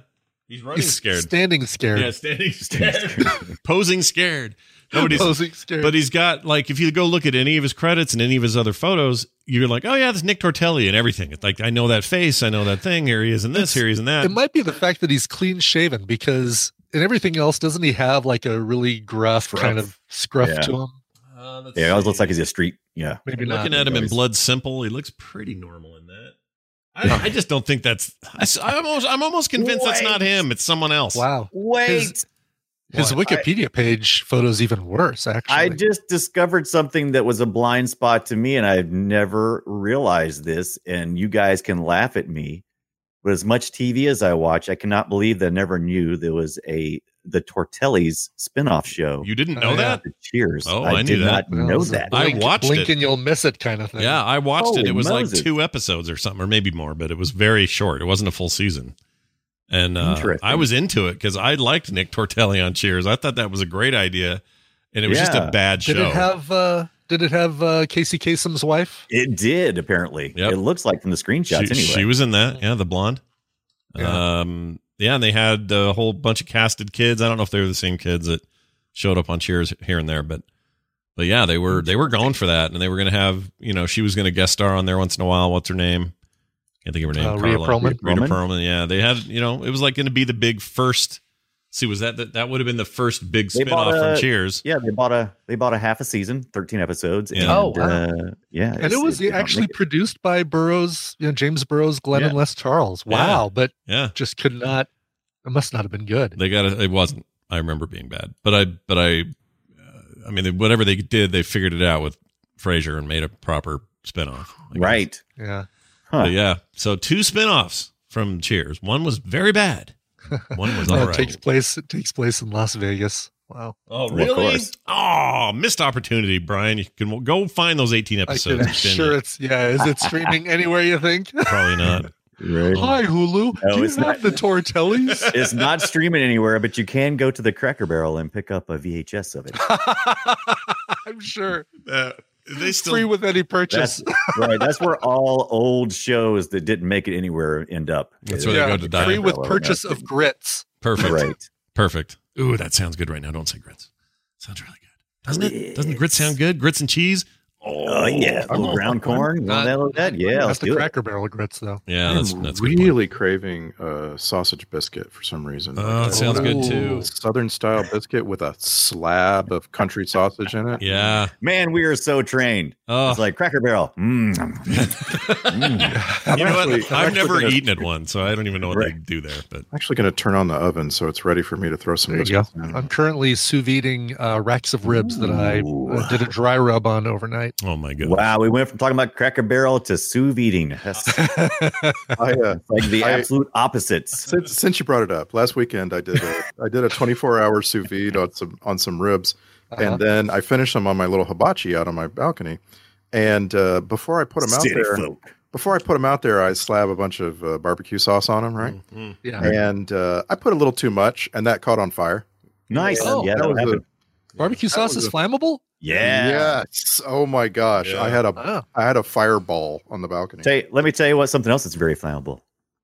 [SPEAKER 1] He's running
[SPEAKER 6] He's
[SPEAKER 1] scared.
[SPEAKER 6] standing scared.
[SPEAKER 1] Yeah, standing scared. Posing scared. Nobody's
[SPEAKER 6] Posing scared.
[SPEAKER 1] but he's got like if you go look at any of his credits and any of his other photos, you're like, Oh yeah, that's Nick Tortelli and everything. It's like I know that face, I know that thing, here he is in this,
[SPEAKER 6] It's-
[SPEAKER 1] here he is in that.
[SPEAKER 6] it might be the fact that he's clean shaven because in everything else, doesn't he have like a really gruff kind of scruff
[SPEAKER 5] Yeah.
[SPEAKER 6] to him?
[SPEAKER 1] Uh, let's
[SPEAKER 5] yeah it always looks
[SPEAKER 1] see.
[SPEAKER 5] like he's a street yeah
[SPEAKER 6] Maybe not.
[SPEAKER 1] looking at him in
[SPEAKER 5] He's-
[SPEAKER 1] Blood Simple, he looks pretty normal in that. I, I just don't think that's. I, am almost, I'm almost convinced that's not him. It's someone else.
[SPEAKER 6] Wow.
[SPEAKER 5] wait
[SPEAKER 6] His- His
[SPEAKER 5] What?
[SPEAKER 6] Wikipedia page photo's even worse, actually.
[SPEAKER 5] I just discovered something that was a blind spot to me, and I've never realized this. And you guys can laugh at me, but as much TV as I watch, I cannot believe that I never knew there was a the Tortellis spinoff show.
[SPEAKER 1] You didn't
[SPEAKER 6] Oh,
[SPEAKER 1] know
[SPEAKER 6] yeah.
[SPEAKER 1] that?
[SPEAKER 5] The Cheers.
[SPEAKER 1] Oh, I knew
[SPEAKER 5] did
[SPEAKER 1] that.
[SPEAKER 5] not know
[SPEAKER 6] it's a
[SPEAKER 5] that.
[SPEAKER 1] I
[SPEAKER 6] blink-
[SPEAKER 1] watched
[SPEAKER 6] blink
[SPEAKER 1] it.
[SPEAKER 6] and you'll miss it kind of thing.
[SPEAKER 1] Yeah, I watched it.
[SPEAKER 5] Holy
[SPEAKER 1] It was
[SPEAKER 5] Moses.
[SPEAKER 1] like two episodes or something, or maybe more, but it was very short. It wasn't a full season. And uh,
[SPEAKER 5] Interesting.
[SPEAKER 1] I was into it because I liked Nick Tortelli on Cheers. I thought that was a great idea, and it was just
[SPEAKER 5] Yeah.
[SPEAKER 1] a bad
[SPEAKER 6] Did
[SPEAKER 1] show.
[SPEAKER 6] it have uh did it have uh Casey Kasem's wife?
[SPEAKER 5] It did apparently.
[SPEAKER 1] Yep.
[SPEAKER 5] It looks like from the
[SPEAKER 1] she,
[SPEAKER 5] screenshots anyway.
[SPEAKER 1] she was in that. Yeah, the blonde.
[SPEAKER 6] Yeah.
[SPEAKER 1] Um, yeah, and they had a whole bunch of casted kids. I don't know if they were the same kids that showed up on Cheers here and there, but but yeah, they were they were going for that, and they were going to have you know she was going to guest star on there once in a while. What's her name? Can't think of her name.
[SPEAKER 6] Uh, Rhea
[SPEAKER 1] Carla.
[SPEAKER 6] Perlman?
[SPEAKER 1] Rita
[SPEAKER 5] Perlman?
[SPEAKER 1] Perlman. Yeah, they had you know it was like going to be the big first. See, was that that, that would have been the first big
[SPEAKER 5] They bought
[SPEAKER 1] spinoff from
[SPEAKER 5] a-
[SPEAKER 1] Cheers?
[SPEAKER 5] yeah, they bought a they bought a half a season, thirteen episodes.
[SPEAKER 1] Yeah.
[SPEAKER 5] And,
[SPEAKER 6] Oh, wow.
[SPEAKER 5] uh, yeah,
[SPEAKER 6] And it was
[SPEAKER 5] did not
[SPEAKER 6] actually
[SPEAKER 5] make it.
[SPEAKER 6] produced by Burroughs, you know, James Burroughs, Glenn
[SPEAKER 5] Yeah.
[SPEAKER 6] and Les Charles. Wow, but
[SPEAKER 1] Yeah,
[SPEAKER 6] just could not it must not have been good.
[SPEAKER 1] they got a, it. Wasn't I remember it being bad, but I but I, uh, I mean whatever they did, they figured it out with Frasier and made a proper spinoff. I guess.
[SPEAKER 5] right.
[SPEAKER 6] Yeah.
[SPEAKER 5] Huh.
[SPEAKER 1] But yeah. So two spinoffs from Cheers. One was very bad. One was
[SPEAKER 6] Uh,
[SPEAKER 1] all
[SPEAKER 6] it
[SPEAKER 1] right.
[SPEAKER 6] takes place it takes place in Las Vegas. Wow.
[SPEAKER 1] oh,
[SPEAKER 5] Well, of course.
[SPEAKER 1] Oh, missed opportunity, Brian. You can go find those 18
[SPEAKER 6] I
[SPEAKER 1] episodes.
[SPEAKER 6] could,
[SPEAKER 1] and
[SPEAKER 6] I'm
[SPEAKER 1] binge
[SPEAKER 6] sure
[SPEAKER 1] it.
[SPEAKER 6] it's yeah, is it streaming anywhere you think?
[SPEAKER 1] Probably not.
[SPEAKER 5] Right.
[SPEAKER 1] Oh,
[SPEAKER 6] Hi Hulu.
[SPEAKER 5] No,
[SPEAKER 6] Do you
[SPEAKER 5] it's
[SPEAKER 6] have
[SPEAKER 5] not.
[SPEAKER 6] the Tortellis?
[SPEAKER 5] it's not streaming anywhere, but you can go to the Cracker Barrel and pick up a VHS of it.
[SPEAKER 6] I'm sure.
[SPEAKER 1] Uh, they still.
[SPEAKER 6] Free with any purchase.
[SPEAKER 5] That's right. That's where all old shows that didn't make it anywhere end up.
[SPEAKER 1] That's where they go to die.
[SPEAKER 6] free
[SPEAKER 1] Diet
[SPEAKER 6] with purchase of grits.
[SPEAKER 1] perfect.
[SPEAKER 5] Right.
[SPEAKER 1] Perfect. Ooh, that sounds good right now. Don't say grits. Sounds really good. Doesn't it? Doesn't grits
[SPEAKER 5] Grits.
[SPEAKER 1] sound good? Grits and cheese?
[SPEAKER 5] Oh yeah,
[SPEAKER 3] I'm
[SPEAKER 5] little
[SPEAKER 3] all-
[SPEAKER 5] ground corn.
[SPEAKER 6] not-
[SPEAKER 5] Not, that, little that. Yeah,
[SPEAKER 6] that's
[SPEAKER 5] let's
[SPEAKER 6] the
[SPEAKER 5] do it.
[SPEAKER 6] Cracker Barrel grits, though.
[SPEAKER 1] Yeah, that's that's good. point.
[SPEAKER 3] really craving a sausage biscuit for some reason.
[SPEAKER 1] Oh, that sounds good too.
[SPEAKER 3] Southern style biscuit with a slab of country sausage in it.
[SPEAKER 1] Yeah.
[SPEAKER 5] Man, we are so trained.
[SPEAKER 1] Oh,
[SPEAKER 5] It's like Cracker Barrel. Mm.
[SPEAKER 3] I'm
[SPEAKER 1] you know what?
[SPEAKER 3] actually- I'm
[SPEAKER 1] I've
[SPEAKER 3] actually
[SPEAKER 1] never
[SPEAKER 3] gonna-
[SPEAKER 1] eaten at one, so I don't even know what they do there. But
[SPEAKER 3] I'm actually going to turn on the oven so it's ready for me to throw some
[SPEAKER 6] There you go.
[SPEAKER 3] biscuits in.
[SPEAKER 6] I'm currently sous videing uh, racks of ribs that I uh, did a dry rub on overnight.
[SPEAKER 1] oh my goodness.
[SPEAKER 5] wow, we went from talking about Cracker Barrel to sous vide. That's
[SPEAKER 3] I, uh,
[SPEAKER 5] like the
[SPEAKER 3] I-
[SPEAKER 5] absolute opposites.
[SPEAKER 3] since, since you brought it up, last weekend I did a, I did a 24 hour sous vide on some on some ribs,
[SPEAKER 6] Uh-huh.
[SPEAKER 3] and then I finished them on my little hibachi out on my balcony. And uh, before I put them out
[SPEAKER 5] City
[SPEAKER 3] there,
[SPEAKER 5] folk.
[SPEAKER 3] before I put them out there, I slab a bunch of uh, barbecue sauce on them, right?
[SPEAKER 1] Mhm.
[SPEAKER 6] Yeah.
[SPEAKER 3] And uh, I put a little too much, and that caught on fire.
[SPEAKER 5] Nice.
[SPEAKER 6] Oh,
[SPEAKER 5] yeah,
[SPEAKER 3] that
[SPEAKER 5] that'll
[SPEAKER 3] was a-
[SPEAKER 5] happen.
[SPEAKER 6] Barbecue
[SPEAKER 3] That
[SPEAKER 6] sauce
[SPEAKER 3] was
[SPEAKER 6] is
[SPEAKER 3] a-
[SPEAKER 6] flammable?
[SPEAKER 5] yeah.
[SPEAKER 3] Yes. Oh my gosh,
[SPEAKER 1] Yeah.
[SPEAKER 3] I had a
[SPEAKER 6] Oh.
[SPEAKER 3] I had a fireball on the balcony.
[SPEAKER 5] Tell you- let me tell you what something else that's very flammable.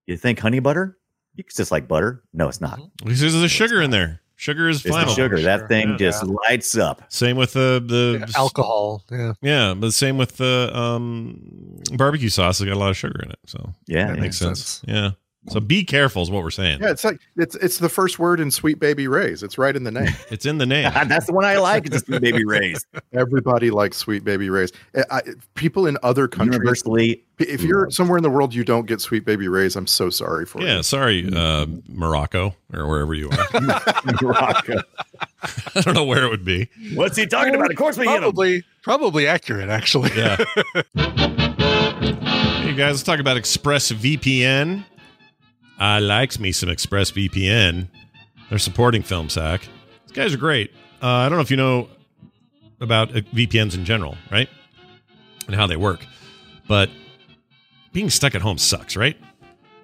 [SPEAKER 5] You think honey butter? You could just like butter. No, it's not.
[SPEAKER 6] Mhm.
[SPEAKER 1] Because there's the sugar in there. Sugar is
[SPEAKER 5] It's the
[SPEAKER 1] Mm-hmm. flammable.
[SPEAKER 5] sugar. That
[SPEAKER 6] Sure.
[SPEAKER 5] thing
[SPEAKER 1] Yeah.
[SPEAKER 5] just lights up.
[SPEAKER 1] Same with the the
[SPEAKER 6] Yeah, Alcohol. Yeah.
[SPEAKER 1] Yeah, but same with the um, barbecue sauce. It's got a lot of sugar in it, so
[SPEAKER 5] Yeah.
[SPEAKER 1] that
[SPEAKER 5] yeah.
[SPEAKER 6] That
[SPEAKER 1] makes
[SPEAKER 6] makes
[SPEAKER 1] sense.
[SPEAKER 6] sense.
[SPEAKER 1] Yeah. So be careful is what we're saying.
[SPEAKER 3] Yeah, it's like it's it's the first word in Sweet Baby Ray's. It's right in the name.
[SPEAKER 1] It's in the name.
[SPEAKER 5] That's the one I like. It's just baby raised.
[SPEAKER 3] Everybody likes Sweet Baby Ray's. I, I, people in other countries,
[SPEAKER 5] Universally.
[SPEAKER 3] if you're somewhere in the world you don't get Sweet Baby Ray's, I'm so sorry for
[SPEAKER 1] Yeah,
[SPEAKER 3] you.
[SPEAKER 1] sorry, uh, Morocco or wherever you are.
[SPEAKER 5] Morocco.
[SPEAKER 1] I don't know where it would be.
[SPEAKER 5] What's he talking about? Of course we hit him.
[SPEAKER 6] Probably, probably accurate, actually.
[SPEAKER 1] Yeah. hey guys, let's talk about ExpressVPN. I likes me some ExpressVPN. They're supporting FilmSack. These guys are great. Uh, I don't know if you know about uh, VPNs in general, right? And how they work, but being stuck at home sucks, right?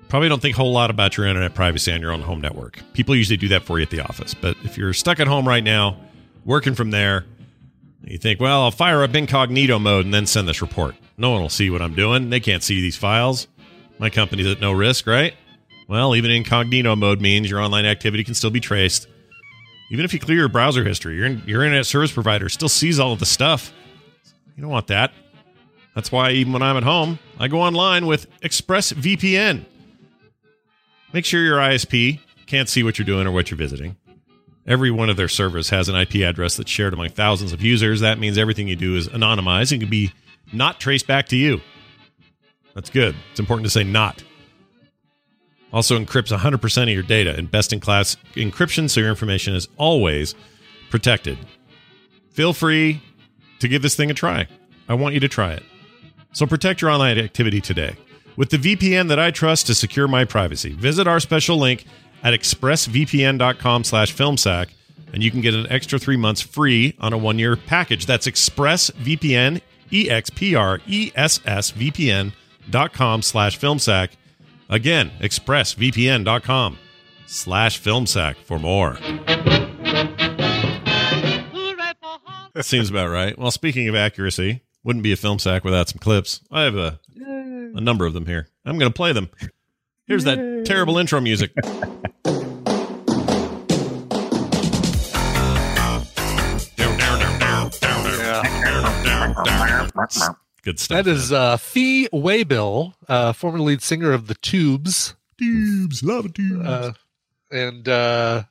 [SPEAKER 1] Probably don't think a whole lot about your internet privacy on your own home network. People usually do that for you at the office, but if you're stuck at home right now, working from there, you think, well, I'll fire up incognito mode and then send this report. No one will see what I'm doing. They can't see these files. My company's at no risk, right? Well, even incognito mode means your online activity can still be traced. Even if you clear your browser history, your, your internet service provider still sees all of the stuff. You don't want that. That's why, even when I'm at home, I go online with ExpressVPN. Make sure your ISP can't see what you're doing or what you're visiting. Every one of their servers has an IP address that's shared among thousands of users. That means everything you do is anonymized and can be not traced back to you. That's good. It's important to say not. Also encrypts 100% of your data and best in class encryption so your information is always protected. Feel free to give this thing a try. I want you to try it. So protect your online activity today with the VPN that I trust to secure my privacy. Visit our special link at expressvpn.com slash filmsack and you can get an extra three months free on a one-year package. That's expressvpn, E E-X-P-R-E-S-S-V-P-N dot com slash filmsack. Again, expressvpn.com slash filmsack for more. Seems about right. Well, speaking of accuracy, wouldn't be a film sack without some clips. I have a, a number of them here. I'm going to play them. Here's that terrible intro music. Good stuff.
[SPEAKER 6] That is uh, Fee Waybill, uh, former lead singer of the Tubes.
[SPEAKER 1] Tubes, lava tubes.
[SPEAKER 6] Uh, and uh,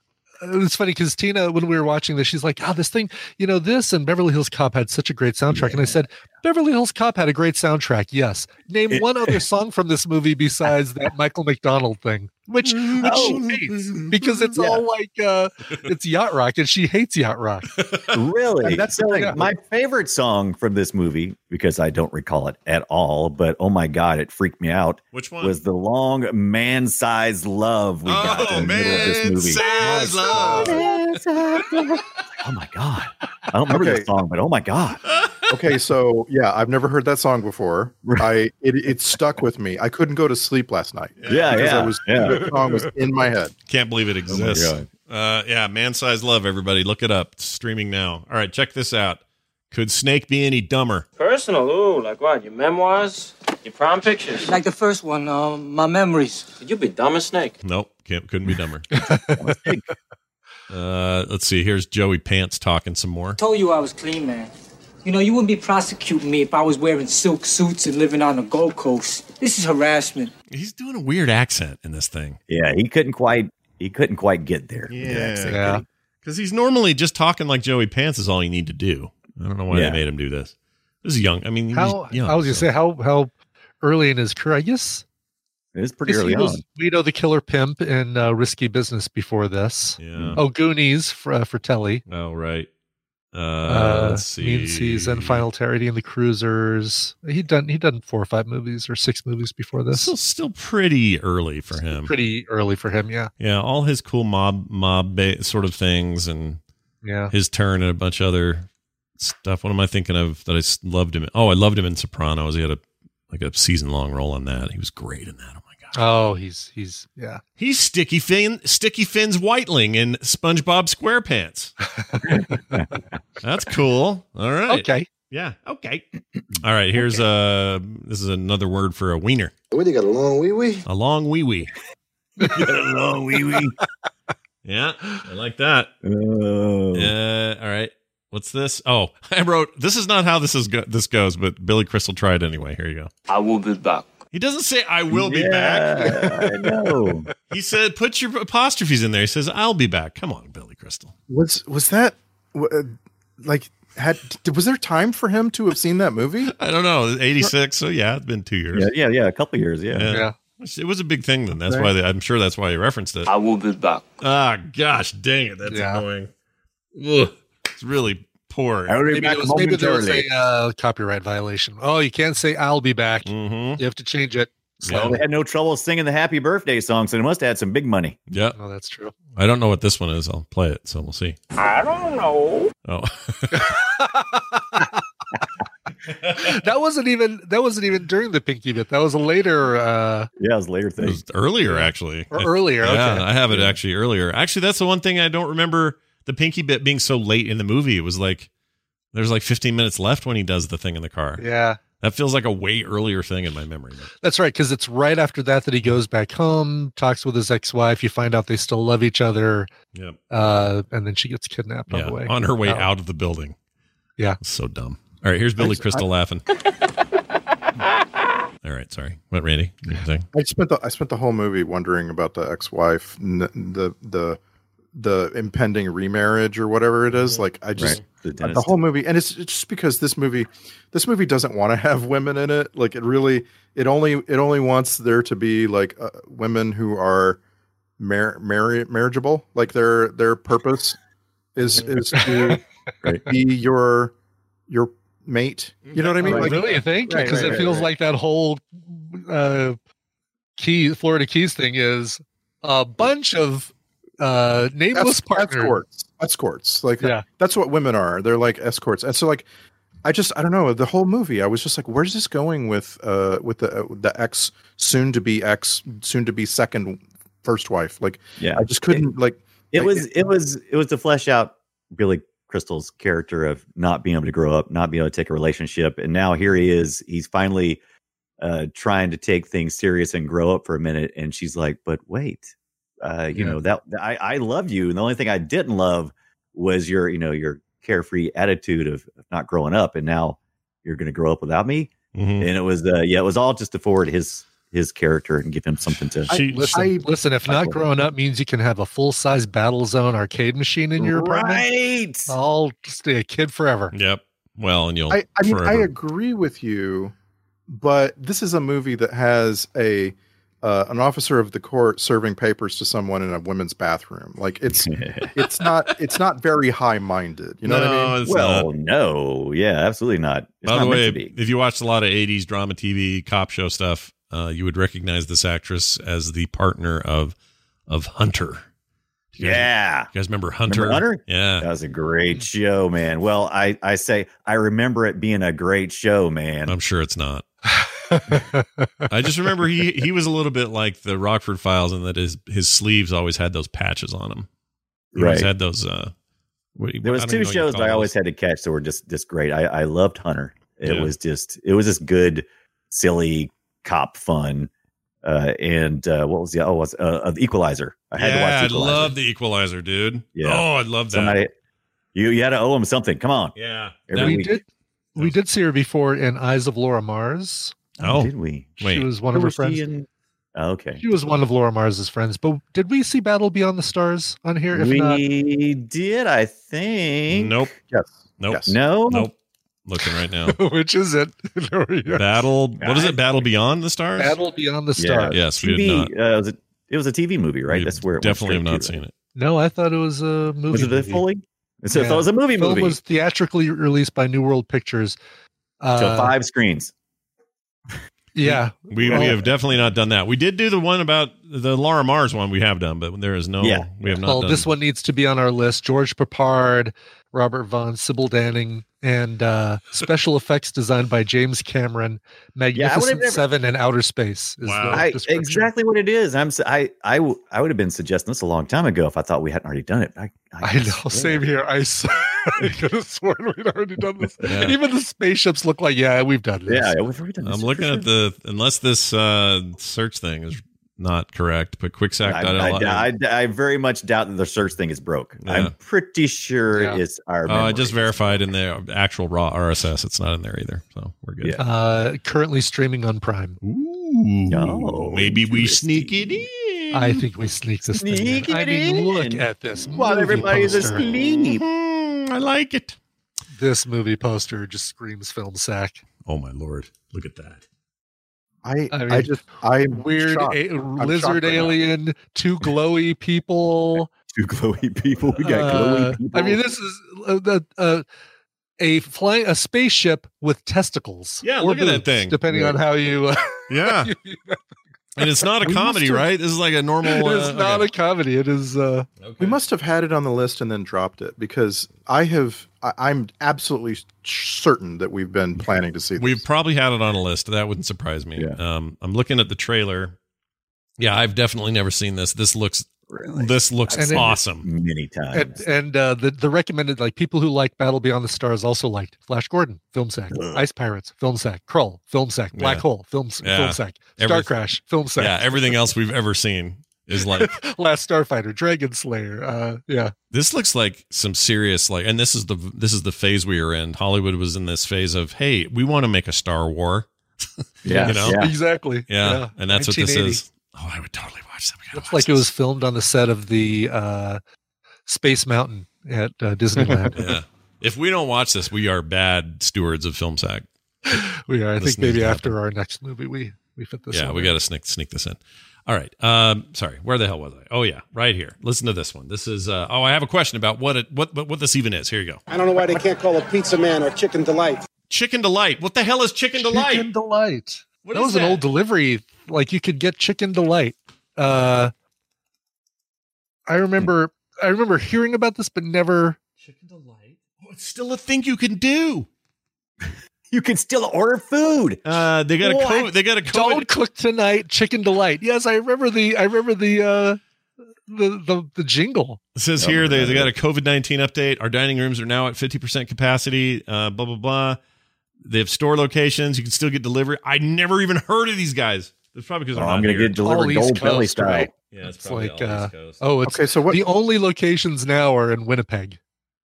[SPEAKER 6] it's funny because Tina, when we were watching this, she's like, oh, this thing, you know, this and Beverly Hills Cop had such a great soundtrack. And I said, Beverly Hills Cop had a great soundtrack. Yes. Name
[SPEAKER 5] It-
[SPEAKER 6] one other song from this movie besides that Michael McDonald thing, which, which she hates because it's all like, uh, it's yacht rock and she hates yacht rock.
[SPEAKER 5] Really?
[SPEAKER 6] And that's-
[SPEAKER 5] So, like,
[SPEAKER 6] yeah.
[SPEAKER 5] my favorite song from this movie, because I don't recall it at all, but oh my God, it freaked me out,
[SPEAKER 1] Which one?
[SPEAKER 5] was the long man sized love we got
[SPEAKER 1] Oh,
[SPEAKER 5] in the middle of this movie.
[SPEAKER 1] says love.
[SPEAKER 5] oh my God. I don't remember
[SPEAKER 3] Okay.
[SPEAKER 5] this song, but oh my God.
[SPEAKER 3] Okay, so yeah, I've never heard that song before. I it, it stuck with me. I couldn't go to sleep last night.
[SPEAKER 5] Yeah,
[SPEAKER 3] because
[SPEAKER 5] yeah.
[SPEAKER 3] I was
[SPEAKER 5] yeah.
[SPEAKER 3] the song was in my head.
[SPEAKER 1] Can't believe it
[SPEAKER 5] Oh my
[SPEAKER 1] exists.
[SPEAKER 5] God.
[SPEAKER 1] uh, yeah, man sized love, everybody. Look it up. It's streaming now. All right, check this out. Could Snake be any dumber?
[SPEAKER 9] Personal? Ooh, like what? Your memoirs? Your prom pictures?
[SPEAKER 10] Like the first one, uh, my memories.
[SPEAKER 9] Could you be dumb as snake?
[SPEAKER 1] Nope, can't, couldn't be dumber. uh, let's see. Here's Joey Pants talking some more.
[SPEAKER 10] Told you I was clean, man. You know, you wouldn't be prosecuting me if I was wearing silk suits and living on the Gold Coast. This is harassment.
[SPEAKER 1] He's doing a weird accent in this thing.
[SPEAKER 5] Yeah, he couldn't quite he couldn't quite get there. with that accent,
[SPEAKER 1] Yeah.
[SPEAKER 5] did
[SPEAKER 1] Because he's normally just talking like Joey Pants is all you need to do. I don't know why
[SPEAKER 5] Yeah.
[SPEAKER 1] they made him do this. This is young. I mean, he's
[SPEAKER 6] How
[SPEAKER 1] young.
[SPEAKER 6] I was gonna say how how early in his career? I guess
[SPEAKER 5] he? It was pretty
[SPEAKER 6] guess
[SPEAKER 5] early
[SPEAKER 6] he was
[SPEAKER 5] on.
[SPEAKER 6] Guido the Killer Pimp in uh, Risky Business before this.
[SPEAKER 1] Yeah.
[SPEAKER 6] Oh, Goonies for, uh, for Telly.
[SPEAKER 1] Oh, right. Uh,
[SPEAKER 6] Uh,
[SPEAKER 1] let's see.
[SPEAKER 6] Mean Season, Final Tardy, and the Cruisers. He done he done four or five movies or six movies before this.
[SPEAKER 1] Still, still pretty early for him.
[SPEAKER 6] Pretty early for him, yeah.
[SPEAKER 1] Yeah, all his cool mob mob ba- sort of things and
[SPEAKER 6] Yeah.
[SPEAKER 1] his turn and a bunch of other stuff. What am I thinking of that I s- loved him? in? Oh, I loved him in Sopranos. He had a like a season long role on that. He was great in that. Oh my god.
[SPEAKER 6] Oh, he's he's yeah.
[SPEAKER 1] He's Sticky Fin Sticky Finn's Whiteling in SpongeBob SquarePants. That's cool. All right.
[SPEAKER 6] Okay.
[SPEAKER 1] Yeah. Okay. All right. Here's uh this is another word for a wiener.
[SPEAKER 11] What do you got? A long wee wee?
[SPEAKER 1] A long wee wee.
[SPEAKER 5] Hello, wee wee.
[SPEAKER 1] Yeah, I like that.
[SPEAKER 5] Oh.
[SPEAKER 1] Uh, all right. What's this? Oh, I wrote this is not how this is go- this goes, but Billy Crystal tried anyway. Here you go.
[SPEAKER 9] I will be back.
[SPEAKER 1] He doesn't say I will be
[SPEAKER 5] Yeah,
[SPEAKER 1] back.
[SPEAKER 5] I know.
[SPEAKER 1] He said put your apostrophes in there. He says I'll be back. Come on, Billy Crystal.
[SPEAKER 3] Was was that wa- uh, like had was there time for him to have seen that movie?
[SPEAKER 1] I don't know. 86. So yeah, it's been 2 years.
[SPEAKER 5] Yeah, yeah, yeah. A couple years. Yeah.
[SPEAKER 1] Yeah.
[SPEAKER 6] Yeah. Uh,
[SPEAKER 1] It was a big thing then. That's why they, I'm sure that's why he referenced it.
[SPEAKER 9] I will be back.
[SPEAKER 1] Ah, gosh, dang it. That's
[SPEAKER 6] Yeah.
[SPEAKER 1] annoying. Ugh, it's really poor.
[SPEAKER 5] I already
[SPEAKER 6] Maybe,
[SPEAKER 5] back
[SPEAKER 6] it was, maybe there was
[SPEAKER 5] momentarily.
[SPEAKER 6] a uh, copyright violation. Oh, you can't say I'll be back.
[SPEAKER 1] Mm-hmm.
[SPEAKER 6] You have to change it.
[SPEAKER 1] Yeah.
[SPEAKER 5] They had no trouble singing the happy birthday song, so they must have had some big money.
[SPEAKER 1] Yeah.
[SPEAKER 6] Oh, that's true.
[SPEAKER 1] I don't know what this one is. I'll play it, so we'll see.
[SPEAKER 2] I don't know.
[SPEAKER 1] Oh,
[SPEAKER 6] that wasn't even that wasn't even during the pinky bit. That was a later uh
[SPEAKER 5] Yeah, it was a later
[SPEAKER 1] it
[SPEAKER 5] thing.
[SPEAKER 1] was earlier actually.
[SPEAKER 6] or earlier.
[SPEAKER 1] Yeah,
[SPEAKER 6] okay.
[SPEAKER 1] I have it actually earlier. Actually, that's the one thing I don't remember the pinky bit being so late in the movie. It was like there's like 15 minutes left when he does the thing in the car.
[SPEAKER 6] Yeah.
[SPEAKER 1] That feels like a way earlier thing in my memory.
[SPEAKER 6] That's right, because it's right after that that he goes back home, talks with his ex-wife. You find out they still love each other,
[SPEAKER 1] Yep.
[SPEAKER 6] uh, and then she gets kidnapped on
[SPEAKER 1] Yeah,
[SPEAKER 6] the way.
[SPEAKER 1] on her way
[SPEAKER 6] out.
[SPEAKER 1] out of the building.
[SPEAKER 6] Yeah.
[SPEAKER 1] So dumb. All right, here's Billy
[SPEAKER 3] just-
[SPEAKER 1] Crystal laughing. All right, sorry. What, Randy? You were saying?
[SPEAKER 3] I spent the I spent the whole movie wondering about the ex-wife, n- the the the impending remarriage or whatever it is. Like I just
[SPEAKER 5] Right. The
[SPEAKER 3] the
[SPEAKER 5] dentist.
[SPEAKER 3] whole movie, and it's, it's just because this movie this movie doesn't want to have women in it. Like it really it only it only wants there to be like uh, women who are mar- marri- marriageable. Like their their purpose is is to
[SPEAKER 5] Right.
[SPEAKER 3] be your your mate. You know what I mean?
[SPEAKER 6] Oh,
[SPEAKER 3] Like
[SPEAKER 6] really, you think?
[SPEAKER 5] Right,
[SPEAKER 6] Because
[SPEAKER 5] right,
[SPEAKER 6] it
[SPEAKER 5] right,
[SPEAKER 6] feels
[SPEAKER 5] right.
[SPEAKER 6] like that whole uh, key Florida Keys thing is a bunch of uh, nameless
[SPEAKER 3] That's
[SPEAKER 6] partners.
[SPEAKER 3] escorts escorts like
[SPEAKER 6] Yeah.
[SPEAKER 3] that's what women are they're like escorts and so like i just i don't know the whole movie i was just like where's this going with uh with the uh, the ex soon to be ex soon to be second first wife like
[SPEAKER 5] Yeah.
[SPEAKER 3] i just couldn't like
[SPEAKER 5] It was it was it was to flesh out Billy Crystal's character of not being able to grow up, not being able to take a relationship, and now here he is. He's finally uh, trying to take things serious and grow up for a minute. And she's like, "But wait, uh, you
[SPEAKER 6] Yeah.
[SPEAKER 5] know that I I love you, and the only thing I didn't love was your you know your carefree attitude of, of not growing up, and now you're going to grow up without me."
[SPEAKER 3] Mm-hmm.
[SPEAKER 6] Mm.
[SPEAKER 1] Mhm.
[SPEAKER 5] And it was uh, yeah, it was all just to forward his his character and give him something to.
[SPEAKER 1] She-
[SPEAKER 6] Listen,
[SPEAKER 3] I-
[SPEAKER 6] listen. If not growing up means you can have a full size Battle Zone arcade machine in your apartment,
[SPEAKER 5] right.
[SPEAKER 6] I'll stay a kid forever.
[SPEAKER 1] Yep. Well, and you'll
[SPEAKER 3] I, I mean, I
[SPEAKER 1] forever-
[SPEAKER 3] agree with you, but this is a movie that has a uh, an officer of the court serving papers to someone in a women's bathroom. Like it's it's not it's not very high minded. You know what I
[SPEAKER 1] No,
[SPEAKER 3] mean?
[SPEAKER 1] it's
[SPEAKER 5] well,
[SPEAKER 1] not.
[SPEAKER 5] no, yeah, absolutely not. It's
[SPEAKER 1] By
[SPEAKER 5] not
[SPEAKER 1] the way,
[SPEAKER 5] meant to be.
[SPEAKER 1] if you watched a lot of 80s drama TV, cop show stuff, uh, you would recognize this actress as the partner of of Hunter. You guys-
[SPEAKER 5] yeah,
[SPEAKER 1] You guys remember Hunter?
[SPEAKER 5] Remember Hunter?
[SPEAKER 1] Yeah.
[SPEAKER 5] that was a great show, man. Well, I I say I remember it being a great show, man.
[SPEAKER 1] I'm sure it's not. I just remember he he was a little bit like the Rockford Files in that his his sleeves always had those patches on them. He always
[SPEAKER 5] Right.
[SPEAKER 1] had those. Uh, what-
[SPEAKER 5] there was
[SPEAKER 1] I don't
[SPEAKER 5] two
[SPEAKER 1] even know what you
[SPEAKER 5] shows
[SPEAKER 1] call
[SPEAKER 5] that I
[SPEAKER 1] those.
[SPEAKER 5] always had to catch that were just just great. I I loved Hunter. It
[SPEAKER 1] Yeah.
[SPEAKER 5] was just it was just good, silly cop fun. Uh, and uh, what was the oh was uh, of Equalizer? I had
[SPEAKER 1] yeah,
[SPEAKER 5] to watch Equalizer.
[SPEAKER 1] I love the Equalizer, dude.
[SPEAKER 5] Yeah.
[SPEAKER 1] Oh, I love that.
[SPEAKER 5] Somebody, you you had to owe him something. Come on,
[SPEAKER 1] yeah.
[SPEAKER 5] Every
[SPEAKER 1] That-
[SPEAKER 6] We
[SPEAKER 5] week.
[SPEAKER 6] did we did see her before in Eyes of Laura Mars.
[SPEAKER 1] Oh,
[SPEAKER 5] did we?
[SPEAKER 6] She
[SPEAKER 1] Wait.
[SPEAKER 6] was one
[SPEAKER 5] Who
[SPEAKER 6] of her
[SPEAKER 5] was she
[SPEAKER 6] friends.
[SPEAKER 5] in? Oh, okay.
[SPEAKER 6] She was one of Laura Mars's friends. But did we see Battle Beyond the Stars on here? If
[SPEAKER 5] we
[SPEAKER 6] not,
[SPEAKER 5] did, I think.
[SPEAKER 1] Nope.
[SPEAKER 3] Yes.
[SPEAKER 1] Nope.
[SPEAKER 3] Yes.
[SPEAKER 5] No.
[SPEAKER 1] Nope. Looking right now.
[SPEAKER 6] which is it? No, yeah.
[SPEAKER 1] Battle. What is it? Battle Beyond the Stars.
[SPEAKER 6] Battle Beyond the
[SPEAKER 5] Yeah.
[SPEAKER 6] Stars.
[SPEAKER 1] Yes, we did
[SPEAKER 5] TV.
[SPEAKER 1] not.
[SPEAKER 5] Uh, was it, it was a TV movie, right?
[SPEAKER 1] We
[SPEAKER 5] That's where it
[SPEAKER 1] definitely have
[SPEAKER 5] went
[SPEAKER 1] not
[SPEAKER 5] straight
[SPEAKER 1] seen it.
[SPEAKER 6] No, I thought it was a movie.
[SPEAKER 5] to, Was it the
[SPEAKER 6] movie.
[SPEAKER 5] fully? So if
[SPEAKER 6] Yeah.
[SPEAKER 5] it was a movie
[SPEAKER 6] film
[SPEAKER 5] movie.
[SPEAKER 6] was theatrically released by New World Pictures. Uh,
[SPEAKER 5] so five screens.
[SPEAKER 6] Yeah,
[SPEAKER 1] We,
[SPEAKER 6] Well-
[SPEAKER 1] we have definitely not done that. We did do the one about the Laura Mars one. We have done, but there is no.
[SPEAKER 5] Yeah.
[SPEAKER 1] We have not.
[SPEAKER 6] well,
[SPEAKER 1] done
[SPEAKER 6] this one needs to be on our list. George Papard, Robert Vaughn, Sybil Danning, and uh, special effects designed by James Cameron. Magnificent
[SPEAKER 5] never-
[SPEAKER 6] Seven and Outer Space. Is
[SPEAKER 1] Wow.
[SPEAKER 6] the
[SPEAKER 5] I,
[SPEAKER 6] description.
[SPEAKER 5] exactly what it is. I'm. s- I. I. w- I would have been suggesting this a long time ago if I thought we hadn't already done it. I,
[SPEAKER 6] I know.
[SPEAKER 5] swear.
[SPEAKER 6] Same here. I, s- I could have sworn we'd already done this.
[SPEAKER 1] Yeah.
[SPEAKER 6] Even the spaceships look like, yeah, we've done this.
[SPEAKER 5] Yeah, we've already done this
[SPEAKER 1] I'm
[SPEAKER 5] for
[SPEAKER 1] looking
[SPEAKER 5] sure.
[SPEAKER 1] at the unless this uh, search thing is not correct, but
[SPEAKER 5] I,
[SPEAKER 1] quicksack.
[SPEAKER 5] I- I- I very much doubt that the search thing is broke.
[SPEAKER 1] Yeah.
[SPEAKER 5] I'm pretty sure
[SPEAKER 6] Yeah.
[SPEAKER 5] it's our.
[SPEAKER 1] Oh, I just
[SPEAKER 5] memory.
[SPEAKER 1] verified in the actual raw RSS. It's not in there either, so we're good.
[SPEAKER 5] Yeah.
[SPEAKER 6] Uh, currently streaming on Prime.
[SPEAKER 1] Ooh,
[SPEAKER 5] Oh,
[SPEAKER 1] maybe we
[SPEAKER 5] interesting.
[SPEAKER 1] sneak it in.
[SPEAKER 6] I think we sneak this thing.
[SPEAKER 5] Sneak
[SPEAKER 6] in. I
[SPEAKER 5] Mm. it
[SPEAKER 6] mean,
[SPEAKER 5] in.
[SPEAKER 6] look at this.
[SPEAKER 5] While
[SPEAKER 6] movie
[SPEAKER 5] everybody's
[SPEAKER 6] poster.
[SPEAKER 5] asleep.
[SPEAKER 1] Mm, I like it.
[SPEAKER 6] this movie poster just screams film sack.
[SPEAKER 1] Oh my lord! Look at that.
[SPEAKER 3] I,
[SPEAKER 6] I
[SPEAKER 3] I,
[SPEAKER 6] mean,
[SPEAKER 3] just, I'm
[SPEAKER 6] Weird
[SPEAKER 3] shocked.
[SPEAKER 6] a-
[SPEAKER 3] shocked right
[SPEAKER 6] lizard
[SPEAKER 3] now.
[SPEAKER 6] alien, two glowy people.
[SPEAKER 5] Two glowy people. We got
[SPEAKER 6] Uh,
[SPEAKER 5] glowy people.
[SPEAKER 6] I mean, this is uh, the- uh, a flying a spaceship with testicles.
[SPEAKER 1] Yeah,
[SPEAKER 6] or
[SPEAKER 1] look at that
[SPEAKER 6] boobs,
[SPEAKER 1] thing.
[SPEAKER 6] Depending on how you. Uh,
[SPEAKER 1] Yeah, and it's not a
[SPEAKER 6] We must
[SPEAKER 1] comedy,
[SPEAKER 6] have-
[SPEAKER 1] right? This is like a normal.
[SPEAKER 6] it's
[SPEAKER 1] uh,
[SPEAKER 6] not
[SPEAKER 1] okay.
[SPEAKER 6] a comedy. It is. Uh,
[SPEAKER 3] We must have had it on the list and then dropped it because I have. I, I'm absolutely certain that we've been planning to see. This.
[SPEAKER 1] We've probably had it on a list. That wouldn't surprise me.
[SPEAKER 5] Yeah.
[SPEAKER 1] Um, I'm looking at the trailer. Yeah, I've definitely never seen this. This looks
[SPEAKER 5] Really?
[SPEAKER 1] this looks
[SPEAKER 6] And it-
[SPEAKER 1] awesome.
[SPEAKER 5] many
[SPEAKER 6] and
[SPEAKER 5] times.
[SPEAKER 6] and uh, the the recommended like people who like Battle Beyond the Stars also liked Flash Gordon film sack, Ice Pirates film sack, Krull film sack, Black
[SPEAKER 1] Yeah.
[SPEAKER 6] Hole film s-
[SPEAKER 1] Yeah.
[SPEAKER 6] film sack, Star
[SPEAKER 1] Everyth-
[SPEAKER 6] Crash film sack,
[SPEAKER 1] yeah, everything else we've ever seen is like
[SPEAKER 6] Last Starfighter, Dragon Slayer. Uh, yeah,
[SPEAKER 1] this looks like some serious like and this is the this is the phase we were in. Hollywood was in this phase of, "Hey, we want to make a Star War."
[SPEAKER 5] yeah,
[SPEAKER 1] you know?
[SPEAKER 5] yeah.
[SPEAKER 6] exactly.
[SPEAKER 1] Yeah. And that's what this
[SPEAKER 6] 1980.
[SPEAKER 1] is. Oh, I would totally watch that. We gotta
[SPEAKER 6] Looks
[SPEAKER 1] watch
[SPEAKER 6] like it was
[SPEAKER 1] this.
[SPEAKER 6] filmed on the set of the uh, Space Mountain at uh, Disneyland.
[SPEAKER 1] Yeah. If we don't watch this, we are bad stewards of film sack.
[SPEAKER 6] we are. I
[SPEAKER 1] This
[SPEAKER 6] think maybe
[SPEAKER 1] needs to
[SPEAKER 6] after our next movie, we we fit this.
[SPEAKER 1] yeah,
[SPEAKER 6] one
[SPEAKER 1] we
[SPEAKER 6] in.
[SPEAKER 1] got to sneak sneak this in. All right. Um, sorry, where the hell was I? Oh yeah, right here. Listen to this one. This is. Uh, oh, I have a question about what it what what, what this even is. Here you go.
[SPEAKER 11] I don't know why they can't call it Pizza Man or Chicken Delight.
[SPEAKER 1] Chicken delight. What the hell is chicken delight?
[SPEAKER 6] Chicken delight.
[SPEAKER 1] What
[SPEAKER 6] that
[SPEAKER 1] is
[SPEAKER 6] was an old delivery. Like you could get chicken delight. Uh, I remember. I remember hearing about this, but never.
[SPEAKER 1] chicken delight. Oh, it's still a thing you can do.
[SPEAKER 5] You can still order food.
[SPEAKER 1] Uh, they got
[SPEAKER 5] What?
[SPEAKER 1] a COVID. They got a COVID.
[SPEAKER 6] Don't cook tonight, chicken delight. Yes, I remember the. I remember the. Uh, the the the jingle.
[SPEAKER 1] It says
[SPEAKER 5] Don't
[SPEAKER 1] here they,
[SPEAKER 5] remember
[SPEAKER 1] they got a
[SPEAKER 5] that.
[SPEAKER 1] COVID 19 update. Our dining rooms are now at 50% capacity, uh, blah, blah, blah. They have store locations. You can still get delivery. I never even heard of these guys. It's probably because
[SPEAKER 5] Oh,
[SPEAKER 1] they're not
[SPEAKER 5] I'm gonna
[SPEAKER 1] here.
[SPEAKER 5] get delivered
[SPEAKER 6] All East
[SPEAKER 5] gold belly
[SPEAKER 6] Coast,
[SPEAKER 5] style.
[SPEAKER 6] right?
[SPEAKER 1] Yeah, it's,
[SPEAKER 6] It's
[SPEAKER 1] probably
[SPEAKER 6] like,
[SPEAKER 1] all East
[SPEAKER 6] uh,
[SPEAKER 1] Coast.
[SPEAKER 6] Oh, it's
[SPEAKER 3] Okay, so what?
[SPEAKER 6] the only locations now are in Winnipeg.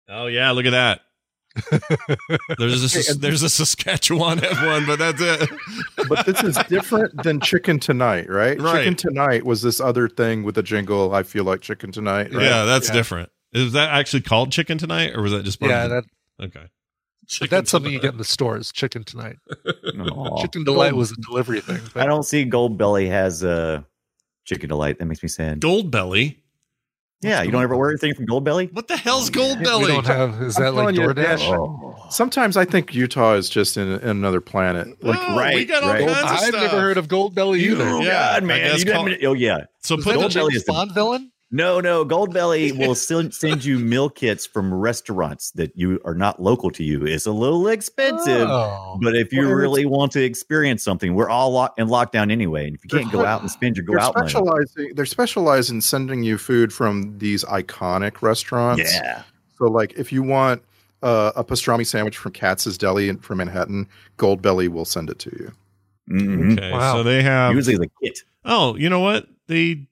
[SPEAKER 1] Oh yeah, look at that. there's a there's a Saskatchewan F1, but that's it.
[SPEAKER 3] but this is different than Chicken Tonight, right?
[SPEAKER 1] Right.
[SPEAKER 3] Chicken Tonight was this other thing with a jingle. I feel like Chicken Tonight. Right?
[SPEAKER 1] Yeah, that's
[SPEAKER 6] Yeah.
[SPEAKER 1] different. Is that actually called chicken tonight, or was that just part
[SPEAKER 6] Yeah,
[SPEAKER 1] of
[SPEAKER 6] that,
[SPEAKER 1] the- okay?
[SPEAKER 6] that's something you get in the stores. Chicken tonight.
[SPEAKER 5] Aw.
[SPEAKER 6] Chicken delight was a delivery thing. but-
[SPEAKER 5] I don't see gold belly has uh, chicken delight. That makes me sad.
[SPEAKER 1] Gold belly.
[SPEAKER 5] yeah, you don't ever order anything from gold belly.
[SPEAKER 1] What the hell's gold
[SPEAKER 6] We
[SPEAKER 1] belly?
[SPEAKER 6] don't have. Is
[SPEAKER 3] I'm
[SPEAKER 6] that
[SPEAKER 3] telling
[SPEAKER 6] like
[SPEAKER 3] you,
[SPEAKER 6] DoorDash?
[SPEAKER 3] Dash-
[SPEAKER 6] Oh.
[SPEAKER 3] Sometimes I think Utah is just in, in another planet. Like,
[SPEAKER 1] No, we
[SPEAKER 5] right,
[SPEAKER 1] got all
[SPEAKER 5] right.
[SPEAKER 1] kinds of
[SPEAKER 6] I've
[SPEAKER 1] stuff.
[SPEAKER 6] never heard of Gold Belly either.
[SPEAKER 5] Oh
[SPEAKER 1] Yeah,
[SPEAKER 5] God,
[SPEAKER 1] I
[SPEAKER 5] man!
[SPEAKER 1] guess
[SPEAKER 5] You didn't
[SPEAKER 1] call-
[SPEAKER 5] even- oh yeah.
[SPEAKER 1] So
[SPEAKER 6] Is
[SPEAKER 1] put
[SPEAKER 6] that the
[SPEAKER 5] Gold Belly
[SPEAKER 6] James
[SPEAKER 5] is the-
[SPEAKER 6] Bond villain?
[SPEAKER 5] No, no. Gold Belly will still send you meal kits from restaurants that you are not local to you. It's a little expensive,
[SPEAKER 6] Oh.
[SPEAKER 5] but if you
[SPEAKER 3] Well, it's-
[SPEAKER 5] really want to experience something, we're all lo- in lockdown anyway, and if you can't go out and spend your go
[SPEAKER 3] they're
[SPEAKER 5] out money,
[SPEAKER 3] specializing. They're specialized in sending you food from these iconic restaurants.
[SPEAKER 5] yeah,
[SPEAKER 3] So, like, if you want uh, a pastrami sandwich from Katz's Deli in, from Manhattan, Gold Belly will send it to you.
[SPEAKER 5] Mhm.
[SPEAKER 1] Okay,
[SPEAKER 6] Wow.
[SPEAKER 1] so they have.
[SPEAKER 5] usually the kit.
[SPEAKER 1] oh, you know what? They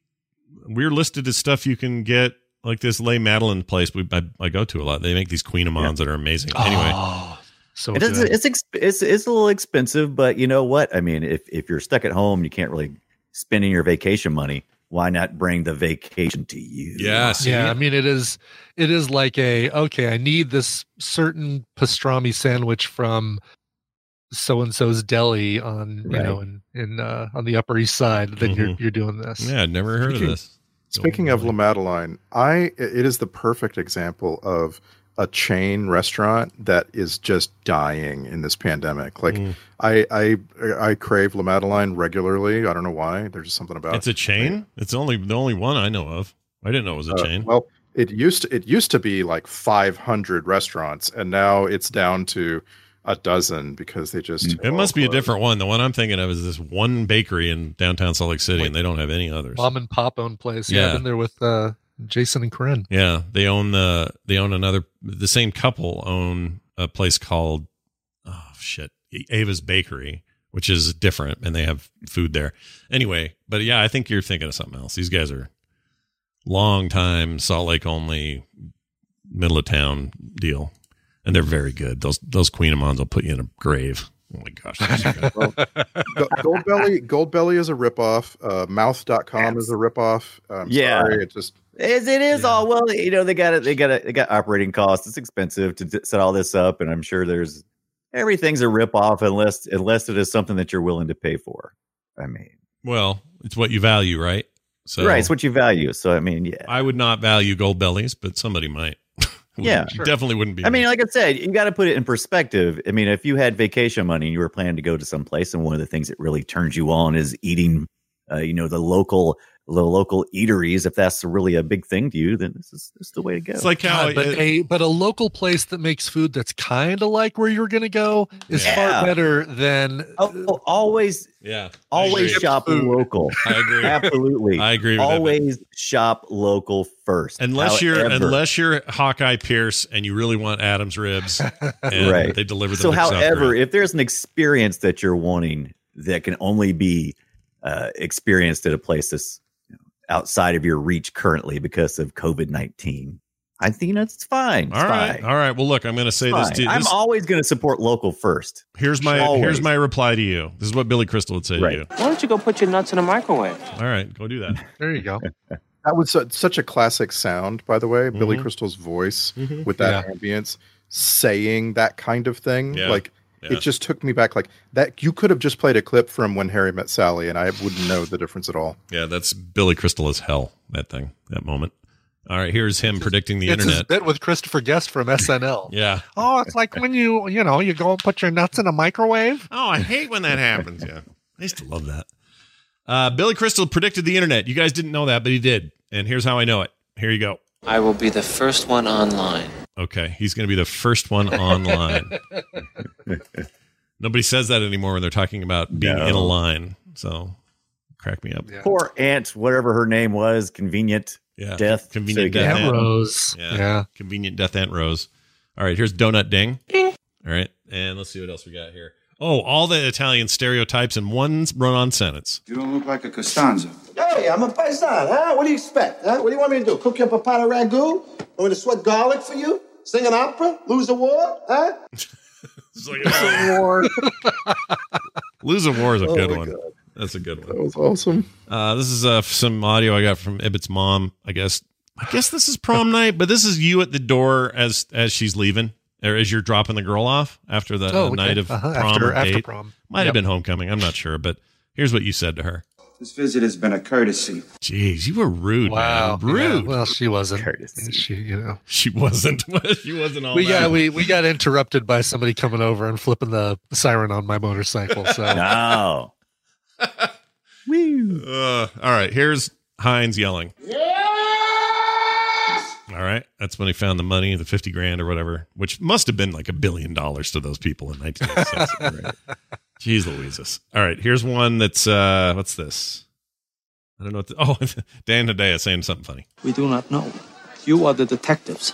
[SPEAKER 1] we're listed as stuff you can get like this Lay Madeline place we I, I go to a lot. They make these Queen Amans that are amazing. Anyway,
[SPEAKER 6] Oh, So
[SPEAKER 5] it is,
[SPEAKER 6] good.
[SPEAKER 5] it's, ex- it's it's a little expensive, but you know what? I mean, if if you're stuck at home, you can't really spending your vacation money. Why not bring the vacation to you?
[SPEAKER 1] Yes.
[SPEAKER 6] yeah. I mean, it is. It is like a okay. I need this certain pastrami sandwich from so and so's deli on you
[SPEAKER 3] Right.
[SPEAKER 6] know in in uh, on the Upper East Side. Then you're
[SPEAKER 3] Mhm.
[SPEAKER 6] you're doing this.
[SPEAKER 1] Mm-hmm. Yeah, I'd never heard
[SPEAKER 3] Speaking-
[SPEAKER 1] of this.
[SPEAKER 3] Speaking of La Madeleine, I it is the perfect example of a chain restaurant that is just dying in this pandemic. Like
[SPEAKER 1] Mm.
[SPEAKER 3] I, I I crave La Madeleine regularly. I don't know why. There's just something about
[SPEAKER 1] It's a chain. It's only the only one I know of. I didn't know it was a
[SPEAKER 3] Uh,
[SPEAKER 1] chain.
[SPEAKER 3] Well, it used to, it used to be like 500 restaurants, and now it's down to a dozen because they just
[SPEAKER 1] Mm.
[SPEAKER 3] Oh,
[SPEAKER 1] It must be a different one. The one I'm thinking of is this one bakery in downtown Salt Lake City, and they don't have any others.
[SPEAKER 6] Mom and pop owned place. Yeah,
[SPEAKER 1] Yeah.
[SPEAKER 6] I've been there with uh, Jason and Corinne.
[SPEAKER 1] Yeah, they own the they own another the same couple own a place called oh shit Ava's Bakery, which is different, and they have food there anyway. But yeah, I think you're thinking of something else. These guys are long time Salt Lake only middle of town deal, and they're very good. Those those Queen of Mons will put you in a grave. Oh my gosh, they're so good.
[SPEAKER 3] Go- Goldbelly Goldbelly is a ripoff. Uh, Mouth.com is a ripoff. Um,
[SPEAKER 5] Yeah.
[SPEAKER 3] sorry, it just
[SPEAKER 5] It's, it is all well, you know, they got it. They got it. They got operating costs. It's expensive to d- set all this up, and I'm sure there's everything's a rip off unless unless it is something that you're willing to pay for. I mean,
[SPEAKER 1] well, it's what you value, right? So
[SPEAKER 5] right? It's what you value. So I mean, yeah,
[SPEAKER 1] I would not value gold bellies, but somebody might.
[SPEAKER 5] Yeah.
[SPEAKER 1] Sure. definitely wouldn't be.
[SPEAKER 5] I mean, like I said, you got to put it in perspective. I mean, if you had vacation money and you were planning to go to some place, and one of the things that really turns you on is eating, uh, you know, the local the local eateries. If that's really a big thing to you, then this is this is the way to go.
[SPEAKER 1] It's like how
[SPEAKER 6] God, but
[SPEAKER 1] it-
[SPEAKER 6] a but a local place that makes food that's kind of like where you're gonna go is
[SPEAKER 5] Yeah.
[SPEAKER 6] far better than
[SPEAKER 5] Oh, always
[SPEAKER 1] yeah,
[SPEAKER 5] always shop local.
[SPEAKER 1] I agree.
[SPEAKER 5] Absolutely.
[SPEAKER 1] I agree with that,
[SPEAKER 5] Always shop local first.
[SPEAKER 1] Unless you're
[SPEAKER 5] However-
[SPEAKER 1] unless you're Hawkeye Pierce and you really want Adam's ribs, and
[SPEAKER 5] Right.
[SPEAKER 1] They deliver them.
[SPEAKER 5] so
[SPEAKER 1] to South
[SPEAKER 5] however,
[SPEAKER 1] Korea.
[SPEAKER 5] if there's an experience that you're wanting that can only be uh, experienced at a place that's you know, outside of your reach currently because of COVID nineteen, I think that's fine. It's
[SPEAKER 1] all right,
[SPEAKER 5] fine.
[SPEAKER 1] all right. Well, look, I'm going to say this
[SPEAKER 5] Fine.
[SPEAKER 1] to you.
[SPEAKER 5] I'm
[SPEAKER 1] This-
[SPEAKER 5] always going to support local first.
[SPEAKER 1] here's my
[SPEAKER 5] Always.
[SPEAKER 1] here's my reply to you. This is what Billy Crystal would say to you.
[SPEAKER 9] Why don't you go put your nuts in a microwave?
[SPEAKER 1] All right, go do that.
[SPEAKER 6] There you go.
[SPEAKER 3] That was su- such a classic sound, by the way. Billy
[SPEAKER 1] Mm-hmm.
[SPEAKER 3] Crystal's voice
[SPEAKER 6] Mhm.
[SPEAKER 3] with that ambience, saying that kind of thing.
[SPEAKER 1] Yeah.
[SPEAKER 3] Like
[SPEAKER 1] Yeah.
[SPEAKER 3] it just took me back. Like that, you could have just played a clip from When Harry Met Sally, and I wouldn't know the difference at all.
[SPEAKER 1] Yeah, that's Billy Crystal as hell. That thing, that moment. All right, here's him predicting the
[SPEAKER 6] it's his
[SPEAKER 1] internet.
[SPEAKER 6] bit with Christopher Guest from SNL.
[SPEAKER 1] Yeah.
[SPEAKER 7] Oh, it's like when you, you know, you go and put your nuts in a microwave.
[SPEAKER 1] Oh, I hate when that happens. Yeah. I used to love that. Uh, Billy Crystal predicted the internet. You guys didn't know that, but he did. And here's how I know it. Here you go.
[SPEAKER 12] I will be the first one online.
[SPEAKER 1] Okay, he's going to be the first one online. Nobody says that anymore when they're talking about being
[SPEAKER 5] No.
[SPEAKER 1] in a line. So, crack me up.
[SPEAKER 5] Poor aunt, whatever her name was, convenient
[SPEAKER 1] Yeah.
[SPEAKER 5] death.
[SPEAKER 1] Convenient
[SPEAKER 5] So you
[SPEAKER 1] death
[SPEAKER 5] can have-
[SPEAKER 1] aunt.
[SPEAKER 6] Rose.
[SPEAKER 1] Yeah.
[SPEAKER 6] Yeah.
[SPEAKER 1] Convenient death aunt Rose. All right, here's Donut Ding. All right, and let's see what else we got here. Oh, all the Italian stereotypes in one run-on sentence.
[SPEAKER 13] You don't look like a Costanza.
[SPEAKER 11] Hey, I'm a paisan, huh? What do you expect? Huh? What do you want me to do? Cook you up a pot of ragu? I'm going to sweat garlic for you? Sing an opera? Lose a war?
[SPEAKER 3] Uh,
[SPEAKER 11] Huh?
[SPEAKER 1] oh,
[SPEAKER 11] war.
[SPEAKER 1] Lose a war is a
[SPEAKER 3] Oh
[SPEAKER 1] good
[SPEAKER 3] my
[SPEAKER 1] one.
[SPEAKER 3] God.
[SPEAKER 1] That's a good one.
[SPEAKER 3] That was awesome.
[SPEAKER 1] Uh, this is uh, some audio I got from Ibbot's mom. I guess I guess this is prom night, but this is you at the door as as she's leaving or as you're dropping the girl off after the
[SPEAKER 6] Oh,
[SPEAKER 1] the night
[SPEAKER 6] okay.
[SPEAKER 1] of
[SPEAKER 6] Uh-huh.
[SPEAKER 1] prom.
[SPEAKER 6] After-
[SPEAKER 1] or
[SPEAKER 6] after
[SPEAKER 1] date.
[SPEAKER 6] prom.
[SPEAKER 1] Might have
[SPEAKER 6] Yep.
[SPEAKER 1] been homecoming. I'm not sure, but here's what you said to her.
[SPEAKER 13] This visit has been a courtesy.
[SPEAKER 1] Jeez, you were rude.
[SPEAKER 6] Wow.
[SPEAKER 1] man.
[SPEAKER 6] Yeah.
[SPEAKER 1] rude.
[SPEAKER 6] Well, she wasn't.
[SPEAKER 5] Courtesy.
[SPEAKER 6] She, you know,
[SPEAKER 1] She wasn't. she wasn't all
[SPEAKER 6] we
[SPEAKER 1] that.
[SPEAKER 6] got we, we got interrupted by somebody coming over and flipping the siren on my motorcycle. So
[SPEAKER 5] No. Woo.
[SPEAKER 1] Uh, all right, here's Heinz yelling. All right, that's when he found the money, the fifty grand or whatever, which must have been like a billion dollars to those people in 1986. right. Jeez Louises! All right, here's one that's uh, what's this? I don't know. What the, oh, Dan Hedaya saying something funny.
[SPEAKER 12] We do not know. You are the detectives.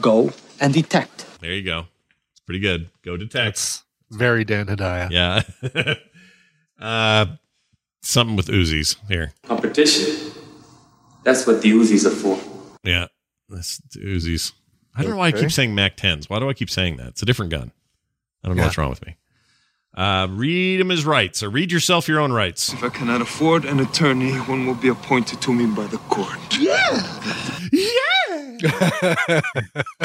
[SPEAKER 12] Go and detect.
[SPEAKER 1] There you go. It's pretty good. Go to tax.
[SPEAKER 6] very Dan Hedaya.
[SPEAKER 1] Yeah. uh, something with Uzis here.
[SPEAKER 14] Competition. That's what the Uzis are for.
[SPEAKER 1] Yeah, that's Uzis. I don't know why I keep saying Mac 10s. Why do I keep saying that? It's a different gun. I don't know what's wrong with me. Uh, read him his rights, or read yourself your own rights.
[SPEAKER 15] If I cannot afford an attorney, one will be appointed to me by the court.
[SPEAKER 16] Yeah!
[SPEAKER 6] yeah!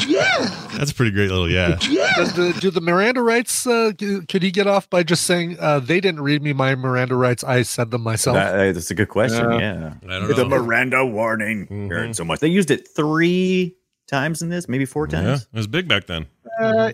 [SPEAKER 16] yeah!
[SPEAKER 1] That's a pretty great little yeah.
[SPEAKER 6] Does the, do the Miranda rights? Uh, g- could he get off by just saying uh, they didn't read me my Miranda rights? I said them myself.
[SPEAKER 5] That- uh, that's a good question. yeah.
[SPEAKER 1] I don't
[SPEAKER 5] With a
[SPEAKER 1] know.
[SPEAKER 5] Miranda warning.
[SPEAKER 1] Mm-hmm.
[SPEAKER 5] Heard so much. They used it three times in this, maybe four
[SPEAKER 1] Yeah,
[SPEAKER 5] times.
[SPEAKER 1] it was big back then.
[SPEAKER 3] Uh,
[SPEAKER 5] Yeah.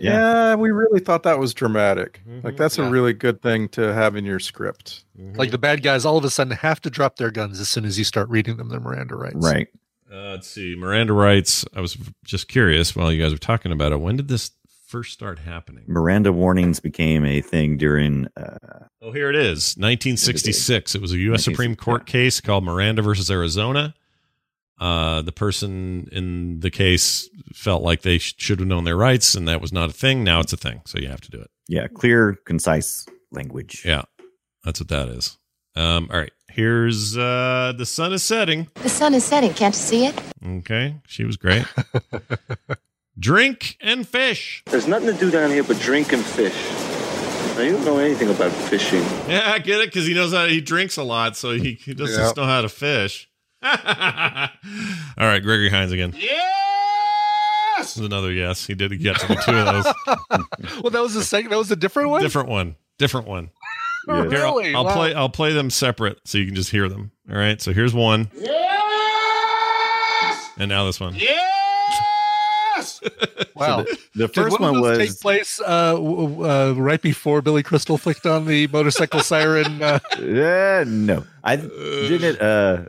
[SPEAKER 3] yeah. we really thought that was dramatic. Like
[SPEAKER 1] Mm-hmm.
[SPEAKER 3] that's
[SPEAKER 6] Yeah.
[SPEAKER 3] a really good thing to have in your script.
[SPEAKER 6] Like the bad guys, all of a sudden have to drop their guns as soon as you start reading them their Miranda rights.
[SPEAKER 5] Right.
[SPEAKER 1] Uh, let's see. Miranda writes. I was just curious while you guys were talking about it. When did this first start happening?
[SPEAKER 5] Miranda warnings became a thing during. Uh,
[SPEAKER 1] Oh, here it is. 1966. It was a U.S. Supreme Court case called Miranda versus Arizona. Uh, the person in the case felt like they sh- should have known their rights, and that was not a thing. Now it's a thing, so you have to do it.
[SPEAKER 5] yeah, clear, concise language.
[SPEAKER 1] Yeah, that's what that is. Um, all right, here's uh, the sun is setting.
[SPEAKER 17] The sun is setting. Can't you see it?
[SPEAKER 1] Okay, she was great. Drink and fish.
[SPEAKER 18] There's nothing to do down here but drink and fish. Now, you don't know anything about fishing.
[SPEAKER 1] Yeah, I get it because he knows how he drinks a lot, so he, he doesn't
[SPEAKER 18] Yeah.
[SPEAKER 1] just know how to fish. All right, Gregory Hines again. Yes. Another yes. He did get to the two of those.
[SPEAKER 6] well, that was the second. That was a different one.
[SPEAKER 1] Different one. Different one.
[SPEAKER 6] Oh,
[SPEAKER 1] Here, I'll-
[SPEAKER 6] really?
[SPEAKER 1] I'll,
[SPEAKER 6] Wow.
[SPEAKER 1] play. I'll play them separate so you can just hear them. All right. So here's one, and now this one.
[SPEAKER 6] Yes. wow.
[SPEAKER 5] So the- the
[SPEAKER 6] Did
[SPEAKER 5] first
[SPEAKER 6] of
[SPEAKER 5] one was-
[SPEAKER 6] those take place uh, w- w- uh, right before Billy Crystal flicked on the motorcycle siren. Uh,
[SPEAKER 5] Yeah, no,
[SPEAKER 1] Uh,
[SPEAKER 5] I didn't. it, Uh,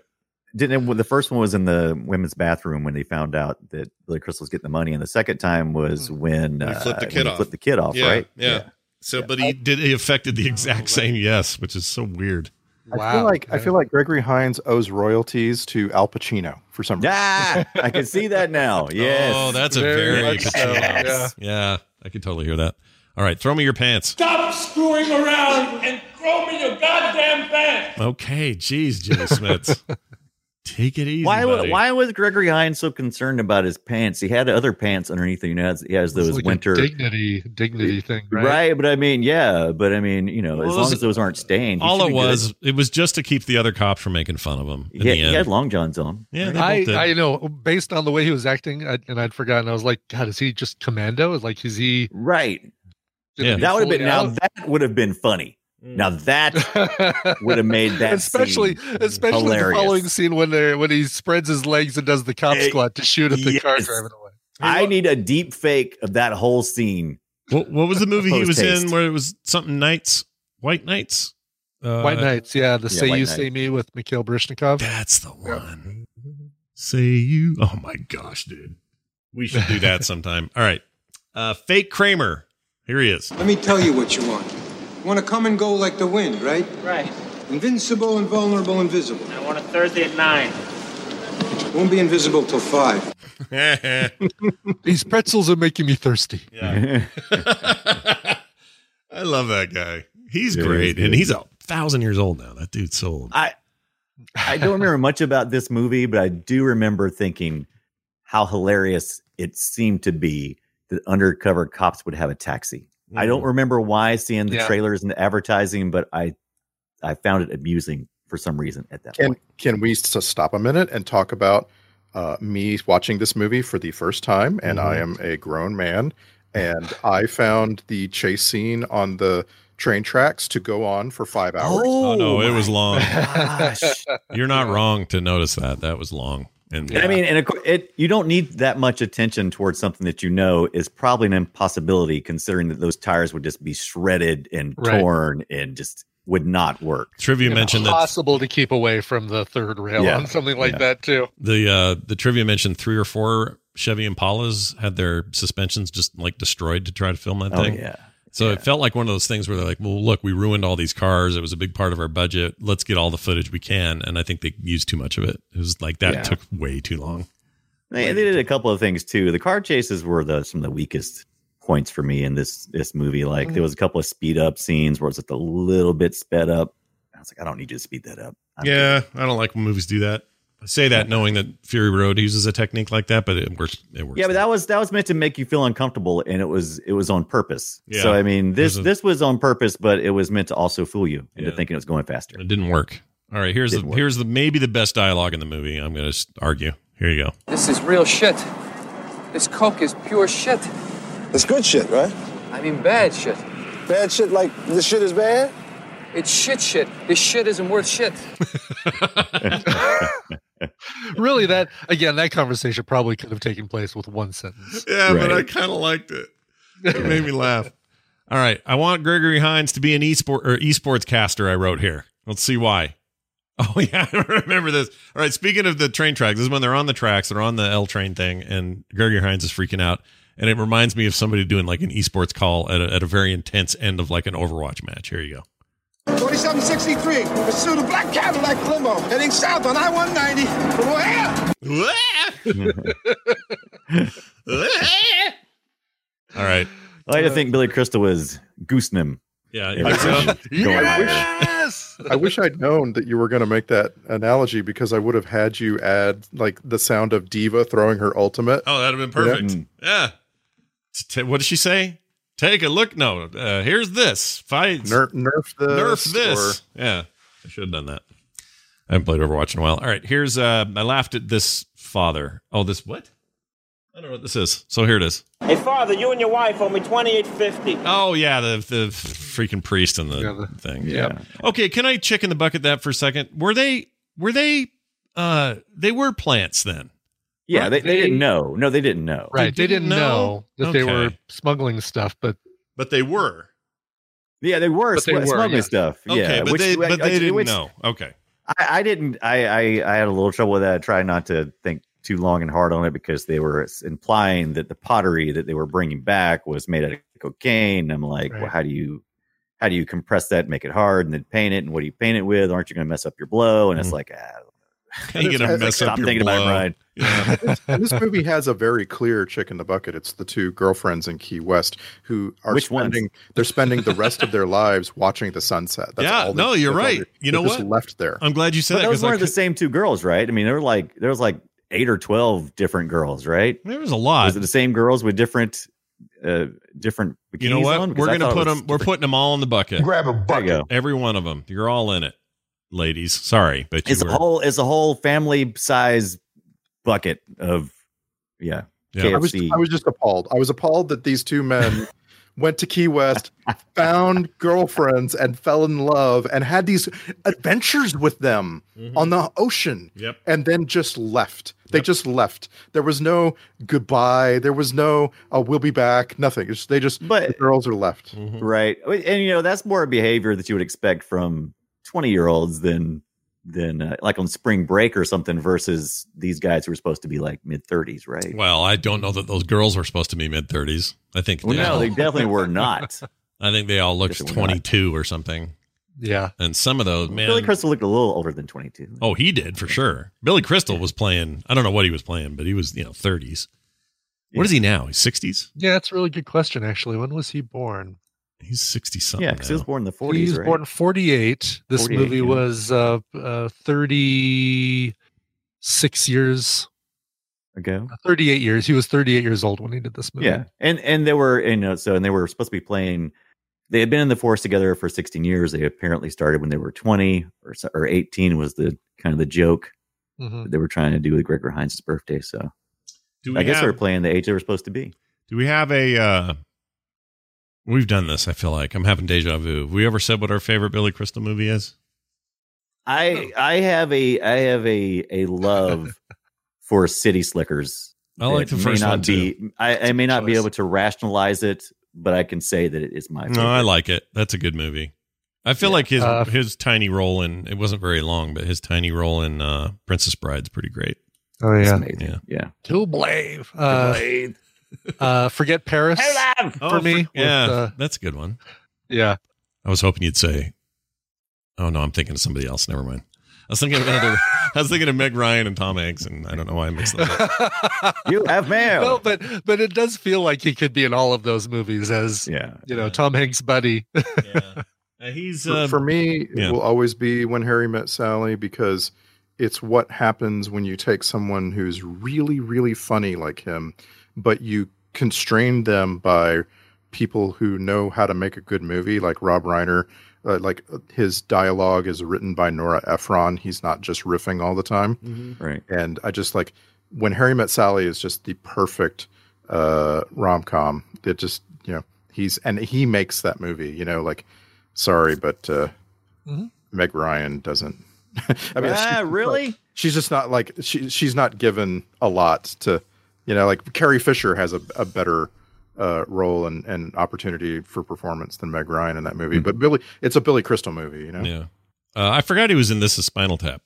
[SPEAKER 5] didn't it, well, the first one was in the women's bathroom when they found out that Billy Crystal was getting the money, and the second time was when
[SPEAKER 1] He
[SPEAKER 5] uh,
[SPEAKER 1] flipped the
[SPEAKER 5] when
[SPEAKER 1] kid
[SPEAKER 5] he
[SPEAKER 1] off.
[SPEAKER 5] Flipped the kid off,
[SPEAKER 1] Yeah,
[SPEAKER 5] right?
[SPEAKER 1] Yeah. So, but he did. He affected the
[SPEAKER 6] Oh,
[SPEAKER 1] exact same yes, which is so weird.
[SPEAKER 3] I feel like I feel like Gregory Hines owes royalties to Al Pacino for some reason.
[SPEAKER 5] Yeah, I can see that now. Yes.
[SPEAKER 1] Oh, that's a very,
[SPEAKER 3] Very
[SPEAKER 1] very
[SPEAKER 3] much so,
[SPEAKER 1] yeah. I could totally hear that. All right, throw me your pants.
[SPEAKER 16] Stop screwing around and throw me your goddamn pants.
[SPEAKER 1] Okay, jeez, Jimmy Smits. Take it easy.
[SPEAKER 5] Why, wa-
[SPEAKER 1] buddy.
[SPEAKER 5] why was Gregory Hines so concerned about his pants? He had other pants underneath. You know, he has, he has those
[SPEAKER 6] like a
[SPEAKER 5] winter
[SPEAKER 6] dignity, dignity thing,
[SPEAKER 5] right?
[SPEAKER 6] right?
[SPEAKER 5] But I mean, yeah, but I mean, you know,
[SPEAKER 1] Well,
[SPEAKER 5] as
[SPEAKER 1] those-
[SPEAKER 5] long as those aren't stained, he
[SPEAKER 1] All
[SPEAKER 5] should
[SPEAKER 1] it
[SPEAKER 5] be good.
[SPEAKER 1] was, it was just to keep the other cops from making fun of him. In
[SPEAKER 5] Yeah,
[SPEAKER 1] the
[SPEAKER 5] he
[SPEAKER 1] end.
[SPEAKER 5] had long johns on.
[SPEAKER 1] Yeah, they
[SPEAKER 6] I,
[SPEAKER 1] both did.
[SPEAKER 6] I know based on the way he was acting, I, and I'd forgotten. I was like, God, is he just commando? Like, is he
[SPEAKER 5] right?
[SPEAKER 1] Yeah.
[SPEAKER 5] That would have been
[SPEAKER 6] Fully
[SPEAKER 5] now.
[SPEAKER 6] out?
[SPEAKER 5] That would have been funny.
[SPEAKER 1] Mm.
[SPEAKER 5] Now that would have made that
[SPEAKER 6] especially
[SPEAKER 5] scene
[SPEAKER 6] especially
[SPEAKER 5] hilarious.
[SPEAKER 6] the following scene when they when he spreads his legs and does the cop
[SPEAKER 5] Eh,
[SPEAKER 6] squat to shoot at the car
[SPEAKER 5] yes.
[SPEAKER 6] driving away.
[SPEAKER 5] I need a deep fake of that whole scene.
[SPEAKER 1] What, what was the movie he was
[SPEAKER 5] Post-haste.
[SPEAKER 1] in where it was something Knights, White Knights, uh,
[SPEAKER 6] White Knights, yeah, the
[SPEAKER 1] yeah,
[SPEAKER 6] Say
[SPEAKER 1] White
[SPEAKER 6] You
[SPEAKER 1] Knight.
[SPEAKER 6] Say Me with Mikhail Baryshnikov.
[SPEAKER 1] That's the one. Say you. Oh my gosh, dude. We should do that sometime. All right. Uh, fake Kramer. Here he is.
[SPEAKER 11] Let me tell you what you want. You want to come and go like the wind, right?
[SPEAKER 9] Right.
[SPEAKER 11] Invincible, invulnerable, invisible.
[SPEAKER 9] I want a Thursday at 9.
[SPEAKER 11] Won't be invisible till five.
[SPEAKER 6] These pretzels are making me thirsty.
[SPEAKER 1] Yeah. I love that guy. He's
[SPEAKER 5] Yeah, he's
[SPEAKER 1] great.
[SPEAKER 5] good.
[SPEAKER 1] and he's a thousand years old now. That dude's so old.
[SPEAKER 5] I I don't remember much about this movie, but I do remember thinking how hilarious it seemed to be that undercover cops would have a taxi. I
[SPEAKER 1] Mm.
[SPEAKER 5] don't remember why seeing the
[SPEAKER 3] Yeah.
[SPEAKER 5] trailers and the advertising, but I I found it amusing for some reason at that
[SPEAKER 3] Can
[SPEAKER 5] point.
[SPEAKER 3] can we s- stop a minute and talk about uh, me watching this movie for the first time? And I am
[SPEAKER 1] Mm-hmm.
[SPEAKER 3] a grown man, and I found the chase scene on the train tracks to go on for five hours.
[SPEAKER 1] Oh, no, it was long.
[SPEAKER 5] Gosh.
[SPEAKER 1] You're not wrong to notice that. That was long. And
[SPEAKER 5] And I mean, and of cour- it you don't need that much attention towards something that you know is probably an impossibility, considering that those tires would just be shredded and
[SPEAKER 6] Right.
[SPEAKER 5] torn and just would not work.
[SPEAKER 1] trivia mentioned that
[SPEAKER 6] Impossible to keep away from the third rail
[SPEAKER 5] Yeah.
[SPEAKER 6] on something like
[SPEAKER 5] Yeah.
[SPEAKER 6] that too.
[SPEAKER 1] the uh the trivia mentioned three or four Chevy Impalas had their suspensions just like destroyed to try to film that
[SPEAKER 5] Oh,
[SPEAKER 1] thing.
[SPEAKER 5] yeah.
[SPEAKER 1] So it felt like one of those things where they're like, "Well, look, we ruined all these cars. It was a big part of our budget. Let's get all the footage we can." And I think they used too much of it. It was like that
[SPEAKER 5] Yeah.
[SPEAKER 1] took way too long.
[SPEAKER 5] They, they did a couple of things too. The car chases were the some of the weakest points for me in this this movie. Like there was a couple of speed up scenes where it's just a little bit sped up. I was like, I don't need you to speed that up.
[SPEAKER 1] yeah, I don't like when movies do that. I say that knowing that Fury Road uses a technique like that, but it works. It works.
[SPEAKER 5] Yeah, but that was that was meant to make you feel uncomfortable, and it was it was on purpose.
[SPEAKER 1] Yeah.
[SPEAKER 5] So I mean, this
[SPEAKER 1] There's a-
[SPEAKER 5] this was on purpose, but it was meant to also fool you into
[SPEAKER 1] Yeah.
[SPEAKER 5] thinking it was going faster.
[SPEAKER 1] It didn't work. All right, here's the,
[SPEAKER 5] Didn't work.
[SPEAKER 1] here's the maybe the best dialogue in the movie. I'm going to argue. Here you go.
[SPEAKER 19] This is real shit. This coke is pure shit.
[SPEAKER 11] It's good shit, right?
[SPEAKER 19] I mean, bad shit.
[SPEAKER 11] Bad shit like this shit is bad?
[SPEAKER 19] It's shit shit. This shit isn't worth shit.
[SPEAKER 6] really, that again, that conversation probably could have taken place with one sentence.
[SPEAKER 1] Yeah, but I kind of liked it. It made me laugh. All right, I want Gregory Hines to be an esport or esports caster. I wrote here. Let's see why. Oh yeah, I remember this. All right, speaking of the train tracks, this is when they're on the tracks, they're on the L train thing, and Gregory Hines is freaking out. And it reminds me of somebody doing like an esports call at a, at a very intense end of like an Overwatch match. Here you go.
[SPEAKER 11] 2763, pursue the black Cadillac limo, heading south on I-190.
[SPEAKER 1] All right.
[SPEAKER 5] I
[SPEAKER 1] uh,
[SPEAKER 5] like to think Billy Crystal was goosenim.
[SPEAKER 1] Yeah, uh,
[SPEAKER 5] Every time he was going
[SPEAKER 3] I
[SPEAKER 5] there.
[SPEAKER 3] wish, I wish I'd known that you were going to make that analogy because I would have had you add like the sound of Diva throwing her ultimate.
[SPEAKER 1] Oh, that'd have been
[SPEAKER 3] You know?
[SPEAKER 1] perfect. Yeah. T- what does she say? Take a look. No, uh, here's this. Fight.
[SPEAKER 3] Nerf, nerf this.
[SPEAKER 1] Nerf this. Yeah, I should have done that. I haven't played Overwatch in a while. All right, here's. Uh, I laughed at this father. Oh, this what? I don't know what this is. So here it is.
[SPEAKER 20] Hey, father, you and your wife owe me twenty-eight fifty.
[SPEAKER 1] Oh yeah, the the freaking priest and the, thing.
[SPEAKER 20] yeah.
[SPEAKER 1] Okay, can I check in the bucket that for a second? Were they were they uh they were plants then?
[SPEAKER 5] Yeah, they, they didn't know. No, they didn't know.
[SPEAKER 6] Right. They didn't, know, that they
[SPEAKER 1] Okay.
[SPEAKER 6] were smuggling stuff, but
[SPEAKER 1] But they were.
[SPEAKER 5] Yeah, they were,
[SPEAKER 6] But they
[SPEAKER 5] sm-
[SPEAKER 6] were,
[SPEAKER 5] smuggling
[SPEAKER 6] yeah.
[SPEAKER 5] stuff.
[SPEAKER 1] Okay,
[SPEAKER 5] yeah,
[SPEAKER 1] but they but
[SPEAKER 5] I- I-
[SPEAKER 1] they didn't
[SPEAKER 5] which-
[SPEAKER 1] know. Okay.
[SPEAKER 5] I, I didn't. I, I I had a little trouble with that. I tried not to think too long and hard on it because they were implying that the pottery that they were bringing back was made out of cocaine. I'm like, well, how do you how do you compress that, and make it hard, and then paint it? And what do you paint it with? Aren't you going to mess up your blow? And it's like, ah,
[SPEAKER 1] You're gonna mess
[SPEAKER 5] It's like,
[SPEAKER 1] Mm-hmm. up
[SPEAKER 5] stop
[SPEAKER 1] your
[SPEAKER 5] thinking about
[SPEAKER 1] blow.
[SPEAKER 5] it, Ryan.
[SPEAKER 3] and this movie has a very clear chick in the bucket. It's the two girlfriends in Key West who are
[SPEAKER 5] Which ones?
[SPEAKER 3] spending they're spending the rest of their lives watching the sunset.
[SPEAKER 1] Yeah,
[SPEAKER 3] all they-
[SPEAKER 1] no, you're
[SPEAKER 3] that's all
[SPEAKER 1] right.
[SPEAKER 3] they-
[SPEAKER 1] You
[SPEAKER 3] they're
[SPEAKER 1] know
[SPEAKER 3] just
[SPEAKER 1] what?
[SPEAKER 3] Left there.
[SPEAKER 1] I'm glad you said
[SPEAKER 5] But
[SPEAKER 1] that
[SPEAKER 5] those
[SPEAKER 1] because
[SPEAKER 5] weren't the same two girls, right? I mean, there were like there was like eight or twelve different girls, right?
[SPEAKER 1] There was a lot.
[SPEAKER 5] Was it the same girls with different, uh, different?
[SPEAKER 1] You know
[SPEAKER 5] bikinis
[SPEAKER 1] what?
[SPEAKER 5] on? Because
[SPEAKER 1] We're
[SPEAKER 5] I
[SPEAKER 1] gonna
[SPEAKER 5] thought it
[SPEAKER 1] put
[SPEAKER 5] was
[SPEAKER 1] them. We're putting them all in the bucket.
[SPEAKER 5] Grab a There you bucket. go.
[SPEAKER 1] Every one of them. You're all in it, ladies. Sorry, but you
[SPEAKER 5] it's a
[SPEAKER 1] were-
[SPEAKER 5] whole it's a whole family size bucket of yeah,
[SPEAKER 3] I was
[SPEAKER 5] KFC.
[SPEAKER 3] I was just appalled. I was appalled that these two men went to Key West, found girlfriends, and fell in love, and had these adventures with them
[SPEAKER 1] Mm-hmm.
[SPEAKER 3] on the ocean.
[SPEAKER 1] Yep.
[SPEAKER 3] And then just left. They just left. There was no goodbye. There was no oh, we'll be back. Nothing. It's- they just the girls are left.
[SPEAKER 5] right? And you know that's more behavior that you would expect from twenty year olds than than uh, like on spring break or something versus these guys who are supposed to be like mid thirties, right?
[SPEAKER 1] Well, I don't know that those girls were supposed to be mid 30s. I think
[SPEAKER 5] Well, no,
[SPEAKER 1] all-
[SPEAKER 5] they definitely were not.
[SPEAKER 1] I think they all looked 22 or something.
[SPEAKER 6] Yeah.
[SPEAKER 1] And some of those, man.
[SPEAKER 5] Billy Crystal looked a little older than twenty two.
[SPEAKER 1] Oh, he did for sure. Billy Crystal was playing. I don't know what he was playing, but he was you know 30s. What is he now? He's 60s.
[SPEAKER 6] yeah, that's a really good question, actually. When was he born?
[SPEAKER 1] He's 60 something.
[SPEAKER 5] Yeah, because he was born in the
[SPEAKER 6] he
[SPEAKER 5] forties,
[SPEAKER 6] was
[SPEAKER 5] right?
[SPEAKER 6] born 48. This
[SPEAKER 5] 48,
[SPEAKER 6] movie
[SPEAKER 5] yeah.
[SPEAKER 6] was uh, uh, 36 years
[SPEAKER 5] ago.
[SPEAKER 6] 38 years. He was 38 years old when he did this movie.
[SPEAKER 5] Yeah, and and they were you know so and they were supposed to be playing. They had been in the force together for 16 years. They apparently started when they were 20 or so, or 18 was the kind of the joke
[SPEAKER 6] Mm-hmm.
[SPEAKER 1] Mhm.
[SPEAKER 5] that they were trying to do with Gregor Hines' birthday. So
[SPEAKER 1] Do
[SPEAKER 5] I
[SPEAKER 1] we
[SPEAKER 5] guess they
[SPEAKER 1] have-
[SPEAKER 5] were playing the age they were supposed to be.
[SPEAKER 1] Do we have a? uh We've done this. I feel like I'm having deja vu. Have we ever said what our favorite Billy Crystal movie is?
[SPEAKER 5] I
[SPEAKER 1] Oh.
[SPEAKER 5] I have a I have a a love for city slickers.
[SPEAKER 1] I like
[SPEAKER 5] that
[SPEAKER 1] the
[SPEAKER 5] may
[SPEAKER 1] first
[SPEAKER 5] not
[SPEAKER 1] one,
[SPEAKER 5] be,
[SPEAKER 1] too.
[SPEAKER 5] I, I may not be able to rationalize it, but I can say that it is my.
[SPEAKER 1] No, I
[SPEAKER 5] favorite.
[SPEAKER 1] like it. That's a good movie. I feel like his
[SPEAKER 5] Uh,
[SPEAKER 1] his tiny role in it wasn't very long, but his tiny role in uh, Princess Bride's pretty great.
[SPEAKER 6] Oh,
[SPEAKER 5] It's
[SPEAKER 6] yeah.
[SPEAKER 5] amazing.
[SPEAKER 1] Yeah.
[SPEAKER 5] yeah.
[SPEAKER 6] Too blave. Uh, uh, forget Paris for
[SPEAKER 1] Oh,
[SPEAKER 6] me. with,
[SPEAKER 1] yeah,
[SPEAKER 6] uh,
[SPEAKER 1] that's a good one.
[SPEAKER 6] yeah.
[SPEAKER 1] I was hoping you'd say, "Oh no, I'm thinking of somebody else." Never mind. I was thinking of another. I was thinking of Meg Ryan and Tom Hanks, and I don't know why I mixed them up.
[SPEAKER 5] you have mail.
[SPEAKER 6] No, but but it does feel like he could be in all of those movies as
[SPEAKER 5] yeah,
[SPEAKER 6] you know, Tom Hanks' buddy.
[SPEAKER 1] he's
[SPEAKER 6] Uh,
[SPEAKER 3] for, for me,
[SPEAKER 1] yeah.
[SPEAKER 3] it will always be when Harry met Sally because it's what happens when you take someone who's really really funny like him, but you constrain them by people who know how to make a good movie, like Rob Reiner. Uh, like uh, his dialogue is written by Nora Ephron. He's not just riffing all the time,
[SPEAKER 5] Mhm. Right.
[SPEAKER 3] and I just like when Harry Met Sally is just the perfect uh, rom com. It just you know he's and he makes that movie. You know, like sorry, but uh,
[SPEAKER 6] Mhm.
[SPEAKER 3] Meg Ryan doesn't. I mean,
[SPEAKER 5] Ah,
[SPEAKER 3] she-
[SPEAKER 5] really?
[SPEAKER 3] like, she's just not like she. She's not given a lot to, you know, like Carrie Fisher has a, a better uh, role and, and opportunity for performance than Meg Ryan in that movie. But Billy, it's a Billy Crystal movie, you know.
[SPEAKER 1] Yeah. Uh, I forgot he was in this is Spinal Tap.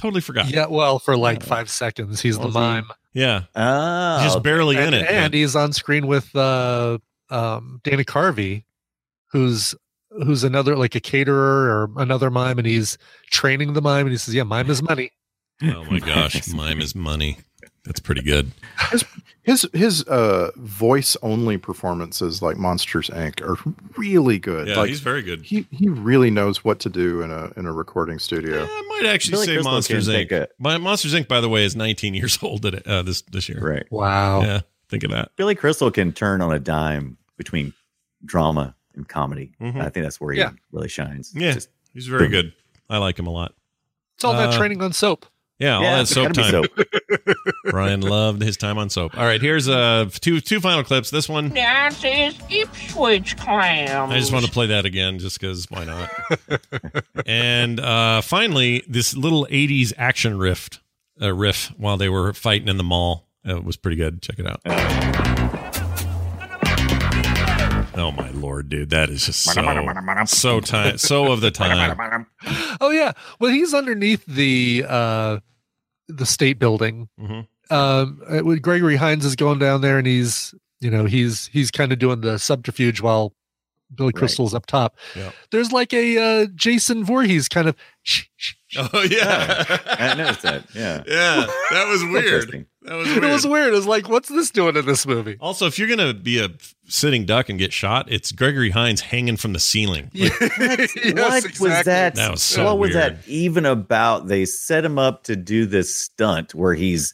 [SPEAKER 1] Totally forgot.
[SPEAKER 6] Yeah, well, for like five seconds, he's the mime.
[SPEAKER 1] Yeah.
[SPEAKER 5] Oh,
[SPEAKER 1] just barely in
[SPEAKER 6] and,
[SPEAKER 1] it.
[SPEAKER 6] and he's on screen with uh, um, Dana Carvey, who's who's another like a caterer or another mime, and he's training the mime, and he says, "Yeah, mime is money."
[SPEAKER 1] oh my gosh, mime is money. That's pretty good.
[SPEAKER 3] His his uh, voice only performances like Monsters Inc. are really good.
[SPEAKER 1] Yeah,
[SPEAKER 3] like,
[SPEAKER 1] he's very good.
[SPEAKER 3] He he really knows what to do in a in a recording studio.
[SPEAKER 1] I might actually
[SPEAKER 5] Billy
[SPEAKER 1] say
[SPEAKER 5] Crystal
[SPEAKER 1] Monsters
[SPEAKER 5] can take
[SPEAKER 1] Inc. My Monsters Inc. By the way, is 19 years old today, uh, this this year.
[SPEAKER 5] Right.
[SPEAKER 6] Wow.
[SPEAKER 1] Yeah. Think of that.
[SPEAKER 5] Billy Crystal can turn on a dime between drama and comedy.
[SPEAKER 1] Mhm.
[SPEAKER 5] I think that's where he
[SPEAKER 6] Mm-hmm. Yeah.
[SPEAKER 5] really shines.
[SPEAKER 1] Yeah,
[SPEAKER 5] Just-
[SPEAKER 1] he's very
[SPEAKER 5] boom.
[SPEAKER 1] good. I like him a lot.
[SPEAKER 6] It's all that
[SPEAKER 1] Uh,
[SPEAKER 6] training on soap.
[SPEAKER 1] Yeah, all
[SPEAKER 5] Yeah,
[SPEAKER 1] that
[SPEAKER 5] it's
[SPEAKER 1] soap
[SPEAKER 5] gotta be
[SPEAKER 1] time.
[SPEAKER 5] soap.
[SPEAKER 1] Ryan loved his time on soap. All right, here's uh two two final clips. This one,
[SPEAKER 2] The answer is Ipswich clams.
[SPEAKER 1] I just want to play that again, just because why not? and uh finally, this little '80s action riff, uh, riff while they were fighting in the mall. Uh, It was pretty good. Check it out. Oh my lord, dude, that is just so so time so of the time.
[SPEAKER 6] Oh yeah. Well, he's underneath the uh, the state building.
[SPEAKER 1] Mhm.
[SPEAKER 5] Mm-hmm.
[SPEAKER 6] Um, uh, when Gregory Hines is going down there, and he's you know he's he's kind of doing the subterfuge while Billy Crystal's up top.
[SPEAKER 1] Yeah.
[SPEAKER 6] There's like a uh, Jason Voorhees kind of. shh, shh, shh.
[SPEAKER 1] Oh yeah,
[SPEAKER 5] I noticed that. Yeah.
[SPEAKER 1] yeah, that was weird.
[SPEAKER 5] Interesting.
[SPEAKER 1] That was
[SPEAKER 6] It
[SPEAKER 1] weird.
[SPEAKER 6] was weird. It was like, what's this doing in this movie?
[SPEAKER 1] Also, if you're gonna be a sitting duck and get shot, it's Gregory Hines hanging from the ceiling. Like,
[SPEAKER 6] Yes,
[SPEAKER 5] what was
[SPEAKER 6] exactly.
[SPEAKER 5] that?
[SPEAKER 1] That was so
[SPEAKER 5] what was
[SPEAKER 1] weird.
[SPEAKER 5] that even about? They set him up to do this stunt where he's,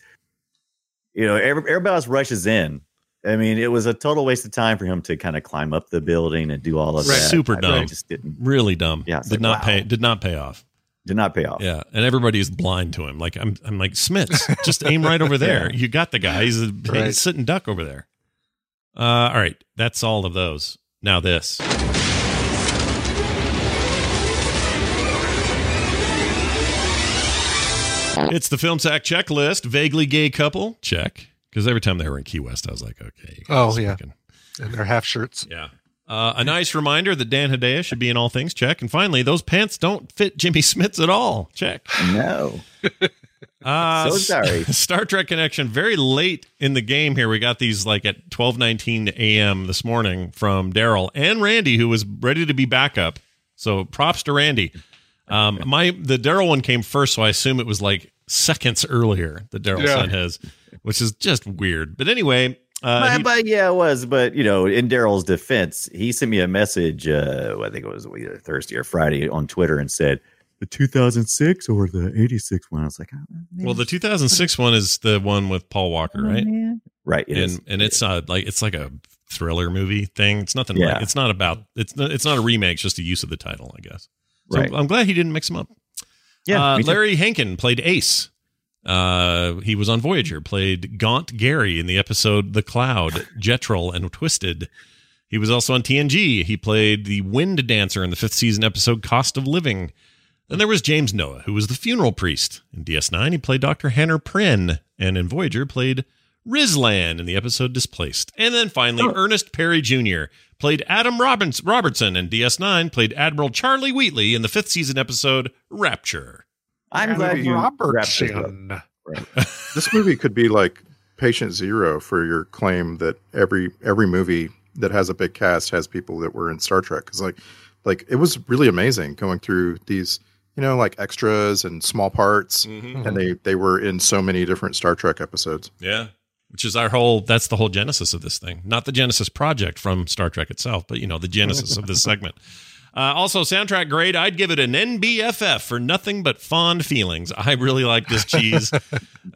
[SPEAKER 5] you know, every- everybody else rushes in. I mean, it was a total waste of time for him to kind of climb up the building and do all of
[SPEAKER 1] Right.
[SPEAKER 5] that.
[SPEAKER 1] Super
[SPEAKER 5] I really
[SPEAKER 1] dumb.
[SPEAKER 5] just didn't
[SPEAKER 1] really dumb.
[SPEAKER 5] Yeah, it's
[SPEAKER 1] did
[SPEAKER 5] like,
[SPEAKER 1] not
[SPEAKER 5] wow.
[SPEAKER 1] pay. Did not pay off.
[SPEAKER 5] did not pay off.
[SPEAKER 1] Yeah, and everybody is blind to him. Like I'm, I'm like Smiths. Just aim right over there. You got the guy. He's a he's a
[SPEAKER 6] Right.
[SPEAKER 1] sitting duck over there. Uh, all right, that's all of those. Now this. It's the film sack checklist. Vaguely gay couple check. Because every time they were in Key West, I was like, okay. you guys
[SPEAKER 6] Oh, yeah.
[SPEAKER 1] fucking-
[SPEAKER 6] And their half shirts.
[SPEAKER 1] yeah. Uh, a nice reminder that Dan Hedaya should be in all things. Check. And finally, those pants don't fit Jimmy Smith's at all. Check.
[SPEAKER 5] No.
[SPEAKER 1] Uh,
[SPEAKER 5] So sorry.
[SPEAKER 1] Star Trek Connection. Very late in the game here. We got these like at twelve nineteen a.m. this morning from Daryl and Randy, who was ready to be backup. So props to Randy. Um, my the Daryl one came first, so I assume it was like seconds earlier. The Daryl
[SPEAKER 6] Yeah.
[SPEAKER 1] sent his, which is just weird. But anyway, uh,
[SPEAKER 5] But-
[SPEAKER 1] he-
[SPEAKER 5] but yeah, it was. But you know, in Daryl's defense, he sent me a message. Uh, I think it was either Thursday or Friday on Twitter and said the 2006 or the 86 one. I was like, oh, man.
[SPEAKER 1] well, the 2006 one is the one with Paul Walker, right?
[SPEAKER 5] right, it
[SPEAKER 1] and
[SPEAKER 5] is.
[SPEAKER 1] and it's not like it's like a thriller movie thing. It's nothing.
[SPEAKER 5] Yeah.
[SPEAKER 1] Like, it's not about it's not, it's not a remake. It's just a use of the title, I guess. So
[SPEAKER 5] Right.
[SPEAKER 1] I'm glad he didn't mix them up.
[SPEAKER 5] yeah.
[SPEAKER 1] uh,
[SPEAKER 5] me too.
[SPEAKER 1] Larry Hankin played Ace. Uh, he was on Voyager. Played Gaunt Gary in the episode The Cloud, Jetrel, and Twisted. He was also on TNG. He played the Wind Dancer in the fifth season episode Cost of Living. Then there was James Noah, who was the funeral priest. In DS9, he played Dr. Hanner Prynne, and in Voyager, played Rizlan in the episode Displaced. And then finally,
[SPEAKER 6] Oh.
[SPEAKER 1] Ernest Perry Jr. played Adam Robbins- Robertson, and DS9 played Admiral Charlie Wheatley in the fifth season episode Rapture.
[SPEAKER 5] I'm glad you wrapped it up.
[SPEAKER 6] Robertson.
[SPEAKER 3] this movie could be like patient zero for your claim that every every movie that has a big cast has people that were in Star Trek because like like it was really amazing going through these you know like extras and small parts
[SPEAKER 1] Mm-hmm.
[SPEAKER 3] and they they were in so many different Star Trek episodes.
[SPEAKER 1] Yeah. Which is our whole that's the whole genesis of this thing. Not the Genesis project from Star Trek itself, but you know, the genesis of this segment. Uh, also, soundtrack grade, I'd give it an NBFF for nothing but fond feelings. I really like this cheese.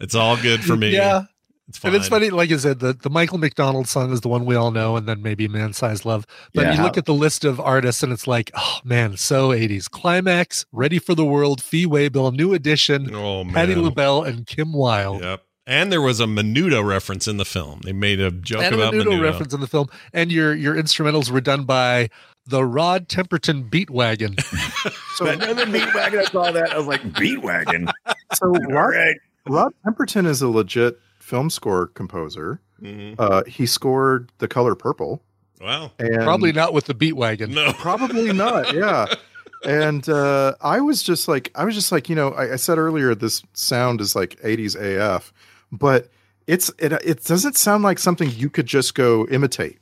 [SPEAKER 1] it's all good for me.
[SPEAKER 6] Yeah.
[SPEAKER 1] It's
[SPEAKER 6] And it's
[SPEAKER 1] fine.
[SPEAKER 6] funny, like I said, the, the Michael McDonald song is the one we all know, and then maybe Man Size Love. But you
[SPEAKER 5] Yeah.
[SPEAKER 6] look at the list of artists, and it's like, oh man, so 80s. Climax, Ready for the World, Fee Waybill, New Edition,
[SPEAKER 1] Oh, man.
[SPEAKER 6] Patti LaBelle, and Kim Wilde.
[SPEAKER 1] Yep. And there was a Menudo reference in the film. They made a joke
[SPEAKER 6] and a
[SPEAKER 1] about Menudo.
[SPEAKER 6] Menudo reference in the film. And your your instrumentals were done by the Rod Temperton Beat Wagon.
[SPEAKER 5] So another meat wagon. I saw that. I was like, beat wagon.
[SPEAKER 3] So Rod,
[SPEAKER 5] right.
[SPEAKER 3] Rod Temperton is a legit film score composer.
[SPEAKER 1] Mhm.
[SPEAKER 3] Uh, he scored The Color Purple.
[SPEAKER 1] Wow.
[SPEAKER 3] And
[SPEAKER 6] Probably not with the Beat Wagon.
[SPEAKER 1] No.
[SPEAKER 3] Probably not. Yeah. And uh, I was just like, I was just like, you know, I, I said earlier this sound is like 80s AF, but it's it it doesn't sound like something you could just go imitate.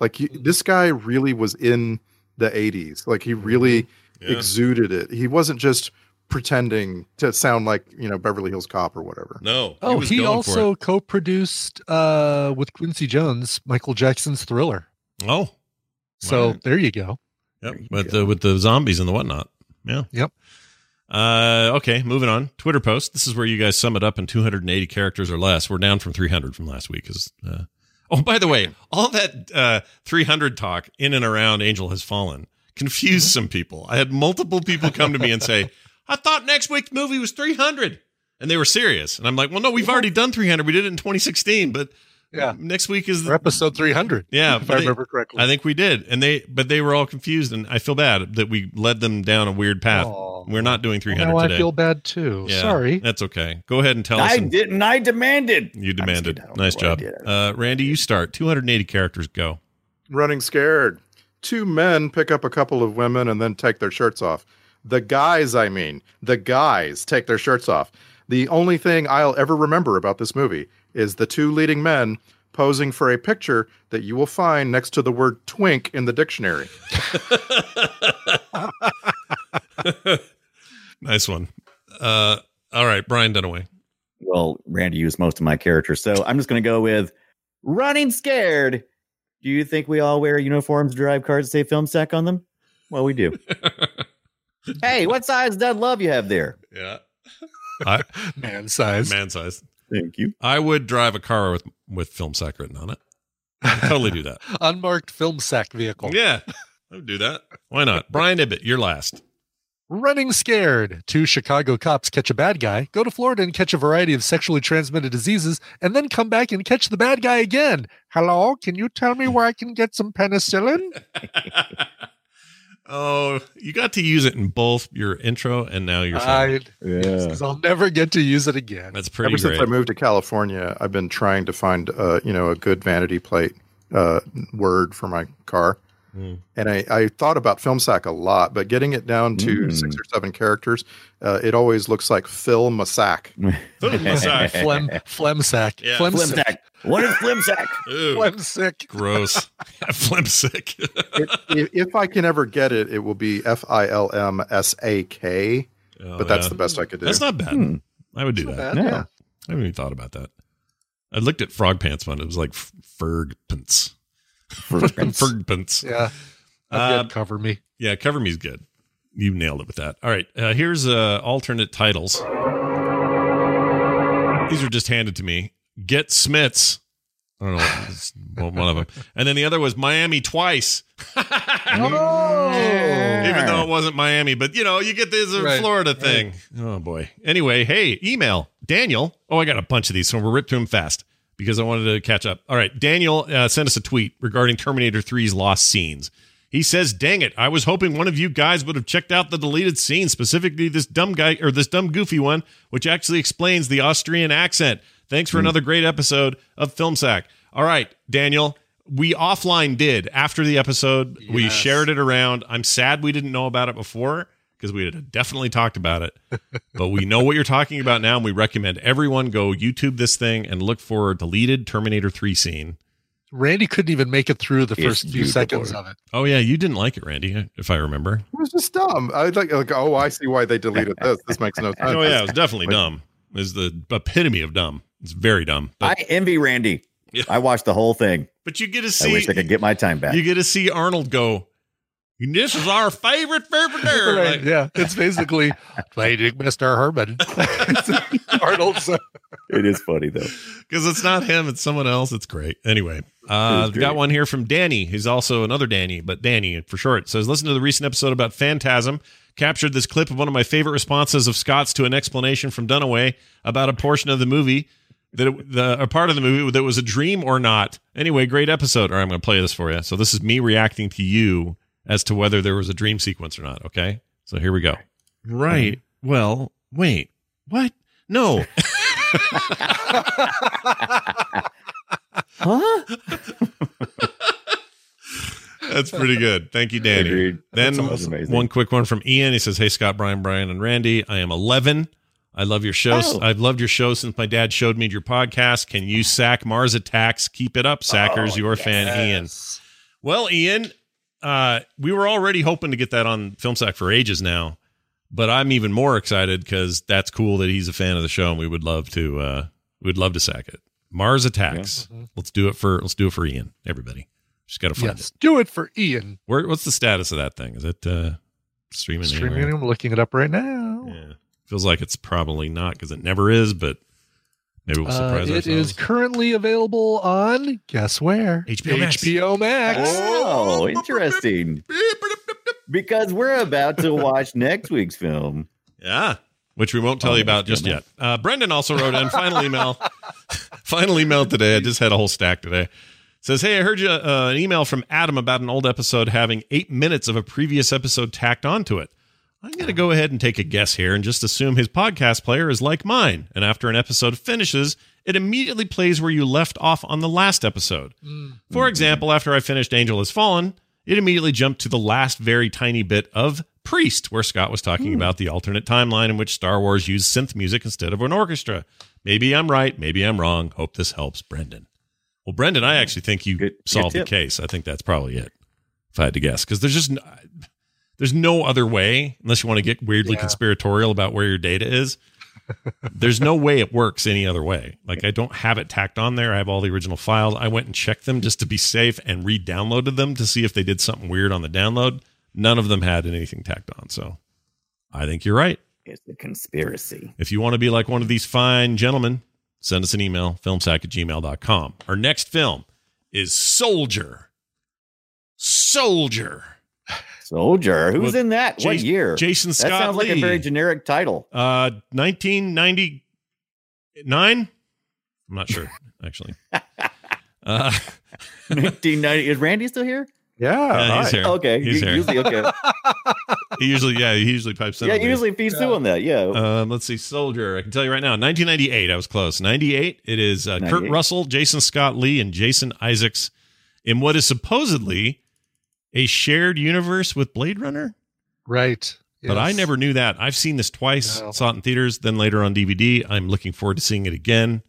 [SPEAKER 3] Like you, this guy really was in the 80s. Like he really
[SPEAKER 1] Yeah.
[SPEAKER 3] exuded it. He wasn't just pretending to sound like you know Beverly Hills Cop or whatever.
[SPEAKER 1] No.
[SPEAKER 6] Oh,
[SPEAKER 1] was
[SPEAKER 6] he,
[SPEAKER 1] going for
[SPEAKER 6] also co-produced uh, with Quincy Jones Michael Jackson's Thriller.
[SPEAKER 1] it. Oh.
[SPEAKER 6] So
[SPEAKER 1] Wow.
[SPEAKER 6] there you go.
[SPEAKER 1] Yep. But the, with the zombies and the whatnot. Yeah.
[SPEAKER 6] Yep.
[SPEAKER 1] Uh, okay, moving on. Twitter post. This is where you guys sum it up in 280 characters or less. We're down from 300 from last week. Is uh, oh, by the way, all that uh, 300 talk in and around Angel has fallen
[SPEAKER 6] Mm-hmm.
[SPEAKER 1] confused some people. I had multiple people come to me and say, "I thought next week's movie was 300," and they were serious. And I'm like, "Well, no, we've already done 300. We did it in 2016, but
[SPEAKER 6] Yeah.
[SPEAKER 1] next week is
[SPEAKER 6] For episode 300.
[SPEAKER 1] yeah,
[SPEAKER 6] if
[SPEAKER 1] but
[SPEAKER 6] I
[SPEAKER 1] they-
[SPEAKER 6] remember correctly.
[SPEAKER 1] I think we did, and they but they were all confused, and I feel bad that we led them down a weird path.
[SPEAKER 6] Aw.
[SPEAKER 1] We're not doing
[SPEAKER 6] Well,
[SPEAKER 1] 300
[SPEAKER 6] now
[SPEAKER 1] today.
[SPEAKER 6] I feel bad too.
[SPEAKER 1] Yeah,
[SPEAKER 6] Sorry.
[SPEAKER 1] that's okay. Go ahead and tell us.
[SPEAKER 5] I
[SPEAKER 1] and-
[SPEAKER 5] didn't. I demanded.
[SPEAKER 1] you demanded.
[SPEAKER 5] kidding. I don't
[SPEAKER 1] Nice
[SPEAKER 5] know what
[SPEAKER 1] job,
[SPEAKER 5] I
[SPEAKER 1] uh, Randy. You start. 280 characters go.
[SPEAKER 3] Running scared. Two men pick up a couple of women and then take their shirts off. The guys, I mean, the guys take their shirts off. The only thing I'll ever remember about this movie is the two leading men posing for a picture that you will find next to the word twink in the dictionary.
[SPEAKER 1] Nice one. Uh, all right, Brian Dunaway.
[SPEAKER 5] Well, Randy used most of my characters, so I'm just going to go with running scared. Do you think we all wear uniforms, drive cars, that say film sack on them? Well, we do. hey, what size Dud Love you have there?
[SPEAKER 1] Yeah, I,
[SPEAKER 6] Man size.
[SPEAKER 1] man size.
[SPEAKER 5] Thank you.
[SPEAKER 1] I would drive a car with with film sack written on it. I'd totally do that.
[SPEAKER 6] Unmarked film sack vehicle.
[SPEAKER 1] Yeah, I would do that. Why not? Brian Ibbett, you're last.
[SPEAKER 6] Running scared. Two Chicago cops catch a bad guy, go to Florida and catch a variety of sexually transmitted diseases, and then come back and catch the bad guy again.
[SPEAKER 7] Hello, can you tell me where I can get some penicillin?
[SPEAKER 1] Oh, you got to use it in both your intro and now your. final.
[SPEAKER 6] I, because I'll never get to use it again.
[SPEAKER 1] That's pretty
[SPEAKER 3] ever
[SPEAKER 1] great.
[SPEAKER 3] since I moved to California, I've been trying to find uh, you know a good vanity plate uh, word for my car,
[SPEAKER 1] Mm.
[SPEAKER 3] and I, I thought about film sack a lot, but getting it down to
[SPEAKER 5] Mm.
[SPEAKER 1] Hmm.
[SPEAKER 3] six or seven characters, uh, it always looks like Phil Masack.
[SPEAKER 1] Boom, massage.
[SPEAKER 6] Phlegm, phlegm sack.
[SPEAKER 1] Yeah.
[SPEAKER 6] Phlegm,
[SPEAKER 5] Flim
[SPEAKER 6] sack.
[SPEAKER 5] sack. What is flim sack?
[SPEAKER 1] Ew,
[SPEAKER 6] Phlegm sick.
[SPEAKER 1] gross. Flim sick.
[SPEAKER 3] If- if, if I can ever get it, it will be F I L M S A K.
[SPEAKER 1] Oh,
[SPEAKER 3] But that's
[SPEAKER 1] yeah.
[SPEAKER 3] the best I could do.
[SPEAKER 1] That's not bad.
[SPEAKER 5] Hmm.
[SPEAKER 1] I would do that.
[SPEAKER 6] bad.
[SPEAKER 5] Yeah.
[SPEAKER 6] Yeah.
[SPEAKER 1] I haven't even thought about that. I looked at frog pants one. It was like f- ferg pants. Ferg pants.
[SPEAKER 6] Yeah.
[SPEAKER 1] Uh,
[SPEAKER 6] That'd cover me.
[SPEAKER 1] Yeah, cover me's good. You nailed it with that. All right, uh, here's uh, alternate titles. These are just handed to me. Get Smits. I don't know. what- it's one one of them. And then the other was Miami twice. Even though it wasn't Miami, but you know, you get this uh,
[SPEAKER 6] Right,
[SPEAKER 1] Florida thing. Oh boy. Anyway, hey, email Daniel. Oh, I got a bunch of these, so we're ripped to him fast because I wanted to catch up. All right, Daniel uh, sent us a tweet regarding Terminator 3's lost scenes. He says, "Dang it! I was hoping one of you guys would have checked out the deleted scene, specifically this dumb guy or this dumb goofy one, which actually explains the Austrian accent. Thanks
[SPEAKER 6] Hmm.
[SPEAKER 1] for another great episode of Film Sack. All right, Daniel." We offline did after the episode. We
[SPEAKER 6] Yes.
[SPEAKER 1] shared it around. I'm sad we didn't know about it before because we had definitely talked about it. but we know what you're talking about now, and we recommend everyone go YouTube this thing and look for deleted Terminator 3 scene.
[SPEAKER 6] Randy couldn't even make it through the
[SPEAKER 5] It's
[SPEAKER 6] first few
[SPEAKER 5] beautiful.
[SPEAKER 6] seconds of it.
[SPEAKER 1] Oh yeah, you didn't like it, Randy, if I remember.
[SPEAKER 3] It was just dumb. I was like, like, oh, I see why they deleted this. This makes no sense.
[SPEAKER 1] Oh yeah, it was definitely dumb. Is the epitome of dumb. It's very dumb. But,
[SPEAKER 5] I envy Randy.
[SPEAKER 1] Yeah.
[SPEAKER 5] I watched the whole thing.
[SPEAKER 1] but you get to
[SPEAKER 5] I
[SPEAKER 1] see
[SPEAKER 5] wish I could get my time back.
[SPEAKER 1] you get to see Arnold go. And this is our favorite favorite there.
[SPEAKER 6] Right, yeah, it's basically playing Mr. Herman. Arnold's.
[SPEAKER 5] It is funny though,
[SPEAKER 1] because it's not him; it's someone else. It's great. Anyway, uh,
[SPEAKER 5] It is great.
[SPEAKER 1] got one here from Danny, who's also another Danny, but Danny for short. Says, listen to the recent episode about Phantasm. Captured this clip of one of my favorite responses of Scott's to an explanation from Dunaway about a portion of the movie that it, the a part of the movie that was a dream or not. Anyway, great episode. All right, I'm going to play this for you. So this is me reacting to you as to whether there was a dream sequence or not. Okay, so here we go. Right. Well, wait. What? No.
[SPEAKER 5] huh?
[SPEAKER 1] That's pretty good. Thank you, Danny.
[SPEAKER 5] Agreed.
[SPEAKER 1] Then
[SPEAKER 5] That sounds amazing.
[SPEAKER 1] one quick one from Ian. He says, "Hey Scott, Brian, Brian, and Randy. I am 11. I love your show.
[SPEAKER 5] Oh.
[SPEAKER 1] I've loved your show since my dad showed me your podcast. Can you sack Mars attacks? Keep it up, Sackers. your fan, Ian. Well, Ian, uh, we were already hoping to get that on Film Sack for ages now, but I'm even more excited because that's cool that he's a fan of the show, and we would love to uh, we'd love to sack it. Mars attacks. Let's do it for let's do it for Ian. Everybody, just got to find it.
[SPEAKER 6] Yes, do it for Ian.
[SPEAKER 1] Where, what's the status of that thing? Is it uh, streaming?
[SPEAKER 6] Streaming.
[SPEAKER 1] anywhere?
[SPEAKER 6] I'm looking it up right now.
[SPEAKER 1] Yeah. Feels like it's probably not because it never is, but maybe we'll
[SPEAKER 6] Uh,
[SPEAKER 1] surprise
[SPEAKER 6] it
[SPEAKER 1] ourselves.
[SPEAKER 6] is currently available on guess where
[SPEAKER 1] HBO Max.
[SPEAKER 6] HBO Max.
[SPEAKER 5] Oh, interesting. Because we're about to watch next week's film.
[SPEAKER 1] Yeah. Which we won't tell you about just yet. Uh, Brendan also wrote in final email. final email today. I just had a whole stack today. Says, hey, I heard you uh, an email from Adam about an old episode having eight minutes of a previous episode tacked onto it. I'm going to go ahead and take a guess here and just assume his podcast player is like mine. And after an episode finishes, it immediately plays where you left off on the last episode. For example, after I finished Angel Has Fallen, it immediately jumped to the last very tiny bit of Priest, where Scott was talking about the alternate timeline in which Star Wars used synth music instead of an orchestra. Maybe I'm right. Maybe I'm wrong. Hope this helps, Brendan. Well, Brendan, I actually think you solved the
[SPEAKER 5] tip.
[SPEAKER 1] case. I think that's probably it, if I had to guess, because there's just n- there's no other way, unless you want to get weirdly
[SPEAKER 6] Yeah.
[SPEAKER 1] conspiratorial about where your data is. there's no way it works any other way. Like I don't have it tacked on there. I have all the original files. I went and checked them just to be safe and re-downloaded them to see if they did something weird on the download. None of them had anything tacked on. So I think you're right.
[SPEAKER 5] It's a conspiracy.
[SPEAKER 1] If you want to be like one of these fine gentlemen, send us an email, filmsack at gmail.com. Our next film is Soldier. Soldier.
[SPEAKER 5] Soldier. Who's
[SPEAKER 1] With
[SPEAKER 5] in that? what
[SPEAKER 1] Jas-
[SPEAKER 5] year?
[SPEAKER 1] Jason Scott
[SPEAKER 5] That sounds like
[SPEAKER 1] Lee.
[SPEAKER 5] a very generic title.
[SPEAKER 1] Uh, 1999? I'm not sure, actually. Uh,
[SPEAKER 5] 1990. Is Randy still here?
[SPEAKER 6] Yeah,
[SPEAKER 1] yeah, he's
[SPEAKER 5] Hi.
[SPEAKER 1] here.
[SPEAKER 5] Okay.
[SPEAKER 1] He's
[SPEAKER 5] you-
[SPEAKER 1] here.
[SPEAKER 5] Usually, okay.
[SPEAKER 1] he usually, yeah, he usually pipes in.
[SPEAKER 5] yeah,
[SPEAKER 1] on these.
[SPEAKER 5] usually if he's doing that. Yeah.
[SPEAKER 1] Um, let's see, Soldier. I can tell you right now, 1998. I was close. 98. It is uh, Kurt
[SPEAKER 5] 98.
[SPEAKER 1] Russell, Jason Scott Lee, and Jason Isaacs in what is supposedly a shared universe with Blade Runner.
[SPEAKER 6] Right.
[SPEAKER 1] But I
[SPEAKER 6] Yes.
[SPEAKER 1] never knew that. I've seen this twice.
[SPEAKER 6] No.
[SPEAKER 1] Saw it in theaters, then later on DVD. I'm looking forward to seeing it again.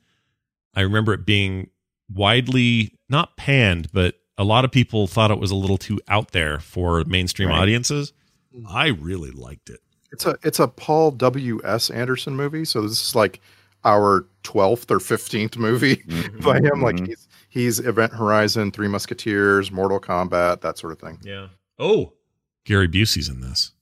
[SPEAKER 1] I remember it being widely not panned, but a lot of people thought it was a little too out there for mainstream
[SPEAKER 5] Right.
[SPEAKER 1] audiences.
[SPEAKER 6] Mm.
[SPEAKER 1] I really liked it.
[SPEAKER 3] It's a it's a Paul W. S. Anderson movie, so this is like our twelfth or fifteenth movie by him.
[SPEAKER 5] Mm-hmm.
[SPEAKER 3] Like he's he's Event Horizon, Three Musketeers, Mortal Kombat, that sort of thing.
[SPEAKER 1] Yeah. Oh, Gary Busey's in this.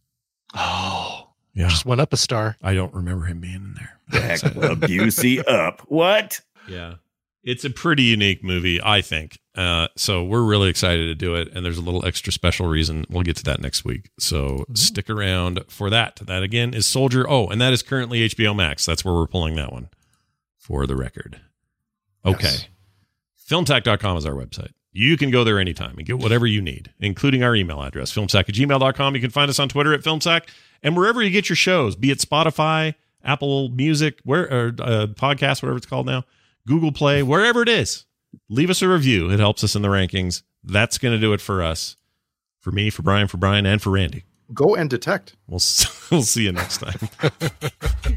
[SPEAKER 6] Oh,
[SPEAKER 1] Yeah.
[SPEAKER 6] just went up a star.
[SPEAKER 1] I don't remember him being in there.
[SPEAKER 5] Heck, Busey up. What?
[SPEAKER 1] Yeah. It's a pretty unique movie, I think. Uh, so we're really excited to do it. And there's a little extra special reason. We'll get to that next week. So stick around for that. That again is Soldier. Oh, and that is currently HBO Max. That's where we're pulling that one for the record. Okay.
[SPEAKER 6] Yes.
[SPEAKER 1] Filmtech.com is our website. You can go there anytime and get whatever you need, including our email address, filmsack at gmail.com. You can find us on Twitter at filmsack and wherever you get your shows, be it Spotify, Apple Music, where or uh, podcast, whatever it's called now, Google Play, wherever it is. Leave us a review. It helps us in the rankings. That's going to do it for us, for me, for Brian, for Brian, and for Randy.
[SPEAKER 3] Go and detect.
[SPEAKER 1] We'll s- we'll see you next time.